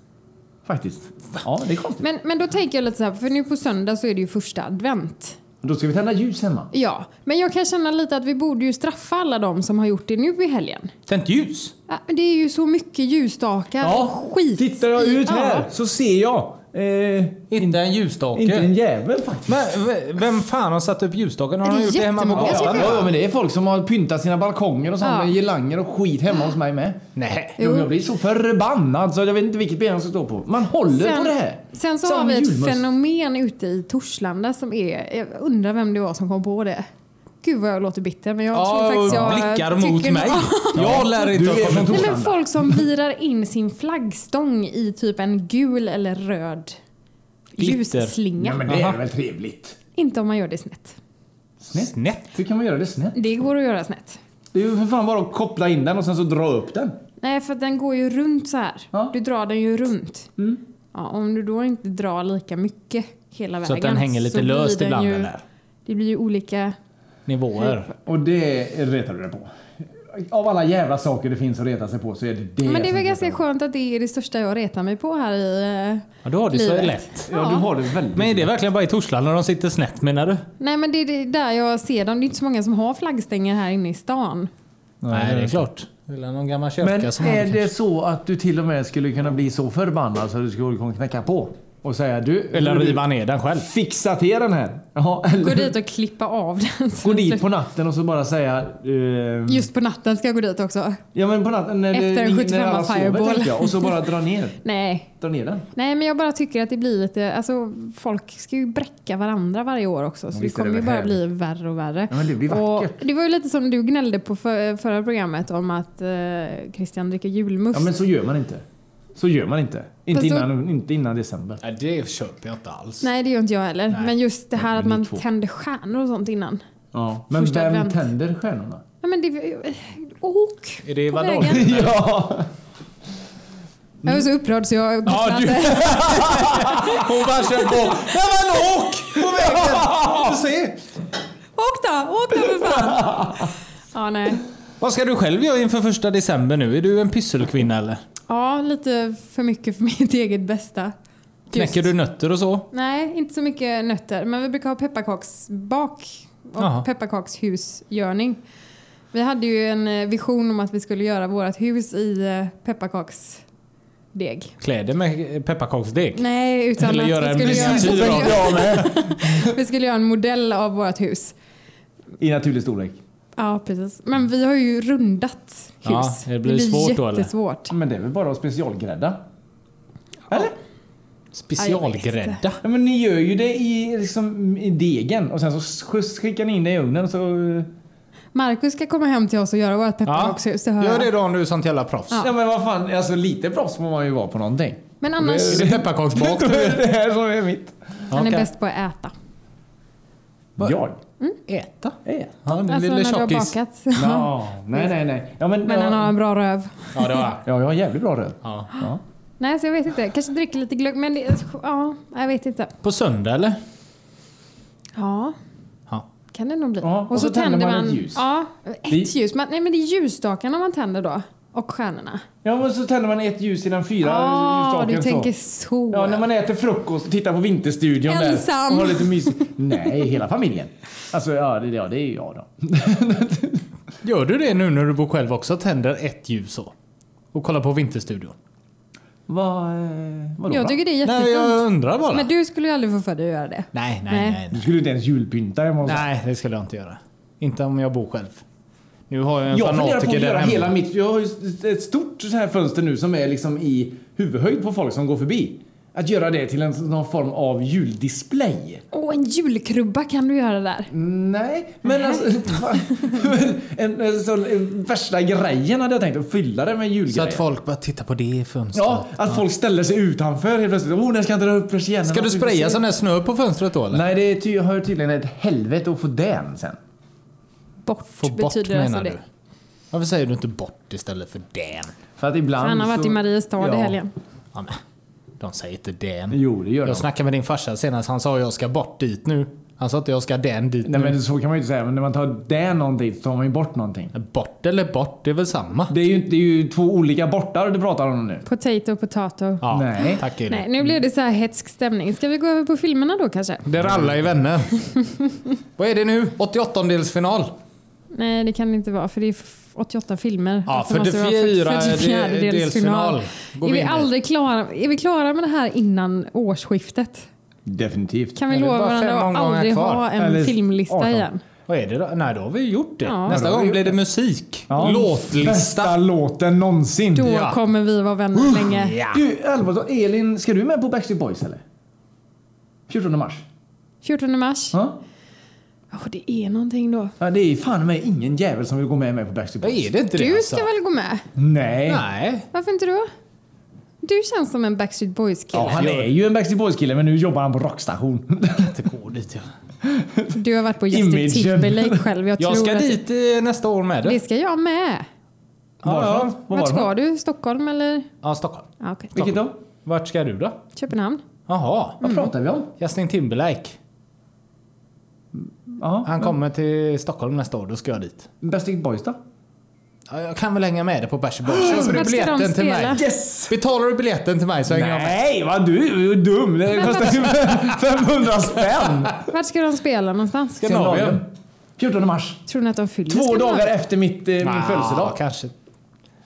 [SPEAKER 1] Faktiskt. Ja, det är konstigt.
[SPEAKER 2] Men, men då tänker jag lite så här, för nu på söndag så är det ju första advent.
[SPEAKER 1] Då ska vi tända ljus hemma.
[SPEAKER 2] Ja, men jag kan känna lite att vi borde ju straffa alla de som har gjort det nu i helgen.
[SPEAKER 3] Tänt ljus.
[SPEAKER 2] Ja, men Det är ju så mycket ljusstakar och skit.
[SPEAKER 1] Tittar jag
[SPEAKER 2] i-
[SPEAKER 1] ut här
[SPEAKER 2] Ja.
[SPEAKER 1] så ser jag. Eh,
[SPEAKER 3] Inte en ljusstake.
[SPEAKER 1] inte en jävel faktiskt.
[SPEAKER 3] Men v- vem fan har satt upp ljusstaken? Har
[SPEAKER 2] Det är
[SPEAKER 3] han gjort det hemma på
[SPEAKER 2] jättemånga,
[SPEAKER 3] gatan?
[SPEAKER 2] tycker
[SPEAKER 1] Ja, ja, men det är folk som har pyntat sina balkonger och sånt
[SPEAKER 2] Ja.
[SPEAKER 1] med girlanger och skit hemma hos mig med.
[SPEAKER 3] Nej.
[SPEAKER 2] Jo.
[SPEAKER 1] Jo. Jag blir så förbannad så jag vet inte vilket ben jag ska stå på. Man håller på det här.
[SPEAKER 2] sen så
[SPEAKER 1] Som
[SPEAKER 2] har vi ett
[SPEAKER 1] julmust.
[SPEAKER 2] fenomen ute i Torslanda som är, jag undrar vem det var som kom på det. Gud vad jag låter bitter men jag
[SPEAKER 3] Ja,
[SPEAKER 2] tror faktiskt jag
[SPEAKER 3] blickar
[SPEAKER 2] tycker
[SPEAKER 3] mot
[SPEAKER 2] nog-
[SPEAKER 3] mig.
[SPEAKER 2] <laughs>
[SPEAKER 3] Jag lär inte
[SPEAKER 1] Du
[SPEAKER 3] ha
[SPEAKER 1] är
[SPEAKER 3] kommit
[SPEAKER 1] från
[SPEAKER 2] Nej men
[SPEAKER 1] Torslanda.
[SPEAKER 2] folk som virar in sin flaggstång i typ en gul eller röd
[SPEAKER 3] Glitter.
[SPEAKER 2] ljusslinga.
[SPEAKER 1] Ja, men det
[SPEAKER 3] Aha.
[SPEAKER 1] är väl trevligt?
[SPEAKER 2] Inte om man gör det snett.
[SPEAKER 1] Snett?
[SPEAKER 3] Snett.
[SPEAKER 1] Hur kan man göra det snett?
[SPEAKER 2] Det går att göra snett.
[SPEAKER 1] Det är ju för fan bara att koppla in den och sen så dra upp den.
[SPEAKER 2] Nej, för att den går ju runt så här.
[SPEAKER 1] Ja.
[SPEAKER 2] Du drar den ju runt. Ja, om du då inte drar lika mycket hela vägen.
[SPEAKER 3] Så att den hänger lite
[SPEAKER 2] så blir
[SPEAKER 3] löst
[SPEAKER 2] den
[SPEAKER 3] ibland
[SPEAKER 2] ju- typ
[SPEAKER 3] eller?
[SPEAKER 2] Det blir ju olika.
[SPEAKER 3] Nivåer.
[SPEAKER 1] Och det retar du dig på. Av alla jävla saker det finns att reta sig på så är det det.
[SPEAKER 2] Men det är
[SPEAKER 1] som
[SPEAKER 2] väl ganska
[SPEAKER 1] retar
[SPEAKER 2] skönt att det är det största jag retar mig på här i eh,
[SPEAKER 3] Ja, då har du så
[SPEAKER 2] livet.
[SPEAKER 3] lätt.
[SPEAKER 1] dig på. Ja, du har det väldigt...
[SPEAKER 3] Men är det verkligen bara i Torslanda de sitter snett menar du?
[SPEAKER 2] Nej, men det är det där jag ser dem. Det är inte så många som har flaggstänger här inne i stan.
[SPEAKER 3] Nej, det är klart. Eller någon gammal kyrka
[SPEAKER 1] Men
[SPEAKER 3] som
[SPEAKER 1] är det så att du till och med skulle kunna bli så förbannad så att du skulle kunna knäcka på? Och säga du...
[SPEAKER 3] Eller
[SPEAKER 1] du,
[SPEAKER 3] riva ner den själv.
[SPEAKER 1] Fixa till den här! Ja,
[SPEAKER 2] Gå
[SPEAKER 1] eller
[SPEAKER 2] dit och klippa av den. så
[SPEAKER 1] gå
[SPEAKER 2] den
[SPEAKER 1] dit
[SPEAKER 2] slutar.
[SPEAKER 1] på natten och så bara säga... eh,
[SPEAKER 2] Just på natten ska jag gå dit också.
[SPEAKER 1] ja men på natten när, det-
[SPEAKER 2] Efter en
[SPEAKER 1] när
[SPEAKER 2] 75
[SPEAKER 1] alla sover
[SPEAKER 2] fireball.
[SPEAKER 1] tänkte jag. Och så bara dra ner,
[SPEAKER 2] Nej.
[SPEAKER 1] dra ner den.
[SPEAKER 2] Nej, men jag bara tycker att det blir lite... Alltså, folk ska ju bräcka varandra varje år också. Så det
[SPEAKER 1] Visst är
[SPEAKER 2] kommer
[SPEAKER 1] det
[SPEAKER 2] ju
[SPEAKER 1] väl
[SPEAKER 2] bara
[SPEAKER 1] härligt.
[SPEAKER 2] bli värre och värre.
[SPEAKER 1] Ja, men det blir vackert.
[SPEAKER 2] Och det var ju lite som du gnällde på för, förra programmet om att eh, Christian dricker julmust.
[SPEAKER 1] Ja men så gör man inte. Så gör man inte. Inte,
[SPEAKER 2] Fast då-
[SPEAKER 1] innan, inte innan december.
[SPEAKER 3] Nej, det köper jag inte alls.
[SPEAKER 2] Nej, det gör inte jag heller. Men just det här
[SPEAKER 1] men
[SPEAKER 2] att
[SPEAKER 1] ni
[SPEAKER 2] man
[SPEAKER 1] två.
[SPEAKER 2] tänder stjärnor och sånt innan.
[SPEAKER 1] Ja. Men
[SPEAKER 2] Första
[SPEAKER 1] vem
[SPEAKER 2] advent.
[SPEAKER 1] tänder stjärnorna? <laughs>
[SPEAKER 2] Ja, men det... eh, Åk!
[SPEAKER 3] Är det
[SPEAKER 2] på
[SPEAKER 3] vadå?
[SPEAKER 2] vägen.
[SPEAKER 1] Ja! Mm.
[SPEAKER 2] Jag är så upprörd så jag...
[SPEAKER 3] <laughs> Ja,
[SPEAKER 2] <laughs>
[SPEAKER 3] du- Hon bara kör på. Ja men åk! På vägen! Du ser.
[SPEAKER 2] Åk då! Åk då för fan!
[SPEAKER 1] <laughs>
[SPEAKER 2] Ja, nej.
[SPEAKER 3] Vad ska du själv göra inför första december nu? Är du en pysselkvinna eller?
[SPEAKER 2] Ja, lite för mycket för mitt eget bästa. Just.
[SPEAKER 3] Knäcker du nötter och så?
[SPEAKER 2] Nej, inte så mycket nötter. Men vi brukar ha pepparkaksbak och
[SPEAKER 3] Jaha.
[SPEAKER 2] pepparkakshusgörning. Vi hade ju en eh, vision om att vi skulle göra vårt hus i eh, pepparkaksdeg.
[SPEAKER 3] Kläder med pepparkaksdeg?
[SPEAKER 2] Nej, utan
[SPEAKER 3] Eller
[SPEAKER 2] att
[SPEAKER 3] göra en
[SPEAKER 2] vi, skulle göra, vi,
[SPEAKER 3] miniatyr av
[SPEAKER 2] skulle
[SPEAKER 3] det.
[SPEAKER 2] göra, <laughs> vi skulle göra en modell av vårt hus.
[SPEAKER 1] I naturlig storlek.
[SPEAKER 2] Ja, precis. Men vi har ju rundat hus.
[SPEAKER 3] Ja, det blir svårt då, eller?
[SPEAKER 2] jättesvårt.
[SPEAKER 1] Men det är väl bara att specialgrädda?
[SPEAKER 3] Specialgrädda?
[SPEAKER 1] Ja, men ni gör ju det i, liksom, i degen och sen så skjuts- skickar ni in det i ugnen och så...
[SPEAKER 2] Marcus ska komma hem till oss och göra vårt
[SPEAKER 3] Ja,
[SPEAKER 2] pepparkakshus, det hör
[SPEAKER 3] gör
[SPEAKER 2] jag.
[SPEAKER 3] det då om du är sånt jävla proffs.
[SPEAKER 1] Ja men vad fan, alltså lite proffs får man ju vara på
[SPEAKER 2] <laughs>
[SPEAKER 1] någonting.
[SPEAKER 2] Men annars,
[SPEAKER 3] Är det pepparkaksbak <laughs>
[SPEAKER 1] Då
[SPEAKER 3] du
[SPEAKER 1] är det här som är mitt.
[SPEAKER 2] han är
[SPEAKER 3] Okej.
[SPEAKER 2] bäst på att äta.
[SPEAKER 1] Jag?
[SPEAKER 3] Äta?
[SPEAKER 1] Är.
[SPEAKER 3] Ja, den
[SPEAKER 2] Alltså
[SPEAKER 3] lille
[SPEAKER 2] när du har
[SPEAKER 3] tjockis.
[SPEAKER 2] bakat.
[SPEAKER 1] Ja, nej nej nej. Ja, men,
[SPEAKER 2] Men
[SPEAKER 1] ja,
[SPEAKER 2] han har en bra röv.
[SPEAKER 3] Ja, det har jag.
[SPEAKER 1] ja, jag har jävligt bra röv.
[SPEAKER 3] Ja.
[SPEAKER 1] Ja.
[SPEAKER 2] Nej, så jag vet inte. Kanske dricker lite glögg, men det, ja, jag vet inte.
[SPEAKER 3] På söndag eller?
[SPEAKER 2] Ja,
[SPEAKER 3] Ja.
[SPEAKER 2] kan det nog bli.
[SPEAKER 1] Ja, och så tänder man ett ljus.
[SPEAKER 2] Ja, ett
[SPEAKER 1] Vi-
[SPEAKER 2] ljus. Man, nej, men det är ljusstakarna man tänder då. Och stjärnorna.
[SPEAKER 1] ja men så tänder man ett ljus i den fyra
[SPEAKER 2] Ja,
[SPEAKER 1] ljusstaken
[SPEAKER 2] du tänker
[SPEAKER 1] så.
[SPEAKER 2] så.
[SPEAKER 1] Ja, när man äter frukost och tittar på Vinterstudion
[SPEAKER 2] Ensam.
[SPEAKER 1] där. Och har lite mysigt. Nej, hela familjen. Alltså ja, det, ja, det är jag då.
[SPEAKER 3] Gör du det nu när du bor själv också? Tänder ett ljus så? Och kollar på Vinterstudion?
[SPEAKER 1] Vad, eh, vadå?
[SPEAKER 2] jag
[SPEAKER 1] va?
[SPEAKER 2] tycker det är jättefint.
[SPEAKER 3] Nej, jag undrar bara.
[SPEAKER 2] Men du skulle ju aldrig få för dig att göra det.
[SPEAKER 3] Nej,
[SPEAKER 2] Nej.
[SPEAKER 3] nej, nej,
[SPEAKER 1] Du
[SPEAKER 3] nej.
[SPEAKER 1] skulle inte ens julpynta hemma hos
[SPEAKER 3] Nej, det skulle jag inte göra. Inte om jag bor själv. Nu har jag en
[SPEAKER 1] Jag funderar på
[SPEAKER 3] fanatiker
[SPEAKER 1] att
[SPEAKER 3] där
[SPEAKER 1] göra
[SPEAKER 3] hemma.
[SPEAKER 1] hela mitt... Jag har ju ett stort så här fönster nu som är liksom i huvudhöjd på folk som går förbi. Att göra det till en, någon form av juldisplay.
[SPEAKER 2] Åh, en julkrubba kan du göra där.
[SPEAKER 1] Mm. Nej, men alltså... <laughs> men en, en sån, en värsta grejen hade jag tänkt att fylla det med julgrejer.
[SPEAKER 3] Så att folk bara tittar på det i fönstret.
[SPEAKER 1] Ja, att folk ställer sig utanför helt plötsligt. Åh, oh, när ska jag dra upp persiennen?
[SPEAKER 3] Ska du spraya sån där snö på fönstret då eller?
[SPEAKER 1] Nej, det är ty- har tydligen ett helvete att få den sen.
[SPEAKER 2] Bort
[SPEAKER 3] Få bort
[SPEAKER 2] betyder
[SPEAKER 3] menar
[SPEAKER 2] alltså det.
[SPEAKER 3] du? Varför säger du inte bort istället för den?
[SPEAKER 1] För att ibland
[SPEAKER 2] Han har varit
[SPEAKER 1] så...
[SPEAKER 2] i Mariestad i helgen.
[SPEAKER 3] Ja, men, de säger inte den.
[SPEAKER 1] Jo, det gör de.
[SPEAKER 3] Jag snackade med din farsa senast. Han sa jag ska bort dit nu. Han sa inte jag ska den dit
[SPEAKER 1] Nej
[SPEAKER 3] nu.
[SPEAKER 1] men så kan man ju inte säga, men när man tar det någonting så tar man ju bort någonting.
[SPEAKER 3] Bort eller bort, det är väl samma?
[SPEAKER 1] Det är ju, det är ju två olika bortar du pratar om nu.
[SPEAKER 2] Potato, potato.
[SPEAKER 3] Ja,
[SPEAKER 1] Nej.
[SPEAKER 3] tack Elin.
[SPEAKER 2] Nej, nu blev det så här hetsk stämning. Ska vi gå över på filmerna då kanske?
[SPEAKER 3] Där alla
[SPEAKER 2] <laughs>
[SPEAKER 3] är vänner. Vad är det nu? 88-delsfinal?
[SPEAKER 2] Nej, det kan det inte vara för det är f- 88 filmer.
[SPEAKER 3] Ja,
[SPEAKER 2] Alltså, måste det vara
[SPEAKER 3] 44
[SPEAKER 2] 44-dels
[SPEAKER 3] delsfinal. Går
[SPEAKER 2] Är
[SPEAKER 3] vi
[SPEAKER 2] vi,
[SPEAKER 3] in i?
[SPEAKER 2] aldrig klara, är vi klara med det här innan årsskiftet?
[SPEAKER 1] Definitivt.
[SPEAKER 2] Kan vi
[SPEAKER 3] Ja, det är
[SPEAKER 2] lova
[SPEAKER 3] bara fem
[SPEAKER 2] varandra att
[SPEAKER 3] omgångar
[SPEAKER 2] aldrig
[SPEAKER 3] kvar.
[SPEAKER 2] ha en
[SPEAKER 1] Eller
[SPEAKER 2] filmlista
[SPEAKER 1] 18.
[SPEAKER 2] igen?
[SPEAKER 3] Vad är det då? Nej, då har vi gjort det.
[SPEAKER 2] Ja.
[SPEAKER 3] Nästa
[SPEAKER 1] då har vi
[SPEAKER 3] gång
[SPEAKER 1] gjort
[SPEAKER 3] blir det musik.
[SPEAKER 1] Ja. Bästa
[SPEAKER 3] Låtlista.
[SPEAKER 1] låten någonsin.
[SPEAKER 2] Då
[SPEAKER 3] Ja. Uh,
[SPEAKER 2] kommer vi vara vänner länge.
[SPEAKER 3] Ja.
[SPEAKER 1] Du, allvarligt Elin, ska du med på Backstreet Boys eller? 14 mars?
[SPEAKER 2] 14 mars.
[SPEAKER 1] Ja?
[SPEAKER 2] Åh, det är någonting då.
[SPEAKER 1] Ja, det är fan mig ingen jävel som vill gå med mig på Backstreet
[SPEAKER 3] Vad
[SPEAKER 1] Boys.
[SPEAKER 3] är det inte det
[SPEAKER 2] Du
[SPEAKER 3] alltså?
[SPEAKER 2] ska väl gå med?
[SPEAKER 1] Nej.
[SPEAKER 3] Nej.
[SPEAKER 2] Varför inte då? Du känns som en Backstreet Boys-kille.
[SPEAKER 1] Ja, han är ju en Backstreet Boys-kille, men nu jobbar han på rockstation. <laughs>
[SPEAKER 3] Inte gå dit jag.
[SPEAKER 2] Du har varit på Justin
[SPEAKER 1] Imagen.
[SPEAKER 2] Timberlake själv. Jag,
[SPEAKER 3] Jag
[SPEAKER 2] tror
[SPEAKER 3] ska
[SPEAKER 2] att...
[SPEAKER 3] dit eh, nästa år med.
[SPEAKER 2] Det
[SPEAKER 3] Det.
[SPEAKER 2] ska jag med.
[SPEAKER 1] ja, vad
[SPEAKER 2] Vart
[SPEAKER 1] var det?
[SPEAKER 2] ska du? Stockholm eller?
[SPEAKER 3] Ja, Stockholm.
[SPEAKER 2] Ja, okej.
[SPEAKER 1] Vilket då?
[SPEAKER 3] Vart ska du då?
[SPEAKER 2] Köpenhamn.
[SPEAKER 3] Jaha.
[SPEAKER 1] Vad pratar vi om?
[SPEAKER 3] Justin Timberlake.
[SPEAKER 1] Ja,
[SPEAKER 3] Han kommer till Stockholm nästa år. Då ska jag dit.
[SPEAKER 1] Backstreet Boys då?
[SPEAKER 3] Ja, Jag kan väl hänga med dig
[SPEAKER 1] <gasps>
[SPEAKER 3] på Bash Bash. Köper du
[SPEAKER 2] Vart ska de
[SPEAKER 3] biljetten till
[SPEAKER 2] spela?
[SPEAKER 3] mig?
[SPEAKER 1] Yes!
[SPEAKER 3] Betalar du biljetten till mig så hänger jag med.
[SPEAKER 1] Nej, vad du du är dum! Det kostar ju <laughs> 500 spänn!
[SPEAKER 2] Vart ska de spela någonstans?
[SPEAKER 3] Skandinavien.
[SPEAKER 1] 14 mars.
[SPEAKER 2] Tror ni att de fyller
[SPEAKER 1] Två
[SPEAKER 2] Skandinavien?
[SPEAKER 1] dagar efter mitt, eh, min
[SPEAKER 3] Ja,
[SPEAKER 1] födelsedag.
[SPEAKER 3] Ah, kanske.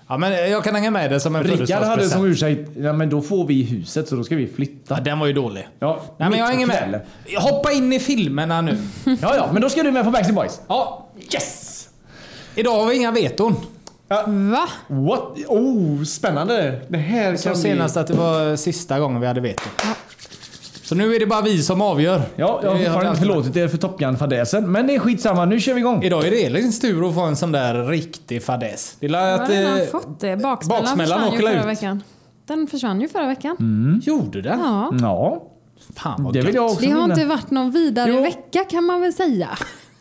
[SPEAKER 3] Ja, men jag kan hänga med dig som en
[SPEAKER 1] Rickard hade som
[SPEAKER 3] födelsedagspresent.
[SPEAKER 1] ursäkt, ja men då får vi huset så då ska vi flytta.
[SPEAKER 3] Ja, den var ju dålig.
[SPEAKER 1] Ja,
[SPEAKER 3] Nej, men jag
[SPEAKER 1] mitt
[SPEAKER 3] hänger
[SPEAKER 1] på
[SPEAKER 3] med.
[SPEAKER 1] kvällen.
[SPEAKER 3] Hoppa in i filmerna nu.
[SPEAKER 1] Ja, ja, men då ska du med på Backstreet Boys.
[SPEAKER 3] Ja,
[SPEAKER 1] Yes!
[SPEAKER 3] idag har vi inga
[SPEAKER 1] <laughs>
[SPEAKER 3] veton.
[SPEAKER 2] Va?
[SPEAKER 1] What? Oh, spännande! Det här
[SPEAKER 3] Så
[SPEAKER 1] kan
[SPEAKER 3] senast
[SPEAKER 1] bli...
[SPEAKER 3] att det var sista gången vi hade veton. Så nu är det bara vi som avgör.
[SPEAKER 1] Ja, jag har
[SPEAKER 3] Vi
[SPEAKER 1] fortfarande inte
[SPEAKER 3] alltid-
[SPEAKER 1] förlåtit er för Top Gun-fadäsen, men det är skitsamma. Nu kör vi igång!
[SPEAKER 3] Idag är det Elins tur att få en sån där riktig fadäs. Det lär
[SPEAKER 2] Jag
[SPEAKER 3] att...
[SPEAKER 2] har redan
[SPEAKER 3] eh,
[SPEAKER 2] fått det. Baksmällan,
[SPEAKER 3] baksmällan
[SPEAKER 2] försvann ju
[SPEAKER 3] åker
[SPEAKER 2] förra
[SPEAKER 3] ut.
[SPEAKER 2] veckan. Den försvann ju förra veckan.
[SPEAKER 3] Mm. Gjorde den?
[SPEAKER 2] Ja.
[SPEAKER 1] Mm. Ja,
[SPEAKER 3] Fan vad
[SPEAKER 1] det vill jag
[SPEAKER 3] gött.
[SPEAKER 1] också
[SPEAKER 2] Det har
[SPEAKER 1] vinna.
[SPEAKER 2] inte varit någon vidare
[SPEAKER 1] Jo.
[SPEAKER 2] vecka kan man väl säga.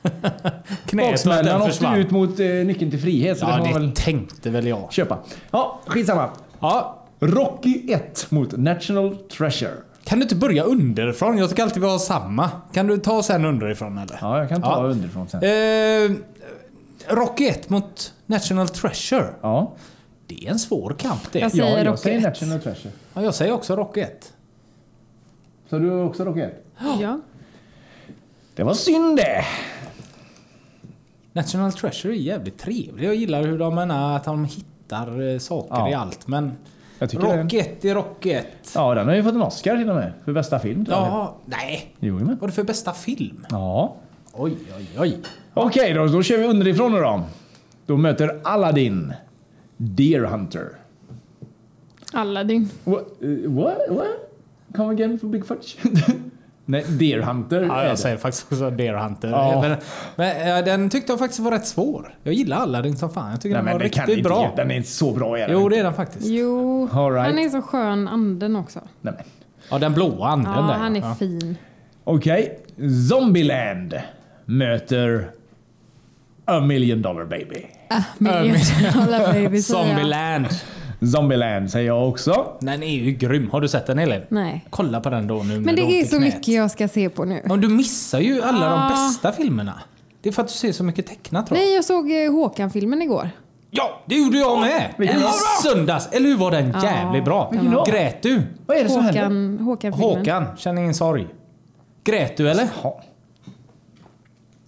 [SPEAKER 3] Knät och att
[SPEAKER 1] Baksmällan
[SPEAKER 3] den
[SPEAKER 1] åkte
[SPEAKER 3] försvann.
[SPEAKER 1] ut mot eh, Nyckeln till frihet, så det
[SPEAKER 3] Ja,
[SPEAKER 1] får
[SPEAKER 3] det
[SPEAKER 1] man väl
[SPEAKER 3] tänkte väl jag.
[SPEAKER 1] köpa. Ja, skitsamma.
[SPEAKER 3] Ja,
[SPEAKER 1] Rocky 1 mot National Treasure.
[SPEAKER 3] kan du inte börja underifrån? Jag tycker alltid vi har samma. Kan du ta sen underifrån eller?
[SPEAKER 1] Ja, jag kan ta
[SPEAKER 3] Ja.
[SPEAKER 1] underifrån sen.
[SPEAKER 3] Eh, Rocky 1 mot National Treasure.
[SPEAKER 1] Ja,
[SPEAKER 3] Det är en svår kamp det.
[SPEAKER 2] Jag
[SPEAKER 1] ja
[SPEAKER 2] säger
[SPEAKER 1] jag
[SPEAKER 2] Rocky
[SPEAKER 1] säger
[SPEAKER 2] 1.
[SPEAKER 1] National Treasure.
[SPEAKER 3] Ja, jag säger också Rocky 1.
[SPEAKER 1] Så du har också Rocky 1?
[SPEAKER 2] Ja.
[SPEAKER 1] Det var synd det!
[SPEAKER 3] National Treasure är jävligt trevlig. Jag gillar hur de menar att de hittar eh, saker
[SPEAKER 1] Ja.
[SPEAKER 3] i allt. Men
[SPEAKER 1] Jag tycker det.
[SPEAKER 3] Rocky 1 är Rocky 1.
[SPEAKER 1] Ja, den har ju fått en Oscar till och med. För bästa film. tror jag.
[SPEAKER 3] Ja, nej.
[SPEAKER 1] Jojomän.
[SPEAKER 3] Vad är det för bästa film?
[SPEAKER 1] Ja.
[SPEAKER 3] Oj, oj, oj.
[SPEAKER 1] Okej då, då kör vi underifrån nu då. Då möter Aladdin Deer Hunter.
[SPEAKER 2] Aladdin.
[SPEAKER 1] What? eh, What? What? Come again for Big Fudge? <laughs> Nej, Deer Hunter
[SPEAKER 3] Ja,
[SPEAKER 1] är det.
[SPEAKER 3] jag säger faktiskt också Deer Hunter.
[SPEAKER 1] Ja.
[SPEAKER 3] Men, men eh, den tyckte jag faktiskt var rätt svår. Jag gillar Aladdin som fan. Jag tycker
[SPEAKER 1] Nej,
[SPEAKER 3] den
[SPEAKER 1] men
[SPEAKER 3] var
[SPEAKER 1] det kan
[SPEAKER 3] riktigt
[SPEAKER 1] inte
[SPEAKER 3] bra.
[SPEAKER 1] Den är inte så bra är den.
[SPEAKER 3] Jo,
[SPEAKER 1] inte.
[SPEAKER 3] det är den faktiskt.
[SPEAKER 2] Jo,
[SPEAKER 1] All right.
[SPEAKER 2] han är så skön anden också.
[SPEAKER 1] Nej, men.
[SPEAKER 3] Ja, den blåa anden
[SPEAKER 2] Ja,
[SPEAKER 3] där.
[SPEAKER 2] han är
[SPEAKER 3] ja.
[SPEAKER 2] fin.
[SPEAKER 1] Okej. Zombieland möter A Million Dollar Baby.
[SPEAKER 2] Miljötala baby säger jag.
[SPEAKER 3] Zombieland.
[SPEAKER 1] Zombieland säger jag också.
[SPEAKER 3] Den är ju grym. Har du sett den Elin?
[SPEAKER 2] Nej.
[SPEAKER 3] Kolla på den då nu när
[SPEAKER 2] Men det
[SPEAKER 3] du
[SPEAKER 2] är
[SPEAKER 3] åker
[SPEAKER 2] så
[SPEAKER 3] knät.
[SPEAKER 2] mycket jag ska se på nu.
[SPEAKER 3] Ja, du missar ju alla
[SPEAKER 2] Ah.
[SPEAKER 3] de bästa filmerna. Det är för att du ser så mycket tecknat tror jag.
[SPEAKER 2] Nej, jag såg eh, Håkan-filmen igår.
[SPEAKER 3] Ja, det gjorde jag med! I söndags! Eller hur var den jävligt bra?
[SPEAKER 2] den
[SPEAKER 1] var-
[SPEAKER 3] Grät du?
[SPEAKER 1] Vad är det som händer?
[SPEAKER 2] Håkan, Håkan-filmen.
[SPEAKER 3] Håkan, känn ingen sorg. Grät du eller?
[SPEAKER 1] Ja.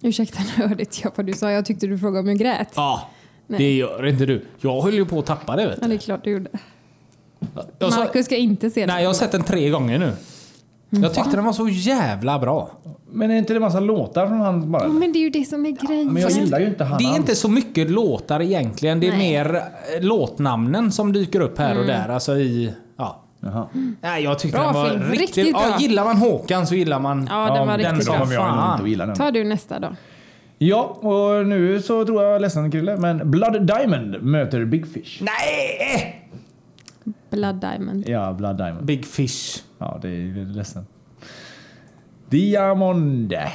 [SPEAKER 2] Ursäkta, nu hörde inte jag vad du sa. Jag tyckte du frågade om jag grät.
[SPEAKER 3] Ja,
[SPEAKER 2] Nej.
[SPEAKER 3] det gör inte du. Jag höll ju på att tappa det vet
[SPEAKER 2] Ja,
[SPEAKER 3] du.
[SPEAKER 2] det är klart du gjorde.
[SPEAKER 3] Jag sa,
[SPEAKER 2] Marcus Mm. ska inte se den.
[SPEAKER 3] nej, jag har sett den tre gånger nu. Jag tyckte den var så jävla bra.
[SPEAKER 1] Men är inte det massa låtar från han bara?
[SPEAKER 2] Ja, men det är ju det som är grejen.
[SPEAKER 1] Men jag gillar ju inte han.
[SPEAKER 3] Det är
[SPEAKER 1] alls.
[SPEAKER 3] inte så mycket låtar egentligen. Det är
[SPEAKER 2] Nej. Mm.
[SPEAKER 3] mer eh, låtnamnen som dyker upp här och där. Alltså i... Ja.
[SPEAKER 1] Jaha.
[SPEAKER 3] Nej, jag tyckte
[SPEAKER 2] Bra
[SPEAKER 3] den var
[SPEAKER 2] film.
[SPEAKER 3] riktigt,
[SPEAKER 2] Riktigt
[SPEAKER 3] Ja,
[SPEAKER 2] bra.
[SPEAKER 3] gillar man Håkan så gillar man
[SPEAKER 2] Ja, den var riktigt
[SPEAKER 3] som
[SPEAKER 2] bra.
[SPEAKER 1] Kommer jag
[SPEAKER 3] fan.
[SPEAKER 1] inte att gilla den.
[SPEAKER 2] Ta du nästa då.
[SPEAKER 1] Ja, och nu så tror jag, ledsen Krille, men Blood Diamond möter Big Fish.
[SPEAKER 3] Nej!
[SPEAKER 2] Blood Diamond.
[SPEAKER 1] Ja, Blood Diamond.
[SPEAKER 3] Big Fish.
[SPEAKER 1] Ja, det är ledsen. Diamonde.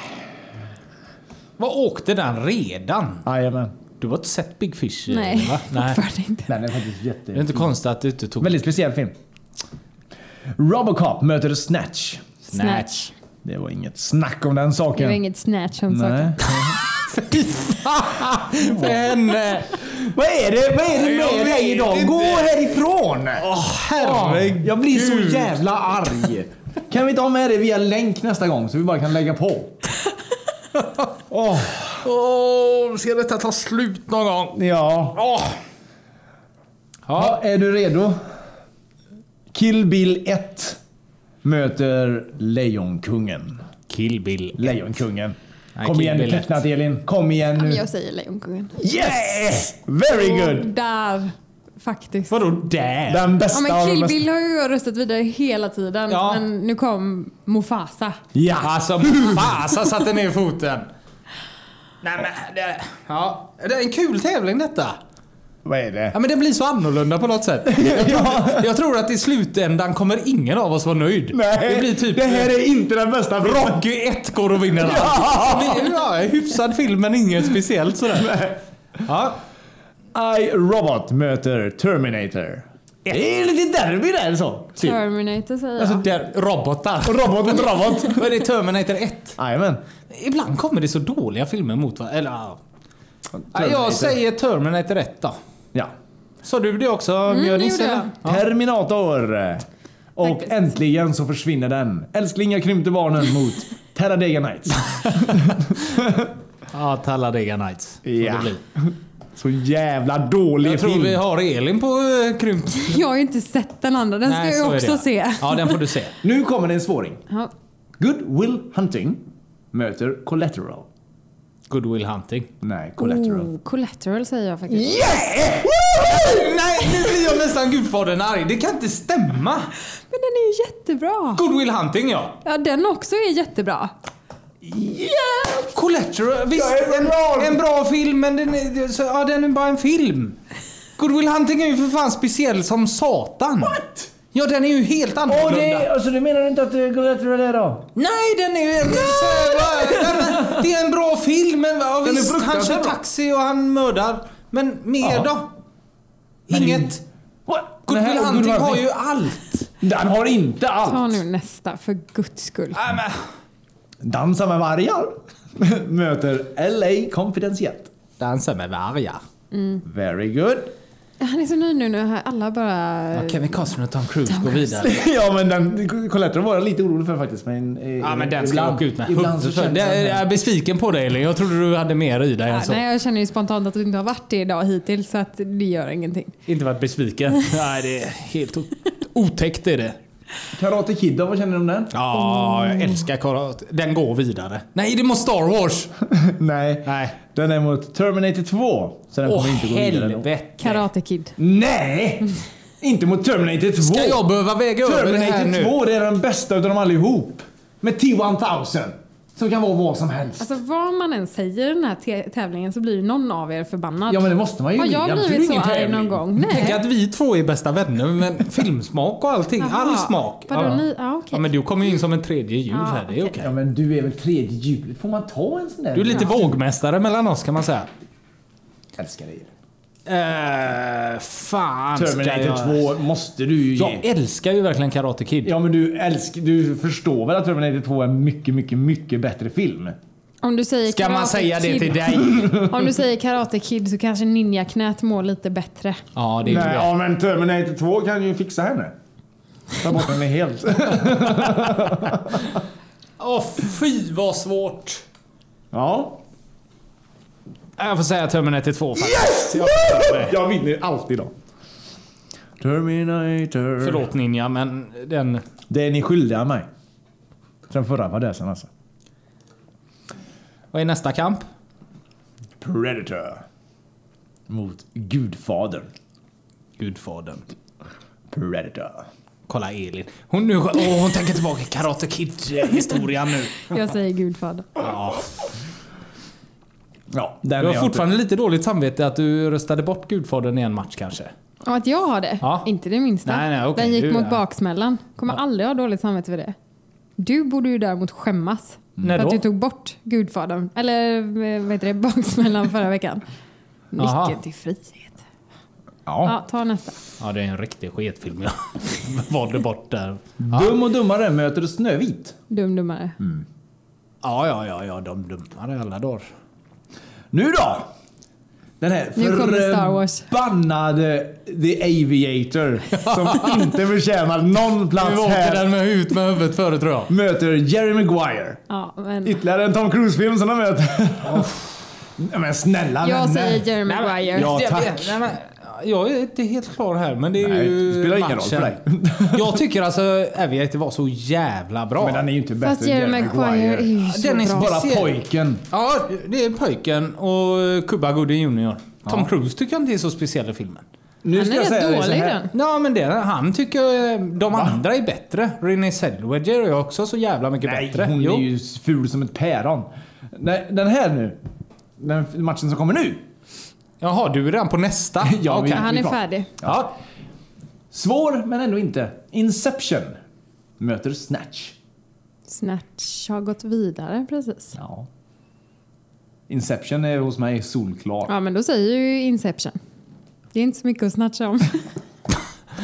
[SPEAKER 3] Vad åkte den redan?
[SPEAKER 1] Jajamän.
[SPEAKER 3] Du har inte sett Big Fish?
[SPEAKER 2] Nej, <laughs>
[SPEAKER 3] va? Nej.
[SPEAKER 2] fortfarande inte.
[SPEAKER 1] Den är faktiskt jätte...
[SPEAKER 3] Det är inte konstigt att du inte tog
[SPEAKER 1] Väldigt speciell film. Robocop möter Snatch.
[SPEAKER 2] Snatch.
[SPEAKER 1] Det var inget snack om den
[SPEAKER 2] Det
[SPEAKER 1] saken.
[SPEAKER 2] var inget snatch om
[SPEAKER 1] Nej.
[SPEAKER 2] saken.
[SPEAKER 3] <laughs> för henne.
[SPEAKER 1] Vad är det, vad är det med dig idag? Gå härifrån!
[SPEAKER 3] Åh herregud.
[SPEAKER 1] Jag blir så jävla arg. Kan vi inte ha med det via länk nästa gång så vi bara kan lägga på?
[SPEAKER 3] Åh, ska detta ta slut någon gång?
[SPEAKER 1] Ja.
[SPEAKER 3] Åh.
[SPEAKER 1] ja. Är du redo? Kill Bill 1 möter Lejonkungen.
[SPEAKER 3] Kill Bill.
[SPEAKER 1] Lejonkungen.
[SPEAKER 3] Nej,
[SPEAKER 1] Kom
[SPEAKER 3] Kill
[SPEAKER 1] igen nu
[SPEAKER 3] Bill 1.
[SPEAKER 1] tecknat Elin. Kom igen nu.
[SPEAKER 2] Jag säger Lejonkungen.
[SPEAKER 1] Yes! Very
[SPEAKER 2] Och
[SPEAKER 1] good!
[SPEAKER 2] Där, faktiskt.
[SPEAKER 3] Vadå där?
[SPEAKER 1] Den
[SPEAKER 2] Ja,
[SPEAKER 1] bästa
[SPEAKER 2] men
[SPEAKER 1] av de
[SPEAKER 2] Kill
[SPEAKER 1] bästa.
[SPEAKER 2] Bill har ju jag röstat vidare hela tiden.
[SPEAKER 3] Ja.
[SPEAKER 2] Men nu kom Mufasa.
[SPEAKER 3] Ja,
[SPEAKER 1] <laughs>
[SPEAKER 3] alltså fasen satte ner foten. Nej men det, ja, det är en kul tävling detta.
[SPEAKER 1] Vad är det?
[SPEAKER 3] Ja, men den blir så annorlunda på något sätt.
[SPEAKER 1] <laughs>
[SPEAKER 3] Jag tror, jag tror att i slutändan kommer ingen av oss vara nöjd.
[SPEAKER 1] Nej,
[SPEAKER 3] det blir typ
[SPEAKER 1] det här är inte den bästa filmen.
[SPEAKER 3] Rocky 1 går och vinner allt. Det blir, ja, en hyfsad film men inget speciellt sådär. Ja,
[SPEAKER 1] I, Robot möter Terminator. Det är lite derby där så. Typ.
[SPEAKER 2] Terminator säger jag.
[SPEAKER 3] alltså där, robotar.
[SPEAKER 1] Robot mot
[SPEAKER 3] <laughs>
[SPEAKER 1] robot.
[SPEAKER 3] Vad är det? Terminator 1?
[SPEAKER 1] Jajamän.
[SPEAKER 3] Ibland kommer det så dåliga filmer mot varandra. Eller ja. Ja,
[SPEAKER 1] Terminator.
[SPEAKER 3] Jag säger Terminator 1 då.
[SPEAKER 1] Ja.
[SPEAKER 3] Sa du det också Björn
[SPEAKER 2] Mm, det
[SPEAKER 3] Nisse?
[SPEAKER 2] gjorde jag.
[SPEAKER 1] Terminator. Och
[SPEAKER 2] Faktiskt.
[SPEAKER 1] äntligen så försvinner den. Älskling jag krympte barnen mot Talladega Nights.
[SPEAKER 3] <laughs> Ja, Talladega Nights. får det
[SPEAKER 1] Ja.
[SPEAKER 3] bli.
[SPEAKER 1] Så jävla dålig
[SPEAKER 3] Jag tror
[SPEAKER 1] film.
[SPEAKER 3] vi har Elin på eh, krympt.
[SPEAKER 2] Jag har ju inte sett den andra. Den ska
[SPEAKER 3] Nej, så
[SPEAKER 2] jag
[SPEAKER 3] är
[SPEAKER 2] också
[SPEAKER 3] det.
[SPEAKER 2] se.
[SPEAKER 3] Ja, den får du se.
[SPEAKER 1] Nu kommer det en svåring.
[SPEAKER 2] Ja.
[SPEAKER 1] Good Will Hunting möter Collateral.
[SPEAKER 3] Good Will Hunting.
[SPEAKER 1] Nej, Collateral.
[SPEAKER 2] Oh, collateral säger jag faktiskt.
[SPEAKER 3] Yeah! Nej, nu blir jag nästan Gudfadern arg. Det kan inte stämma.
[SPEAKER 2] Men den är ju jättebra.
[SPEAKER 3] Good Will Hunting ja.
[SPEAKER 2] Ja, den också är jättebra.
[SPEAKER 3] Collateral. Visst, en, en bra film men den är, det- så, ja, den är bara en film. Good Will Hunting är ju för fan speciell som satan. What? Ja, den är ju helt annorlunda.
[SPEAKER 1] alltså du menar inte att uh, Collateral är då?
[SPEAKER 3] Nej, den är ju... Nej, men det är en bra film, men ja,
[SPEAKER 1] Den är
[SPEAKER 3] visst, han kör
[SPEAKER 1] fruktansvärt bra.
[SPEAKER 3] taxi och han mördar. Men mer då? Inget.
[SPEAKER 1] What?
[SPEAKER 3] Good
[SPEAKER 1] Nej,
[SPEAKER 3] Will Hunting har
[SPEAKER 1] Hunting.
[SPEAKER 3] ju allt.
[SPEAKER 1] Den har inte
[SPEAKER 2] Ta
[SPEAKER 1] allt.
[SPEAKER 2] nu nästa, för guds skull.
[SPEAKER 3] Nej, men-
[SPEAKER 1] Dansa med vargar <laughs> möter LA Konfidentiellt.
[SPEAKER 3] Dansa med vargar.
[SPEAKER 1] Very good.
[SPEAKER 2] Han är så nöjd nu när alla bara...
[SPEAKER 3] Ja, Kevin Costner och Tom Cruise går vidare.
[SPEAKER 1] <laughs> ja men den Collateral var jag lite orolig för faktiskt. Men, eh,
[SPEAKER 3] Ja men den ska jag
[SPEAKER 1] ibland-
[SPEAKER 3] åka ut med.
[SPEAKER 1] Ibland så
[SPEAKER 3] Huvudet för-
[SPEAKER 1] känns
[SPEAKER 3] Det-
[SPEAKER 1] den
[SPEAKER 3] Jag är besviken på dig Elin. Jag trodde du hade mer i dig än
[SPEAKER 1] alltså-
[SPEAKER 2] Ja,
[SPEAKER 3] så.
[SPEAKER 2] nej, jag känner ju spontant att du inte har varit det idag hittills, så att det gör ingenting.
[SPEAKER 3] Inte varit <laughs> besviken. Nej det är helt o- otäckt är det.
[SPEAKER 1] Karate Kid då, vad känner du om den?
[SPEAKER 3] Ja, jag älskar karate. Den går vidare. Nej, det måste Star Wars!
[SPEAKER 1] <laughs> Nej.
[SPEAKER 3] Nej.
[SPEAKER 1] Den är mot Terminator 2. Så den
[SPEAKER 3] Åh
[SPEAKER 1] kommer inte gå vidare. då.
[SPEAKER 3] helvete!
[SPEAKER 2] Karate Kid.
[SPEAKER 1] Mm. Nej! <laughs> Inte mot Terminator 2.
[SPEAKER 3] Ska jag behöva väga över det här
[SPEAKER 1] Terminator
[SPEAKER 3] nu?
[SPEAKER 1] 2 det är den bästa utav dem allihop. Med T-1000. Som kan vara vad som helst.
[SPEAKER 2] Alltså vad man än säger i den här te- tävlingen så blir ju någon av er förbannad.
[SPEAKER 1] Ja men det måste man ju
[SPEAKER 2] har
[SPEAKER 1] bli.
[SPEAKER 2] jag
[SPEAKER 1] Annars är det
[SPEAKER 2] blivit så
[SPEAKER 1] ingen
[SPEAKER 2] arg
[SPEAKER 1] tävling.
[SPEAKER 2] någon gång?
[SPEAKER 3] Tänk
[SPEAKER 2] Nej.
[SPEAKER 3] att vi två är bästa vänner, <laughs> men filmsmak och allting. All
[SPEAKER 2] Jaha.
[SPEAKER 3] smak.
[SPEAKER 2] Vadå, ni? Ja, okej.
[SPEAKER 3] Ja, men du kommer ju in som en tredje hjul här. Det är okej.
[SPEAKER 1] Ja men du är väl tredje hjulet? Får man ta en sån där?
[SPEAKER 3] Du är lite vågmästare mellan oss kan man säga.
[SPEAKER 1] Älskar dig.
[SPEAKER 3] Eh, fan ska jag...
[SPEAKER 1] Terminator 2 måste du ju
[SPEAKER 3] Jag
[SPEAKER 1] ge.
[SPEAKER 3] älskar ju verkligen Karate Kid.
[SPEAKER 1] Ja men du älskar... Du förstår väl att Terminator 2 är en mycket, mycket, mycket bättre film?
[SPEAKER 2] Om du säger
[SPEAKER 3] Ska man
[SPEAKER 2] Karate
[SPEAKER 3] säga det
[SPEAKER 2] Kid-
[SPEAKER 3] till dig?
[SPEAKER 2] Om du säger Karate Kid så kanske ninjaknät mår lite bättre.
[SPEAKER 3] Ja, det är
[SPEAKER 1] Nej,
[SPEAKER 3] bra.
[SPEAKER 1] ja men Terminator 2 kan ju fixa henne. Ta bort henne helt.
[SPEAKER 3] Åh fy vad svårt.
[SPEAKER 1] Ja.
[SPEAKER 3] Jag får säga Terminator 2 faktiskt.
[SPEAKER 1] Jag vinner alltid då. Terminator.
[SPEAKER 3] Förlåt Ninja, men den...
[SPEAKER 1] Det är ni skyldiga mig. Sen förra fadäsen alltså.
[SPEAKER 3] Vad är nästa kamp?
[SPEAKER 1] Predator. Mot Gudfadern.
[SPEAKER 3] Gudfadern.
[SPEAKER 1] Predator.
[SPEAKER 3] Kolla Elin. Hon, nu, åh, hon tänker tillbaka på Karate Kid-historien nu.
[SPEAKER 2] Jag säger Gudfader.
[SPEAKER 1] Ja, den är
[SPEAKER 3] Du har
[SPEAKER 1] jag inte-
[SPEAKER 3] fortfarande lite dåligt samvete att du röstade bort Gudfadern i en match kanske.
[SPEAKER 2] Och att jag har det?
[SPEAKER 3] Ja.
[SPEAKER 2] Inte det minsta.
[SPEAKER 3] Nej, nej, okej,
[SPEAKER 2] Den gick
[SPEAKER 3] du-
[SPEAKER 2] mot
[SPEAKER 3] ja.
[SPEAKER 2] baksmällan. Kommer aldrig ha dåligt samvete för det. Du borde ju däremot skämmas.
[SPEAKER 3] Mm. När
[SPEAKER 2] för
[SPEAKER 3] då?
[SPEAKER 2] att du tog bort Gudfadern. Eller eh, vad heter det? <laughs> Baksmällan förra veckan.
[SPEAKER 3] Aha.
[SPEAKER 2] Nyckeln till frihet.
[SPEAKER 1] Ja.
[SPEAKER 2] Ja, ta nästa.
[SPEAKER 3] Ja, det är en riktig sketfilm jag <laughs> valde bort där.
[SPEAKER 1] Dum och dummare möter Snövit.
[SPEAKER 2] Dum dummare.
[SPEAKER 3] Mm. Ja, ja, ja, ja, de dummar i alla dagar.
[SPEAKER 1] Nu då! Den här
[SPEAKER 2] Nu kommer Star Wars.
[SPEAKER 1] förbannade The Aviator
[SPEAKER 2] <laughs>
[SPEAKER 1] som inte förtjänar någon
[SPEAKER 7] Nu
[SPEAKER 1] plats
[SPEAKER 7] åker
[SPEAKER 1] här
[SPEAKER 7] den med ut med huvudet före tror jag.
[SPEAKER 1] möter Jerry Maguire.
[SPEAKER 2] Ja, men
[SPEAKER 1] Ytterligare en Tom Cruise-film som de möter. Nej, Men snälla
[SPEAKER 2] jag
[SPEAKER 1] vänner.
[SPEAKER 2] säger Jerry Maguire.
[SPEAKER 3] Ja,
[SPEAKER 1] Ja,
[SPEAKER 3] tack.
[SPEAKER 1] tack.
[SPEAKER 3] Nej, men, jag är inte helt klar här, men det är
[SPEAKER 1] Nej,
[SPEAKER 3] ju
[SPEAKER 1] det spelar ingen roll
[SPEAKER 3] matchen.
[SPEAKER 1] för dig.
[SPEAKER 3] <laughs> jag tycker alltså Aviator var så jävla bra.
[SPEAKER 1] Men den är ju inte
[SPEAKER 2] Fast
[SPEAKER 1] bättre än
[SPEAKER 2] Jerry Maguire är ju så
[SPEAKER 3] Den är
[SPEAKER 2] bra.
[SPEAKER 3] bara-
[SPEAKER 1] Bara pojken.
[SPEAKER 3] Ja, det är pojken och Cuba Gooding Jr. Tom Cruise tycker jag inte är så speciell i filmen.
[SPEAKER 1] Nu
[SPEAKER 2] Han är rätt
[SPEAKER 1] dig
[SPEAKER 2] dålig i
[SPEAKER 1] här.
[SPEAKER 2] den.
[SPEAKER 3] Ja, men det, han tycker eh, de andra är bättre. Renée Zellweger är också så jävla mycket
[SPEAKER 1] Nej,
[SPEAKER 3] bättre.
[SPEAKER 1] hon
[SPEAKER 3] Jo.
[SPEAKER 1] är ju ful som ett päron. Nej, den här nu. Den matchen som kommer nu.
[SPEAKER 3] Jaha, du är redan på nästa?
[SPEAKER 1] <laughs> Ja,
[SPEAKER 3] Okej.
[SPEAKER 1] vi-
[SPEAKER 2] Han är
[SPEAKER 1] pratar.
[SPEAKER 2] färdig.
[SPEAKER 3] ja.
[SPEAKER 1] Svår, men ändå inte. Inception möter Snatch.
[SPEAKER 2] Snatch har gått vidare precis.
[SPEAKER 1] Ja. Inception är hos mig solklar.
[SPEAKER 2] Ja, men då säger ju Inception. Det är inte så mycket att snatcha
[SPEAKER 3] <laughs>
[SPEAKER 2] om.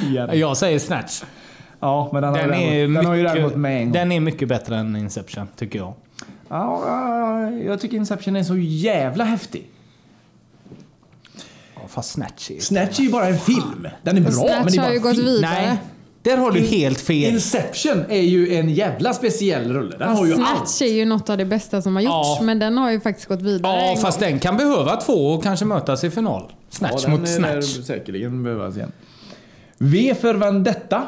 [SPEAKER 1] Igen.
[SPEAKER 3] Jag säger Snatch.
[SPEAKER 1] Ja, men den,
[SPEAKER 3] Den,
[SPEAKER 1] har, ju
[SPEAKER 3] är
[SPEAKER 1] däremot- den har ju däremot
[SPEAKER 3] mycket,
[SPEAKER 1] med en gång.
[SPEAKER 3] den är mycket bättre än Inception, tycker jag.
[SPEAKER 1] Ja, ja, jag tycker Inception är så jävla häftig.
[SPEAKER 3] Ja, Fast Snatch är...
[SPEAKER 1] Snatch är ju bara en film. Den är bra, men
[SPEAKER 2] Snatch
[SPEAKER 1] det är
[SPEAKER 2] har
[SPEAKER 1] bara
[SPEAKER 2] ju
[SPEAKER 1] en
[SPEAKER 2] gått
[SPEAKER 1] film.
[SPEAKER 2] vidare.
[SPEAKER 3] Nej, där har du helt fel.
[SPEAKER 1] Inception är ju en jävla speciell rulle. Den har ju allt.
[SPEAKER 2] Snatch är ju något av det bästa som har gjorts,
[SPEAKER 3] Ja.
[SPEAKER 2] men den har ju faktiskt gått vidare. en
[SPEAKER 3] Ja,
[SPEAKER 2] gång.
[SPEAKER 3] fast den kan behöva två och kanske mötas i final. Snatch mot Snatch.
[SPEAKER 1] säkerligen behövas igen. V för Vendetta.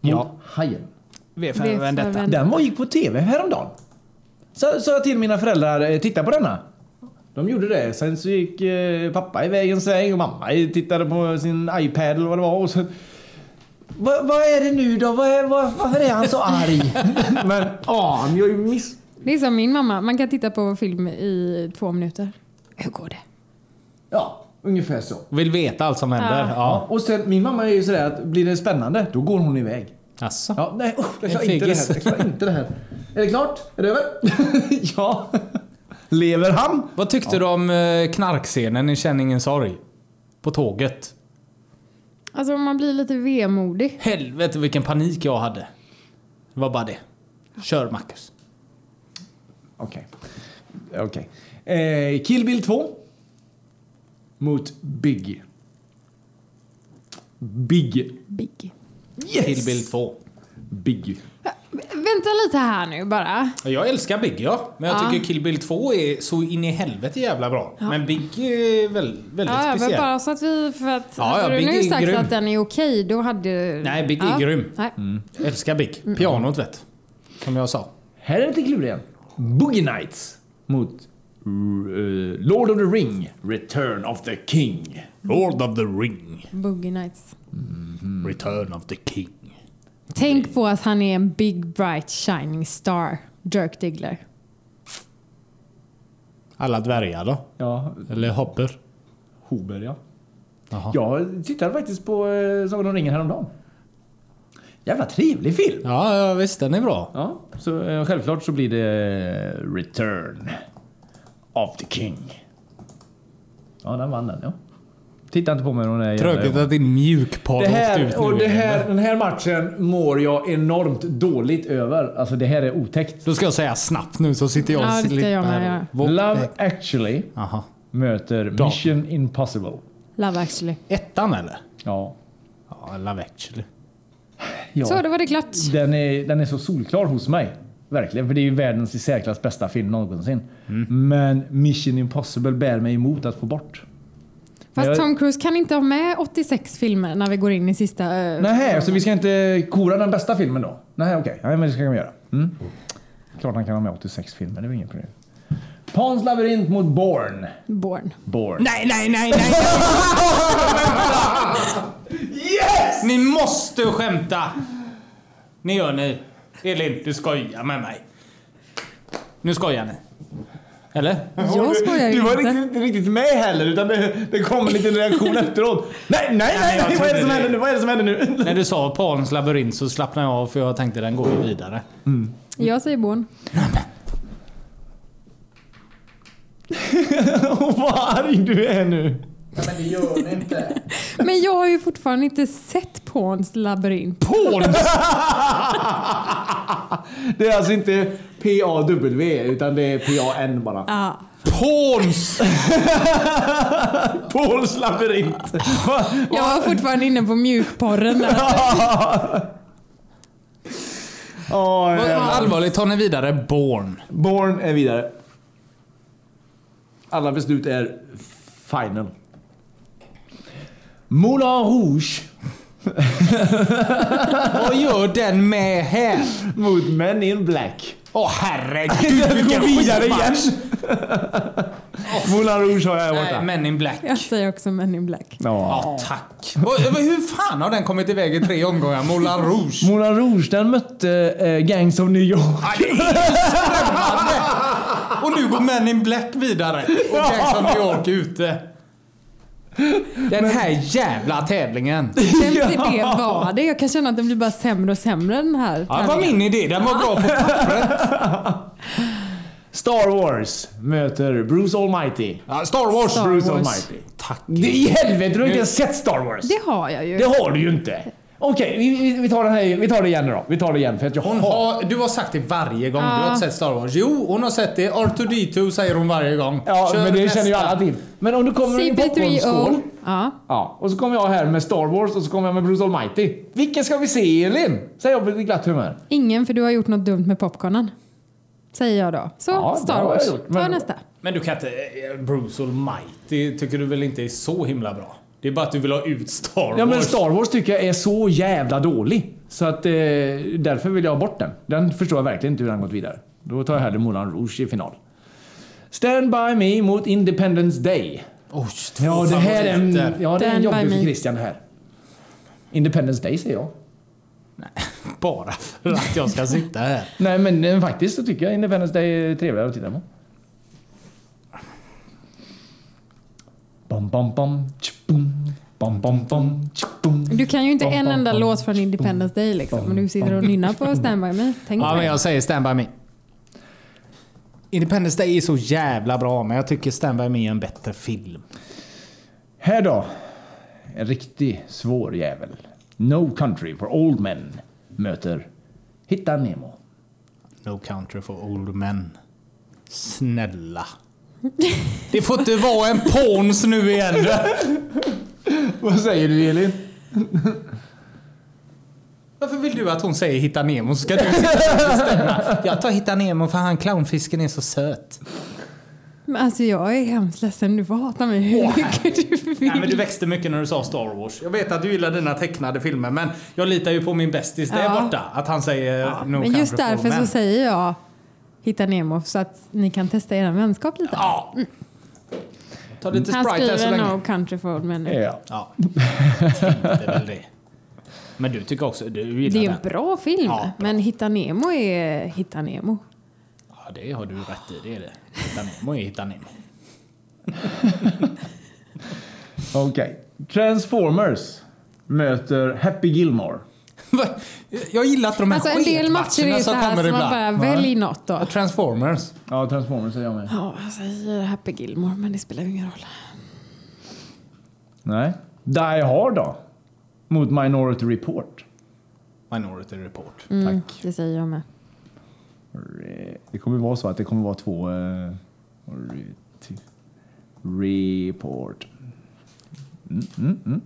[SPEAKER 1] Ja. Hajen.
[SPEAKER 3] V
[SPEAKER 2] V
[SPEAKER 3] för
[SPEAKER 2] för
[SPEAKER 3] Vendetta.
[SPEAKER 2] Vendetta.
[SPEAKER 1] Den var gick på TV häromdagen. Så sa jag till mina föräldrar, eh, titta på denna. De gjorde det. Sen så gick eh, pappa iväg en sväng och mamma eh, tittade på sin iPad eller vad det var. Och så, vad, vad är det nu då? Vad är, vad, varför är han så arg? <laughs> Men ja, han gör ju miss...
[SPEAKER 2] Det är som min mamma, man kan titta på film i två minuter. Hur går det?
[SPEAKER 1] Ja, ungefär så.
[SPEAKER 3] Vill veta allt som händer.
[SPEAKER 2] Ja.
[SPEAKER 3] Ja.
[SPEAKER 1] Och sen, min mamma är ju sådär att blir det spännande, då går hon iväg.
[SPEAKER 3] Alltså.
[SPEAKER 1] Ja, nej usch, jag klarar inte
[SPEAKER 3] En
[SPEAKER 1] det
[SPEAKER 3] fegis.
[SPEAKER 1] här. Jag klarar inte det här. Är det klart? Är det över? <laughs> ja. Lever han?
[SPEAKER 3] Vad tyckte du om eh, knarkscenen i Känn ingen sorg? På tåget.
[SPEAKER 2] Alltså man blir lite vemodig.
[SPEAKER 3] Helvete vilken panik jag hade. Det var bara det. Kör Marcus.
[SPEAKER 1] Okej. Okej. Eh, Kill Bill 2. Mot Big. Big.
[SPEAKER 2] Big.
[SPEAKER 1] Yes!
[SPEAKER 3] Till bild 2.
[SPEAKER 1] Big.
[SPEAKER 2] Vänta lite här nu bara.
[SPEAKER 3] Jag älskar Big ja, men jag
[SPEAKER 2] Ja.
[SPEAKER 3] tycker Kill Bill 2 är så in i helvete jävla bra. Men Big är väl, väldigt
[SPEAKER 2] Ja, men
[SPEAKER 3] speciell.
[SPEAKER 2] bara så att vi... För att,
[SPEAKER 3] Ja, ja,
[SPEAKER 2] hade du
[SPEAKER 3] Big
[SPEAKER 2] nu
[SPEAKER 3] är
[SPEAKER 2] sagt
[SPEAKER 3] grym.
[SPEAKER 2] att den är okej, då hade...
[SPEAKER 3] Nej, Big är
[SPEAKER 2] ja.
[SPEAKER 3] grym. Mm.
[SPEAKER 2] Nej.
[SPEAKER 3] Älskar Big. Pianot vet. Som jag sa.
[SPEAKER 1] Här är lite klurigt igen. Boogie Nights. Mot eh, Lord of the Ring. Return of the King.
[SPEAKER 3] Lord of the ring.
[SPEAKER 2] Boogie Nights.
[SPEAKER 3] Return of the king.
[SPEAKER 2] Tänk på att han är en big bright shining star. Dirk Diggler.
[SPEAKER 3] Alla dvärgar då?
[SPEAKER 1] Ja,
[SPEAKER 3] Eller hopper?
[SPEAKER 1] Hober ja.
[SPEAKER 3] Jaha.
[SPEAKER 1] Jag tittade faktiskt på eh, Sagan om ringen häromdagen. Jävla trevlig film.
[SPEAKER 3] Ja, ja, visst den är bra.
[SPEAKER 1] Ja, så eh, självklart så blir det eh, Return of the King. Ja, den vann den ja. Titta inte på mig när jag
[SPEAKER 3] Tråkigt att din mjukporr
[SPEAKER 1] det
[SPEAKER 3] åkte ut
[SPEAKER 1] här,
[SPEAKER 3] nu.
[SPEAKER 1] och det
[SPEAKER 3] igen.
[SPEAKER 1] här, Den här matchen mår jag enormt dåligt över. Alltså det här är otäckt.
[SPEAKER 3] Då ska jag säga snabbt nu så sitter jag och
[SPEAKER 2] Ja, det ska
[SPEAKER 3] slipper.
[SPEAKER 2] jag med göra.
[SPEAKER 3] Vå-
[SPEAKER 1] Love actually
[SPEAKER 3] Aha.
[SPEAKER 1] möter Mission Impossible.
[SPEAKER 2] Love actually.
[SPEAKER 3] Ettan eller?
[SPEAKER 1] Ja.
[SPEAKER 3] Ja, Love actually.
[SPEAKER 1] ja.
[SPEAKER 2] Så, då var det klart.
[SPEAKER 1] Den är, den är så solklar hos mig. Verkligen, för det är ju världens i särklass bästa film någonsin.
[SPEAKER 3] Mm.
[SPEAKER 1] Men Mission Impossible bär mig emot att få bort.
[SPEAKER 2] Fast
[SPEAKER 1] Jag-
[SPEAKER 2] Tom Cruise kan inte ha med 86 filmer när vi går in i sista... eh,
[SPEAKER 1] Nej, så vi ska inte kora den bästa filmen då? Nej, okej. Nej, men det ska vi göra. Mm. Klart han kan ha med 86 filmer, det är väl inget problem. Pans labyrint mot Born.
[SPEAKER 2] Born.
[SPEAKER 1] Born.
[SPEAKER 3] Nej, nej, nej, nej! <laughs> Yes! Ni måste skämta! Ni gör ni. Elin, du skojar med mig. Nu skojar ni. Eller?
[SPEAKER 2] Jag skojar
[SPEAKER 1] Du var
[SPEAKER 2] inte.
[SPEAKER 1] riktigt, inte riktigt med heller utan det, det kom en liten reaktion efteråt. Nej, nej, nej, nej vad är det som händer nu? Vad är det som händer nu? <laughs>
[SPEAKER 3] När du sa Pans labyrint så slappnade jag av för jag tänkte den går ju vidare.
[SPEAKER 2] Jag säger Born.
[SPEAKER 1] Åh, vad arg du är nu.
[SPEAKER 8] men det gör ni inte.
[SPEAKER 2] Men jag har ju fortfarande inte sett Pawns labyrint.
[SPEAKER 1] <laughs> Det är alltså inte P-A-W utan det är P-A-N bara.
[SPEAKER 2] Ah.
[SPEAKER 3] Pons!
[SPEAKER 1] Pauls labyrint. Va-
[SPEAKER 2] Jag var fortfarande inne på
[SPEAKER 1] <laughs>
[SPEAKER 2] mjukporren där.
[SPEAKER 1] Åh, jävlar.
[SPEAKER 3] Allvarligt, tar ni vidare Born?
[SPEAKER 1] eh, Born är vidare. Alla beslut är final. Moulin Rouge
[SPEAKER 3] Vad gör den med här?
[SPEAKER 1] mot Men in Black.
[SPEAKER 3] Åh <laughs> herregud vilken skitmatch!
[SPEAKER 1] <laughs> Moulin Rouge har jag
[SPEAKER 3] Nej,
[SPEAKER 1] borta.
[SPEAKER 3] Men in Black.
[SPEAKER 2] Jag säger också Men in Black.
[SPEAKER 1] Ja.
[SPEAKER 3] Ja, tack. Och, hur fan har den kommit iväg i tre omgångar? Moulin Rouge. <laughs>
[SPEAKER 1] Moulin Rouge den mötte eh, Gangs of New York.
[SPEAKER 3] Ja, det är ju skrämmande! Och nu går Men in Black vidare. Och Jackson New York är ute. Den här jävla tävlingen.
[SPEAKER 2] Vems idé var det? Jag kan känna att den blir bara sämre och sämre den här.
[SPEAKER 3] Ja, det var min idé. Den var bra på pappret.
[SPEAKER 1] Star Wars möter Bruce Almighty.
[SPEAKER 3] Ja, Star Wars.
[SPEAKER 2] Star
[SPEAKER 1] Bruce
[SPEAKER 2] Wurs.
[SPEAKER 1] Almighty.
[SPEAKER 3] Tack.
[SPEAKER 1] Det, I helvete, du har inte ens sett Star Wars!
[SPEAKER 2] Det har jag ju.
[SPEAKER 1] Det har du ju inte! Okej, vi, vi, vi, tar den här, vi tar det igen nu då. Vi tar det igen för att jag
[SPEAKER 3] Hon har, du har sagt det varje gång. Du har inte sett Star Wars. Jo, hon har sett det. R2D2 säger hon varje gång.
[SPEAKER 1] Ja,
[SPEAKER 3] Kör
[SPEAKER 1] men det
[SPEAKER 3] nästa.
[SPEAKER 1] känner ju alla till. Men om du kommer med din popcornskål.
[SPEAKER 2] CP3O. Ja.
[SPEAKER 1] Ja, och så kommer jag här med Star Wars och så kommer jag med Bruce Almighty. Vilken ska vi se Elin? Säger jag på lite glatt humör.
[SPEAKER 2] Ingen för du har gjort något dumt med popcornen. Säger jag då. Så,
[SPEAKER 1] Ja, det har
[SPEAKER 2] Star
[SPEAKER 1] jag
[SPEAKER 2] Wars.
[SPEAKER 1] gjort,
[SPEAKER 2] Ta
[SPEAKER 1] men-
[SPEAKER 2] nästa.
[SPEAKER 3] Men du kan inte... eh, Bruce Almighty tycker du väl inte är så himla bra? Det är bara att du vill ha ut Star Wars.
[SPEAKER 1] Ja men Star Wars tycker jag är så jävla dålig. Så att eh, därför vill jag ha bort den. Den förstår jag verkligen inte hur den gått vidare. Då tar jag hellre Moulin Rouge i final. Stand by me mot Independence Day.
[SPEAKER 3] Oj,
[SPEAKER 1] Ja, det här är en, ja, det är en
[SPEAKER 2] Stand by
[SPEAKER 1] jobbig för
[SPEAKER 2] me.
[SPEAKER 1] Christian det här. Independence Day säger jag.
[SPEAKER 3] Bara för att jag ska sitta här.
[SPEAKER 1] Nej men eh, faktiskt så tycker jag Independence Day är trevligare att titta på. Bom, bom, bom, tsch-bom. Bom, bom, bom, tsch-bom.
[SPEAKER 2] Du kan ju inte
[SPEAKER 1] Bom,
[SPEAKER 2] en
[SPEAKER 1] bom,
[SPEAKER 2] enda
[SPEAKER 1] bom,
[SPEAKER 2] låt från Independence Day liksom. Men du sitter och nynnar
[SPEAKER 3] <laughs>
[SPEAKER 2] på Stand By Me. Tänk
[SPEAKER 3] <laughs> Ja,
[SPEAKER 2] på
[SPEAKER 3] men
[SPEAKER 2] det.
[SPEAKER 3] jag säger Stand By Me. Independence Day är så jävla bra, men jag tycker Stand By Me är en bättre film.
[SPEAKER 1] Här då. En riktig svår jävel. No country for old men möter Hitta Nemo.
[SPEAKER 3] No Country for Old Men. Snälla. Det får inte vara en pons nu igen.
[SPEAKER 1] Vad säger du Elin?
[SPEAKER 3] Varför vill du att hon säger Hitta Nemo så ska du sitta och bestämma? Jag tar Hitta Nemo för han clownfisken är så söt.
[SPEAKER 2] Men alltså jag är hemskt ledsen. Du får hata mig hur mycket du
[SPEAKER 3] Nej, men du
[SPEAKER 2] vill.
[SPEAKER 3] växte mycket när du sa Star Wars. Jag vet att du gillar dina tecknade filmer men jag litar ju på min bästis där
[SPEAKER 2] Ja.
[SPEAKER 3] borta. Att han säger No
[SPEAKER 2] Men just
[SPEAKER 3] Country for
[SPEAKER 2] därför så
[SPEAKER 3] Men.
[SPEAKER 2] säger jag Hitta Nemo så att ni kan testa er vänskap lite.
[SPEAKER 3] Ja. Ta lite
[SPEAKER 2] Han
[SPEAKER 3] Sprite här så
[SPEAKER 2] skriver
[SPEAKER 3] länge.
[SPEAKER 2] No Country for Old Men. nu.
[SPEAKER 1] Ja.
[SPEAKER 3] Ja. Tänkte väl det. Men du tycker också, du
[SPEAKER 2] Det
[SPEAKER 3] gillar
[SPEAKER 2] är
[SPEAKER 3] den.
[SPEAKER 2] en bra film.
[SPEAKER 3] Ja.
[SPEAKER 2] Men Hitta Nemo är Hitta Nemo.
[SPEAKER 3] Ja, det har du rätt i. Det är det. Hitta Nemo är Hitta Nemo.
[SPEAKER 1] Okej. Transformers möter Happy Gilmore.
[SPEAKER 3] Va? Jag gillar att de här
[SPEAKER 2] Alltså en del matcher är
[SPEAKER 3] sketmatcherna
[SPEAKER 2] så
[SPEAKER 3] som
[SPEAKER 2] här
[SPEAKER 3] kommer
[SPEAKER 2] som man
[SPEAKER 3] ibland.
[SPEAKER 2] bara välj något då.
[SPEAKER 3] Transformers.
[SPEAKER 1] Ja, Transformers säger jag med.
[SPEAKER 2] Ja, jag säger Happy Gilmore men det spelar ju ingen roll.
[SPEAKER 1] Nej. Die Hard då? Mot Minority Report.
[SPEAKER 3] Minority Report.
[SPEAKER 2] Mm, det säger jag med.
[SPEAKER 1] Det kommer vara så att det kommer vara två... eh, re- t- report. Mm, mm, mm.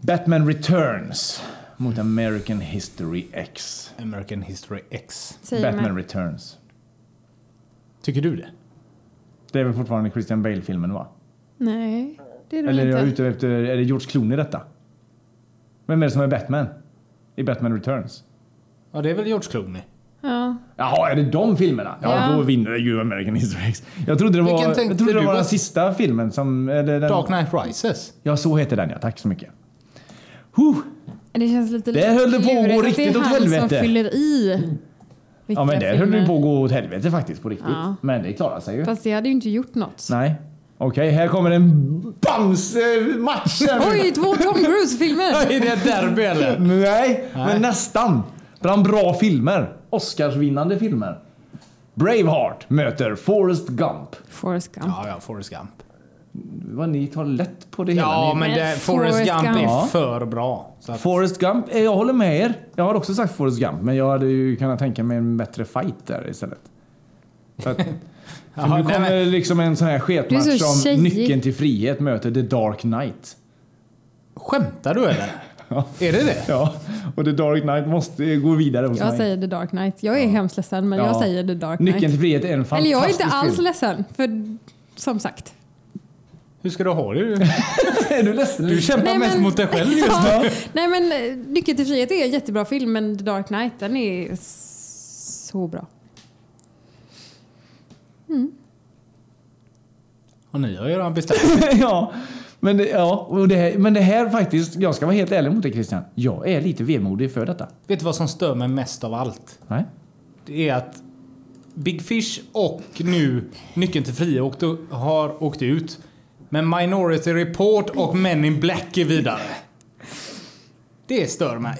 [SPEAKER 1] Batman Returns mot American History X.
[SPEAKER 3] American History X.
[SPEAKER 2] Säger
[SPEAKER 1] Batman
[SPEAKER 2] med.
[SPEAKER 1] Returns.
[SPEAKER 3] Tycker du det?
[SPEAKER 1] Det är väl fortfarande Christian Bale-filmen va?
[SPEAKER 2] Nej, det är det
[SPEAKER 1] Eller är
[SPEAKER 2] väl
[SPEAKER 1] jag
[SPEAKER 2] inte.
[SPEAKER 1] ute efter... Är det George Clooney detta? Vem är det som är Batman? I Batman Returns?
[SPEAKER 3] Ja, det är väl George Clooney.
[SPEAKER 2] Ja.
[SPEAKER 1] Jaha, är det de filmerna? Ja,
[SPEAKER 2] Ja.
[SPEAKER 1] då vinner ju American History X. Jag trodde det var,
[SPEAKER 3] Vilken
[SPEAKER 1] jag
[SPEAKER 3] tänkte
[SPEAKER 1] trodde det
[SPEAKER 3] du
[SPEAKER 1] var
[SPEAKER 3] på?
[SPEAKER 1] den sista
[SPEAKER 2] Mm.
[SPEAKER 1] filmen som... Eller den,
[SPEAKER 3] Dark Knight Rises. <laughs>
[SPEAKER 1] Ja, så heter den ja. Tack så mycket. Huh.
[SPEAKER 2] Det känns lite
[SPEAKER 1] Där höll det på att gå
[SPEAKER 2] lurigt att
[SPEAKER 1] riktigt åt
[SPEAKER 2] Det är han
[SPEAKER 1] helvete.
[SPEAKER 2] som fyller i.
[SPEAKER 1] Ja
[SPEAKER 2] vilka
[SPEAKER 1] men där höll
[SPEAKER 2] filmer.
[SPEAKER 1] det på att gå åt helvete faktiskt på riktigt.
[SPEAKER 2] Ja.
[SPEAKER 1] Men det klarade sig ju.
[SPEAKER 2] Fast det hade ju inte gjort något.
[SPEAKER 1] Nej. Okej, här kommer en Bamse-match här nu.
[SPEAKER 2] Oj, två
[SPEAKER 1] <laughs>
[SPEAKER 2] Tom Cruise-filmer!
[SPEAKER 9] Är det ett derby eller?
[SPEAKER 2] Mm.
[SPEAKER 1] Nej, men nästan. Bland bra filmer. Oscarsvinnande filmer. Braveheart möter Forrest Gump.
[SPEAKER 2] Forrest Gump.
[SPEAKER 3] Ja, ja, Forrest Gump.
[SPEAKER 1] Vad ni tar lätt på det hela.
[SPEAKER 3] Ja,
[SPEAKER 1] ni.
[SPEAKER 3] men
[SPEAKER 2] Men
[SPEAKER 3] det, Forrest
[SPEAKER 2] Forrest
[SPEAKER 3] Gump
[SPEAKER 2] Gump.
[SPEAKER 3] är
[SPEAKER 1] Ja.
[SPEAKER 3] för bra. Så att,
[SPEAKER 1] Forrest Gump, eh, jag håller med er. Jag har också sagt Forrest Gump, men jag hade ju kunnat tänka mig en bättre fight där istället. För
[SPEAKER 3] <laughs>
[SPEAKER 1] att, för
[SPEAKER 3] Jaha,
[SPEAKER 1] nu
[SPEAKER 3] nej,
[SPEAKER 1] kommer
[SPEAKER 3] men-
[SPEAKER 1] liksom en sån här sketmatch
[SPEAKER 2] Du är så
[SPEAKER 1] som
[SPEAKER 2] tjejig.
[SPEAKER 1] Nyckeln till frihet möter The Dark Knight.
[SPEAKER 3] skämtar du eller? Är det det?
[SPEAKER 1] Ja, och The Dark Knight måste gå vidare hos
[SPEAKER 2] Jag
[SPEAKER 1] mig.
[SPEAKER 2] säger The Dark Knight. Jag är hemskt ledsen, men jag
[SPEAKER 1] Ja.
[SPEAKER 2] säger The Dark Knight.
[SPEAKER 1] Nyckeln till frihet är en
[SPEAKER 2] Eller
[SPEAKER 1] fantastisk
[SPEAKER 2] jag är inte alls
[SPEAKER 1] film.
[SPEAKER 2] ledsen, för som sagt.
[SPEAKER 3] Hur ska du ha
[SPEAKER 2] <laughs>
[SPEAKER 3] det?
[SPEAKER 1] <laughs> Är du ledsen?
[SPEAKER 3] Du kämpar
[SPEAKER 2] Nej,
[SPEAKER 3] mest
[SPEAKER 2] men-
[SPEAKER 3] mot dig själv just
[SPEAKER 2] <laughs>
[SPEAKER 3] nu.
[SPEAKER 2] Ja. Nej men eh, Nyckeln till frihet är en jättebra film, men The Dark Knight den är s- så bra.
[SPEAKER 3] Och ni har ju redan bestämt.
[SPEAKER 1] ja, men det, ja och det här, men det här faktiskt, jag ska vara helt ärlig mot dig Christian. Jag är lite vemodig för detta.
[SPEAKER 3] Vet du vad som stör mig mest av allt?
[SPEAKER 1] Nej?
[SPEAKER 3] Det är att Big Fish och nu Nyckeln till Fria åkte, har åkt ut. Men Minority Report och Men in Black är vidare. Det stör mig.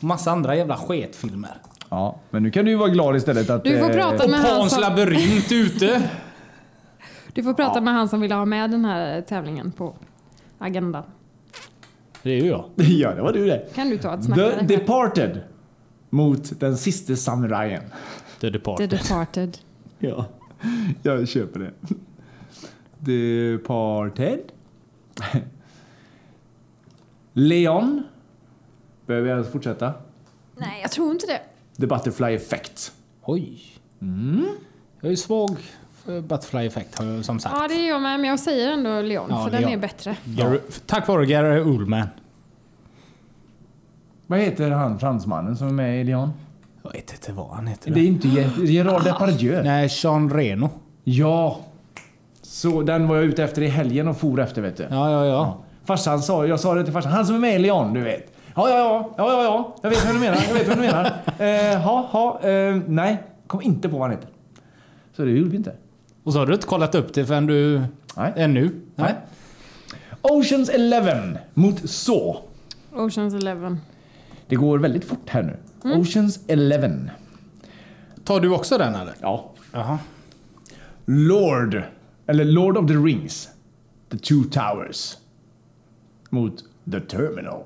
[SPEAKER 3] Massa andra jävla sketfilmer.
[SPEAKER 1] Ja, men nu kan du ju vara glad istället att... eh,
[SPEAKER 2] Du får prata
[SPEAKER 3] Och
[SPEAKER 2] med han
[SPEAKER 3] Pans
[SPEAKER 2] som,
[SPEAKER 3] labyrint ute.
[SPEAKER 2] du får prata med han som ville ha med den här tävlingen på agendan.
[SPEAKER 3] Det är ju jag.
[SPEAKER 1] <laughs> Ja, det var du det.
[SPEAKER 2] Kan du ta ett snack med
[SPEAKER 1] The
[SPEAKER 2] dig själv?
[SPEAKER 1] Departed mot Den siste samurajen.
[SPEAKER 3] The Depart.
[SPEAKER 2] The Departed.
[SPEAKER 1] Ja, jag köper det. Departed. Leon. Behöver jag ens fortsätta?
[SPEAKER 2] Nej, jag tror inte det.
[SPEAKER 1] The Butterfly Effect.
[SPEAKER 3] Oj. Mm. Jag är ju svag för Butterfly Effect har jag som sagt.
[SPEAKER 2] Ja, det är jag med, men jag säger ändå Leon,
[SPEAKER 3] Ja,
[SPEAKER 2] för den
[SPEAKER 3] Leon.
[SPEAKER 2] är bättre.
[SPEAKER 3] Gary, Tack vare Gary Oldman.
[SPEAKER 1] Vad heter han fransmannen som är med i Leon?
[SPEAKER 3] Jag vet inte vad han heter.
[SPEAKER 1] Det är inte Ger- Gerard Depardieu.
[SPEAKER 3] Nej, Jean Reno.
[SPEAKER 1] Ja. Så den var jag ute efter i helgen och for efter vet du.
[SPEAKER 3] Ja, ja, ja.
[SPEAKER 1] Farsan sa, jag sa det till farsan, han som är med i Leon du vet. Ja, ja, ja, ja, ja, ja. jag vet vad du menar, jag vet vad du menar. Eh, ha, ha, eh, nej, kom inte på vad han heter. Så det gjorde vi inte.
[SPEAKER 3] Och så har du inte kollat upp det förrän du...
[SPEAKER 1] Nej.
[SPEAKER 3] Ännu? Nej.
[SPEAKER 1] Oceans 11 mot så.
[SPEAKER 2] Oceans Eleven.
[SPEAKER 1] Det går väldigt fort här nu. Oceans 11.
[SPEAKER 3] Tar du också den eller?
[SPEAKER 1] Ja.
[SPEAKER 3] Jaha.
[SPEAKER 1] Lord, eller Lord of the Rings. The Two Towers. Mot The Terminal.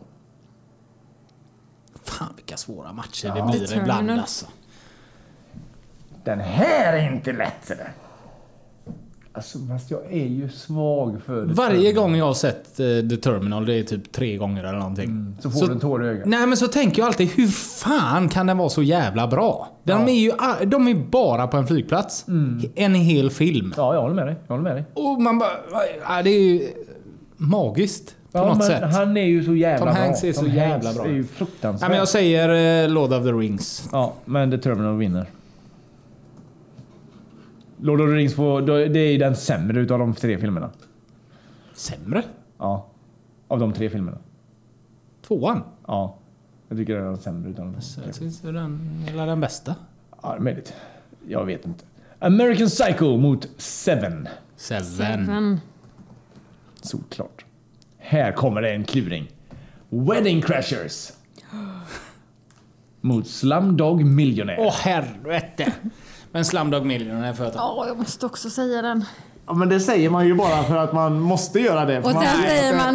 [SPEAKER 3] Fan vilka svåra matcher det blir
[SPEAKER 2] Determined.
[SPEAKER 3] ibland alltså.
[SPEAKER 1] Den här är inte lätt. eller? Alltså, fast jag är ju svag för det.
[SPEAKER 3] Varje gång jag har sett eh, The Terminal, det är typ tre gånger eller någonting.
[SPEAKER 1] Så får du en tår i ögat.
[SPEAKER 3] Nej men så tänker jag alltid, hur fan kan den vara så jävla bra? De är ju a- de är bara på en flygplats. En hel film.
[SPEAKER 1] Mm. Ja, jag håller med dig. Jag håller med dig.
[SPEAKER 3] Och man bara, ja, det är ju magiskt på
[SPEAKER 1] Ja,
[SPEAKER 3] något
[SPEAKER 1] men
[SPEAKER 3] sätt.
[SPEAKER 1] Han är ju så jävla
[SPEAKER 3] Tom
[SPEAKER 1] bra.
[SPEAKER 3] Hanks är så
[SPEAKER 1] Tom
[SPEAKER 3] jävla
[SPEAKER 1] Hanks
[SPEAKER 3] bra.
[SPEAKER 1] är ju fruktansvärt.
[SPEAKER 3] Nej, men jag säger eh, Lord of the Rings.
[SPEAKER 1] Ja, men The Terminal vinner. Lord of the Rings får, då- det är ju den sämre utav de tre filmerna.
[SPEAKER 3] Sämre?
[SPEAKER 1] Ja. Av de tre filmerna.
[SPEAKER 3] Tvåan?
[SPEAKER 1] Ja. Jag tycker den är den sämre utav de tre.
[SPEAKER 3] Alltså, Jag syns det är den, eller den bästa.
[SPEAKER 1] Ja, det är möjligt. Jag vet inte. American Psycho mot Seven.
[SPEAKER 3] Seven.
[SPEAKER 2] Seven.
[SPEAKER 1] Såklart. Här kommer det en kluring. Wedding Crashers. Mot Slumdog Millionaire.
[SPEAKER 3] Åh helvete! Men Slumdog Millionaire får jag ta.
[SPEAKER 2] Ja, jag måste också säga den.
[SPEAKER 10] Ja, men det säger man ju bara för att man måste göra det. för
[SPEAKER 2] Och
[SPEAKER 10] man-
[SPEAKER 2] sen säger man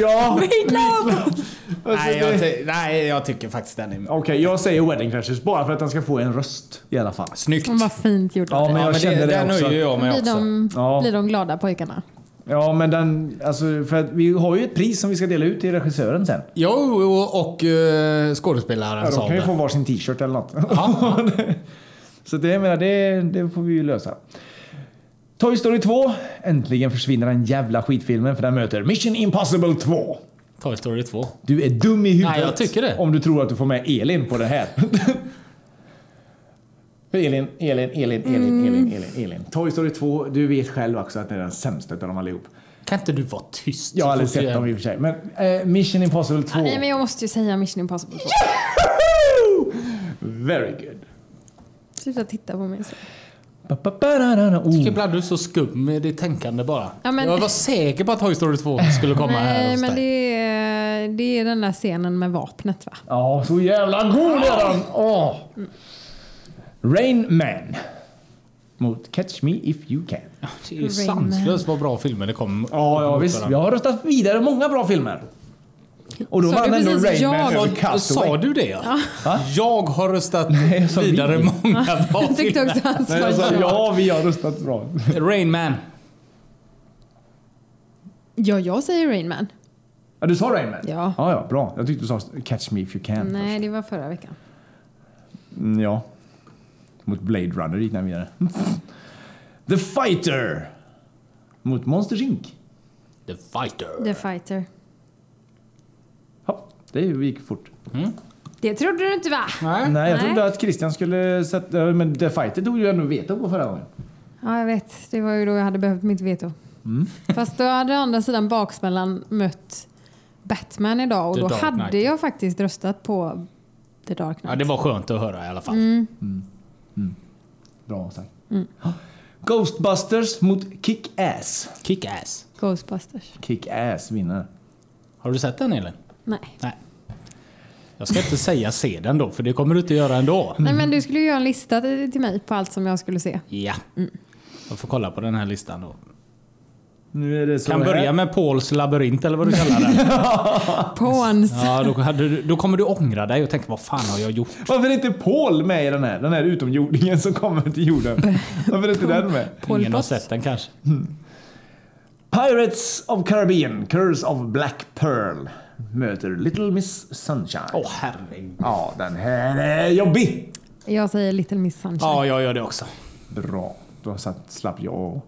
[SPEAKER 1] <laughs>
[SPEAKER 2] <laughs>
[SPEAKER 10] Ja. Alltså,
[SPEAKER 2] Meet love!
[SPEAKER 3] Nej jag, ty- nej, jag tycker faktiskt den är...
[SPEAKER 1] Okej, jag säger Wedding Crashers bara för att den ska få en röst i alla fall.
[SPEAKER 3] Snyggt!
[SPEAKER 2] Hon var fint gjord.
[SPEAKER 1] Ja,
[SPEAKER 2] av
[SPEAKER 1] men
[SPEAKER 2] dig.
[SPEAKER 1] jag
[SPEAKER 3] men
[SPEAKER 1] kände det,
[SPEAKER 3] den
[SPEAKER 1] också.
[SPEAKER 3] nöjer jag mig
[SPEAKER 2] blir,
[SPEAKER 3] också.
[SPEAKER 2] de,
[SPEAKER 1] Ja.
[SPEAKER 2] blir de glada pojkarna?
[SPEAKER 1] Ja, men den... Alltså, för att vi har ju ett pris som vi ska dela ut till regissören sen.
[SPEAKER 3] Jo, och, och uh, skådespelaren
[SPEAKER 1] Ja,
[SPEAKER 3] sa
[SPEAKER 1] de kan ju
[SPEAKER 3] det.
[SPEAKER 1] få varsin t-shirt eller något. <laughs> Så det, jag menar, det, det får vi ju lösa. Toy Story 2. Äntligen försvinner den jävla skitfilmen för den möter Mission Impossible 2.
[SPEAKER 3] Toy Story 2.
[SPEAKER 1] Du är dum i huvudet
[SPEAKER 3] Nej, jag tycker det.
[SPEAKER 1] om du tror att du får med Elin på det här. <laughs> Elin, Elin, Elin, Elin, Elin, Elin, Elin. Toy Story 2, du vet själv också att det är den sämsta av dem allihop.
[SPEAKER 3] Kan inte du vara tyst?
[SPEAKER 1] Jag har
[SPEAKER 3] så
[SPEAKER 1] aldrig
[SPEAKER 3] fort du
[SPEAKER 1] sett
[SPEAKER 3] är-
[SPEAKER 1] dem i och för sig. Men eh, Mission Impossible 2.
[SPEAKER 2] Nej, men jag måste ju säga Mission Impossible 2.
[SPEAKER 1] Very good.
[SPEAKER 2] Sluta titta på mig så.
[SPEAKER 1] Ba-ba-ba-da-da-da. Oh.
[SPEAKER 3] Tycker ibland du är så skum med ditt tänkande bara.
[SPEAKER 2] Ja, men-
[SPEAKER 3] Jag var säker på att Toy Story 2 skulle komma här
[SPEAKER 2] Nej,
[SPEAKER 3] hos
[SPEAKER 2] Eh, men
[SPEAKER 3] dig.
[SPEAKER 2] det är, det är den där scenen med vapnet va?
[SPEAKER 1] Ja, så jävla god är den! Åh. Rain Man. Mot Catch Me If You Can.
[SPEAKER 3] Det är ju sanslöst vad bra filmer det kom.
[SPEAKER 1] Ja, ja
[SPEAKER 3] mot
[SPEAKER 1] visst.
[SPEAKER 3] varandra.
[SPEAKER 1] Jag har röstat vidare många bra filmer. Och då
[SPEAKER 2] Sa
[SPEAKER 1] vann
[SPEAKER 2] du
[SPEAKER 1] ändå
[SPEAKER 2] precis
[SPEAKER 1] Rain Man
[SPEAKER 2] jag?
[SPEAKER 1] över
[SPEAKER 3] Sa- Sa
[SPEAKER 1] Castaway.
[SPEAKER 3] du det? Jag har röstat
[SPEAKER 1] sa vi.
[SPEAKER 3] vidare många
[SPEAKER 2] <laughs>
[SPEAKER 3] bra
[SPEAKER 2] Jag tyckte
[SPEAKER 3] filmer.
[SPEAKER 2] också han
[SPEAKER 1] Nej, jag sa
[SPEAKER 2] bra.
[SPEAKER 1] ja, vi har röstat bra.
[SPEAKER 3] Rain Man.
[SPEAKER 2] Ja, jag säger Rain Man.
[SPEAKER 1] Ja, du sa Rain Man?
[SPEAKER 2] Ja.
[SPEAKER 1] Ja, ja, bra. Jag tyckte du sa Catch Me If You Can.
[SPEAKER 2] Nej, det var förra veckan.
[SPEAKER 1] Mm, ja. Mot Blade Runner gick den vidare. The Fighter. Mot Monsters Inc.
[SPEAKER 3] The Fighter.
[SPEAKER 2] The Fighter.
[SPEAKER 1] Ja, det gick fort.
[SPEAKER 2] Det trodde du inte va?
[SPEAKER 1] Nej, jag
[SPEAKER 2] Nej.
[SPEAKER 1] trodde att Christian skulle sätta... ja, Men The Fighter tog ju ändå veto på förra gången.
[SPEAKER 2] Ja, jag vet. Det var ju då jag hade behövt mitt veto. Fast då hade å andra sidan baksmällan mött Batman idag och
[SPEAKER 3] The
[SPEAKER 2] då
[SPEAKER 3] Dark
[SPEAKER 2] hade
[SPEAKER 3] Knight.
[SPEAKER 2] jag faktiskt röstat på The Dark Knight.
[SPEAKER 3] Ja, det var skönt att höra i alla fall.
[SPEAKER 2] Mm.
[SPEAKER 1] Bra sagt. Ghostbusters mot Kick-Ass.
[SPEAKER 3] Kick-Ass.
[SPEAKER 2] Ghostbusters.
[SPEAKER 1] Kick-Ass vinner.
[SPEAKER 3] Har du sett den Elin?
[SPEAKER 2] Nej.
[SPEAKER 3] Nej. Jag ska inte säga se den då, för det kommer du inte göra ändå.
[SPEAKER 2] Nej, men du skulle ju göra en lista till till mig på allt som jag skulle se.
[SPEAKER 3] Ja. Jag får kolla på den här listan då.
[SPEAKER 1] Nu är det så
[SPEAKER 3] Kan
[SPEAKER 1] här.
[SPEAKER 3] börja med Pauls labyrint eller vad du kallar den.
[SPEAKER 2] Pawns.
[SPEAKER 3] Ja, då, hade du, då kommer du ångra dig och tänka vad fan har jag gjort?
[SPEAKER 1] Varför är inte Paul med i den här? Den här utomjordingen som kommer till jorden. Varför är inte den med?
[SPEAKER 2] Pol
[SPEAKER 3] Ingen har
[SPEAKER 2] Pot.
[SPEAKER 3] sett den kanske.
[SPEAKER 1] Pirates of Caribbean, Curse of Black Pearl möter Little Miss Sunshine.
[SPEAKER 3] Åh herregud.
[SPEAKER 1] Ja, den här är jobbig.
[SPEAKER 2] Jag säger Little Miss Sunshine.
[SPEAKER 3] Ja, jag gör det också.
[SPEAKER 1] Bra. Då satt, slapp jag och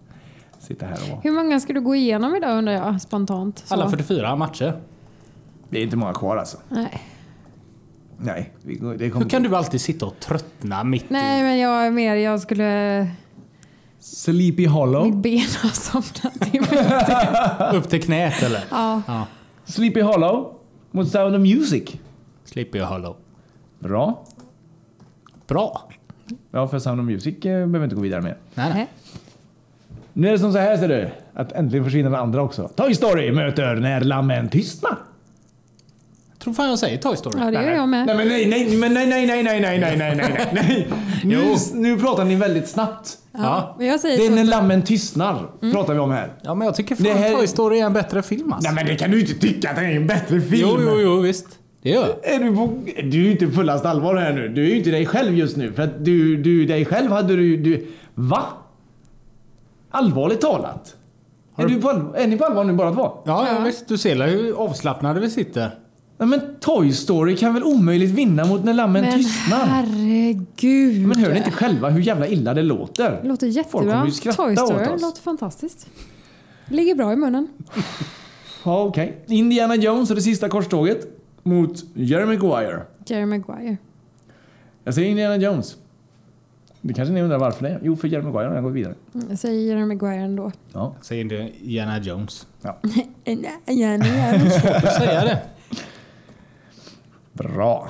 [SPEAKER 1] sitta här och vara.
[SPEAKER 2] Hur många ska du gå igenom idag undrar jag spontant? Så.
[SPEAKER 3] Alla 44 matcher.
[SPEAKER 1] Det är inte många kvar alltså.
[SPEAKER 2] Nej.
[SPEAKER 1] Nej, vi går- det
[SPEAKER 3] Hur
[SPEAKER 1] kommer...
[SPEAKER 3] kan du alltid sitta och tröttna mitt i?
[SPEAKER 2] Nej, men jag är mer, jag skulle...
[SPEAKER 1] Sleepy Hollow.
[SPEAKER 2] Mitt ben har somnat. i
[SPEAKER 3] <laughs>
[SPEAKER 2] mig.
[SPEAKER 3] Upp till knät eller?
[SPEAKER 2] ja.
[SPEAKER 1] Sleepy Hollow mot Sound of Music.
[SPEAKER 3] Slipper jag hollow.
[SPEAKER 1] Bra.
[SPEAKER 3] Bra.
[SPEAKER 1] Ja, för Sound of Music eh, behöver vi inte gå vidare med.
[SPEAKER 3] Nej, nej.
[SPEAKER 2] Nej.
[SPEAKER 1] Nu är det som så här ser du, att äntligen försvinner den andra också. Toy Story möter När lammen tystnar.
[SPEAKER 3] Tror fan jag säger Toy Story.
[SPEAKER 2] ja, det gör jag med.
[SPEAKER 1] Nej men nej, nej, men nej, nej, nej, nej, nej, nej, nej, nej, nej. Nu, nu pratar ni väldigt snabbt.
[SPEAKER 3] Ja.
[SPEAKER 2] Men jag säger
[SPEAKER 1] Det är
[SPEAKER 2] så.
[SPEAKER 1] när lammen tystnar, pratar vi om här.
[SPEAKER 3] ja, men jag tycker fan
[SPEAKER 1] Det här-
[SPEAKER 3] Toy Story är en bättre film alltså.
[SPEAKER 1] Nej men det kan du inte tycka att det är en bättre film.
[SPEAKER 3] Jo, jo, jo, visst. Det gör jag.
[SPEAKER 1] Är du, på, du är ju inte på fullast allvar här nu. Du är ju inte dig själv just nu. För att du, du dig själv hade du, du... Va? Allvarligt talat? Är, du på, allvar- är ni på allvar nu bara två?
[SPEAKER 3] Ja, ja, visst. Du ser hur avslappnade vi sitter.
[SPEAKER 1] Nej men Toy Story kan väl omöjligt vinna mot När lammen
[SPEAKER 2] Men
[SPEAKER 1] tystnar?
[SPEAKER 2] herregud.
[SPEAKER 1] Men hör ni inte själva hur jävla illa det låter?
[SPEAKER 2] Det låter
[SPEAKER 1] Folk kommer
[SPEAKER 2] jättebra.
[SPEAKER 1] ju skratta
[SPEAKER 2] Toy Story
[SPEAKER 1] åt oss.
[SPEAKER 2] låter fantastiskt. Ligger bra i munnen.
[SPEAKER 1] Ja, okej. Indiana Jones och det sista korståget mot Jerry Maguire.
[SPEAKER 2] Jerry Maguire.
[SPEAKER 1] Jag säger Indiana Jones. Det kanske ni undrar varför det är? Jo, för Jerry Maguire har jag gått vidare.
[SPEAKER 2] Mm, Jag säger Jerry Maguire <laughs> ändå.
[SPEAKER 1] Ja.
[SPEAKER 3] Säger inte Indiana Jones.
[SPEAKER 2] Nej, Jerry Maguire.
[SPEAKER 3] Får säga det?
[SPEAKER 1] Bra.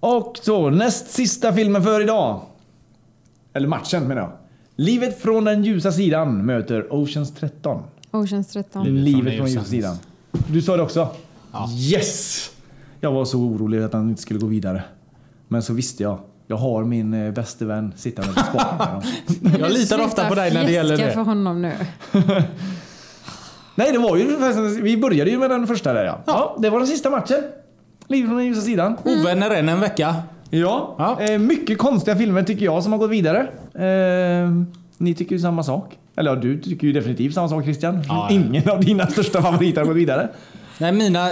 [SPEAKER 1] Och så, näst sista filmen för idag. Eller matchen menar jag. Livet från den ljusa sidan möter Oceans 13.
[SPEAKER 2] Oceans 13.
[SPEAKER 1] Livet,
[SPEAKER 3] den
[SPEAKER 1] från den ljusa sidan. Du sa det också? Yes! Jag var så orolig att han inte skulle gå vidare. Men så visste jag. Jag har min eh, bäste vän sittande på <laughs> spaken.
[SPEAKER 3] Jag litar ofta på dig när det gäller
[SPEAKER 2] Fjäska för
[SPEAKER 3] det.
[SPEAKER 2] honom nu.
[SPEAKER 1] Nej, det var ju Vi började ju med den första där ja. ja det var den sista matchen. Livet från den ljusa sidan.
[SPEAKER 3] Ovänner än en vecka.
[SPEAKER 1] Ja,
[SPEAKER 3] Ja.
[SPEAKER 1] Eh, mycket konstiga filmer tycker jag som har gått vidare. Eh, ni tycker ju samma sak. Eller ja, du tycker ju definitivt samma sak Christian.
[SPEAKER 3] Ja, ja.
[SPEAKER 1] Ingen av dina största favoriter har gått vidare.
[SPEAKER 3] Nej, mina...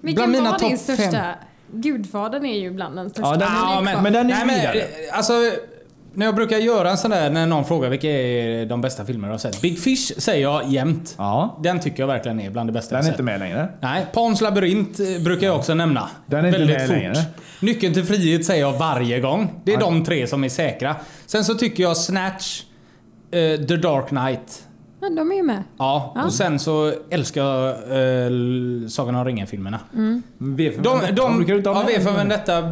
[SPEAKER 2] Vilken
[SPEAKER 3] mina
[SPEAKER 2] var din
[SPEAKER 3] topp fem.
[SPEAKER 2] största? Gudfadern är ju bland den största.
[SPEAKER 1] Ja, den-
[SPEAKER 2] är
[SPEAKER 3] Ja,
[SPEAKER 2] kvar.
[SPEAKER 3] Ah, men,
[SPEAKER 1] men den är
[SPEAKER 3] nej, men,
[SPEAKER 1] vidare.
[SPEAKER 3] eh, alltså, när jag brukar göra en sån där när någon frågar vilka är de bästa filmer du har sett. Big Fish säger jag jämt.
[SPEAKER 1] Ja.
[SPEAKER 3] Den tycker jag verkligen är bland det bästa
[SPEAKER 1] Den är
[SPEAKER 3] jag sett.
[SPEAKER 1] inte med längre.
[SPEAKER 3] Nej, Pans labyrint eh, brukar jag också nämna.
[SPEAKER 1] Den är inte
[SPEAKER 3] Väldigt
[SPEAKER 1] med
[SPEAKER 3] fort.
[SPEAKER 1] längre.
[SPEAKER 3] Nyckeln till frihet säger jag varje gång. Det är de tre som är säkra. Sen så tycker jag Snatch, eh, The Dark Knight
[SPEAKER 2] Ja, de är ju med.
[SPEAKER 3] Ja,
[SPEAKER 2] Ja.
[SPEAKER 3] och sen så älskar jag eh, Sagan om ringen-filmerna.
[SPEAKER 1] V för
[SPEAKER 3] De,
[SPEAKER 1] Vendetta,
[SPEAKER 3] de,
[SPEAKER 1] brukar du inte ha
[SPEAKER 3] ja,
[SPEAKER 1] med?
[SPEAKER 3] V för Vendetta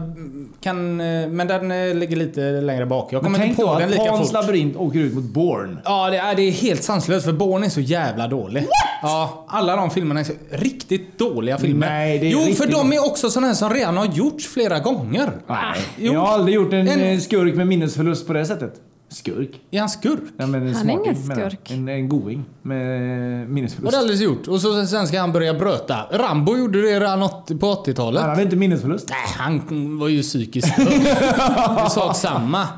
[SPEAKER 3] kan... eh, Men den eh, ligger lite längre bak. Jag
[SPEAKER 1] Men
[SPEAKER 3] kommer
[SPEAKER 1] tänk
[SPEAKER 3] inte
[SPEAKER 1] då
[SPEAKER 3] på den
[SPEAKER 1] att
[SPEAKER 3] lika
[SPEAKER 1] Pans
[SPEAKER 3] fort.
[SPEAKER 1] labyrint åker ut mot Born.
[SPEAKER 3] Ja, det är, det är helt sanslöst för Bourne är så jävla dålig. Ja, alla de filmerna är så, riktigt dåliga filmer.
[SPEAKER 1] Nej, det är
[SPEAKER 3] jo, för
[SPEAKER 1] riktigt-
[SPEAKER 3] de är också sådana här som redan har gjorts flera gånger.
[SPEAKER 1] Nej.
[SPEAKER 3] Ah, Jo.
[SPEAKER 1] Jag har aldrig gjort en,
[SPEAKER 3] En-
[SPEAKER 1] eh, skurk med minnesförlust på det sättet. Skurk?
[SPEAKER 3] Är han skurk?
[SPEAKER 1] Nej, men en
[SPEAKER 2] Han är
[SPEAKER 1] smarting,
[SPEAKER 2] ingen
[SPEAKER 1] menar jag.
[SPEAKER 2] skurk.
[SPEAKER 1] En, en going med
[SPEAKER 3] Det har det
[SPEAKER 1] minnesförlust.
[SPEAKER 3] alldeles gjort. Och så, sen ska han börja bröta. Rambo gjorde det redan åt- på 80-talet.
[SPEAKER 1] Han hade inte minnesförlust.
[SPEAKER 3] Nej, han var ju psykiskt störd. sak samma.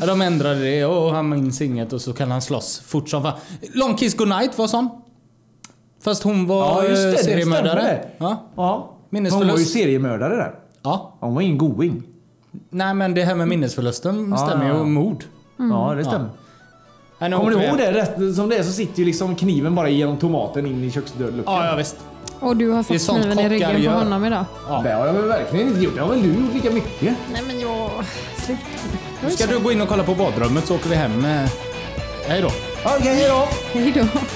[SPEAKER 3] Ja, De ändrade det och han minns inget och så kan han slåss fort som fan. Long Kiss Goodnight var sån. Fast hon var
[SPEAKER 1] Ja, just det,
[SPEAKER 3] eh,
[SPEAKER 1] det
[SPEAKER 3] seriemördare.
[SPEAKER 1] stämmer.
[SPEAKER 3] Ja.
[SPEAKER 1] Ja. Hon
[SPEAKER 3] Minnesförlust.
[SPEAKER 1] var ju seriemördare där.
[SPEAKER 3] ja.
[SPEAKER 1] Hon var ingen going.
[SPEAKER 3] Nej men det här med minnesförlusten
[SPEAKER 1] Ja,
[SPEAKER 3] stämmer ju.
[SPEAKER 1] ja.
[SPEAKER 3] Och mord.
[SPEAKER 1] Ja, det stämmer.
[SPEAKER 3] Nej, nu
[SPEAKER 1] Kommer
[SPEAKER 3] åker
[SPEAKER 1] du
[SPEAKER 3] vi.
[SPEAKER 1] ihåg det? Rätt som det är så sitter ju liksom kniven bara genom tomaten in i köksdörrluckan.
[SPEAKER 3] Ja, ja visst.
[SPEAKER 2] Och du har
[SPEAKER 3] Det är
[SPEAKER 2] satt
[SPEAKER 3] sånt
[SPEAKER 2] kniven i
[SPEAKER 3] kockar
[SPEAKER 2] ryggen på
[SPEAKER 3] gör.
[SPEAKER 2] honom idag.
[SPEAKER 1] Det har jag väl verkligen inte gjort. Det har väl du gjort lika mycket?
[SPEAKER 2] Nej men jag... Slut.
[SPEAKER 3] Nu ska du gå in och kolla på badrummet så åker vi hem. eh. Hej då.
[SPEAKER 1] Okej, hejdå!
[SPEAKER 2] Hej då.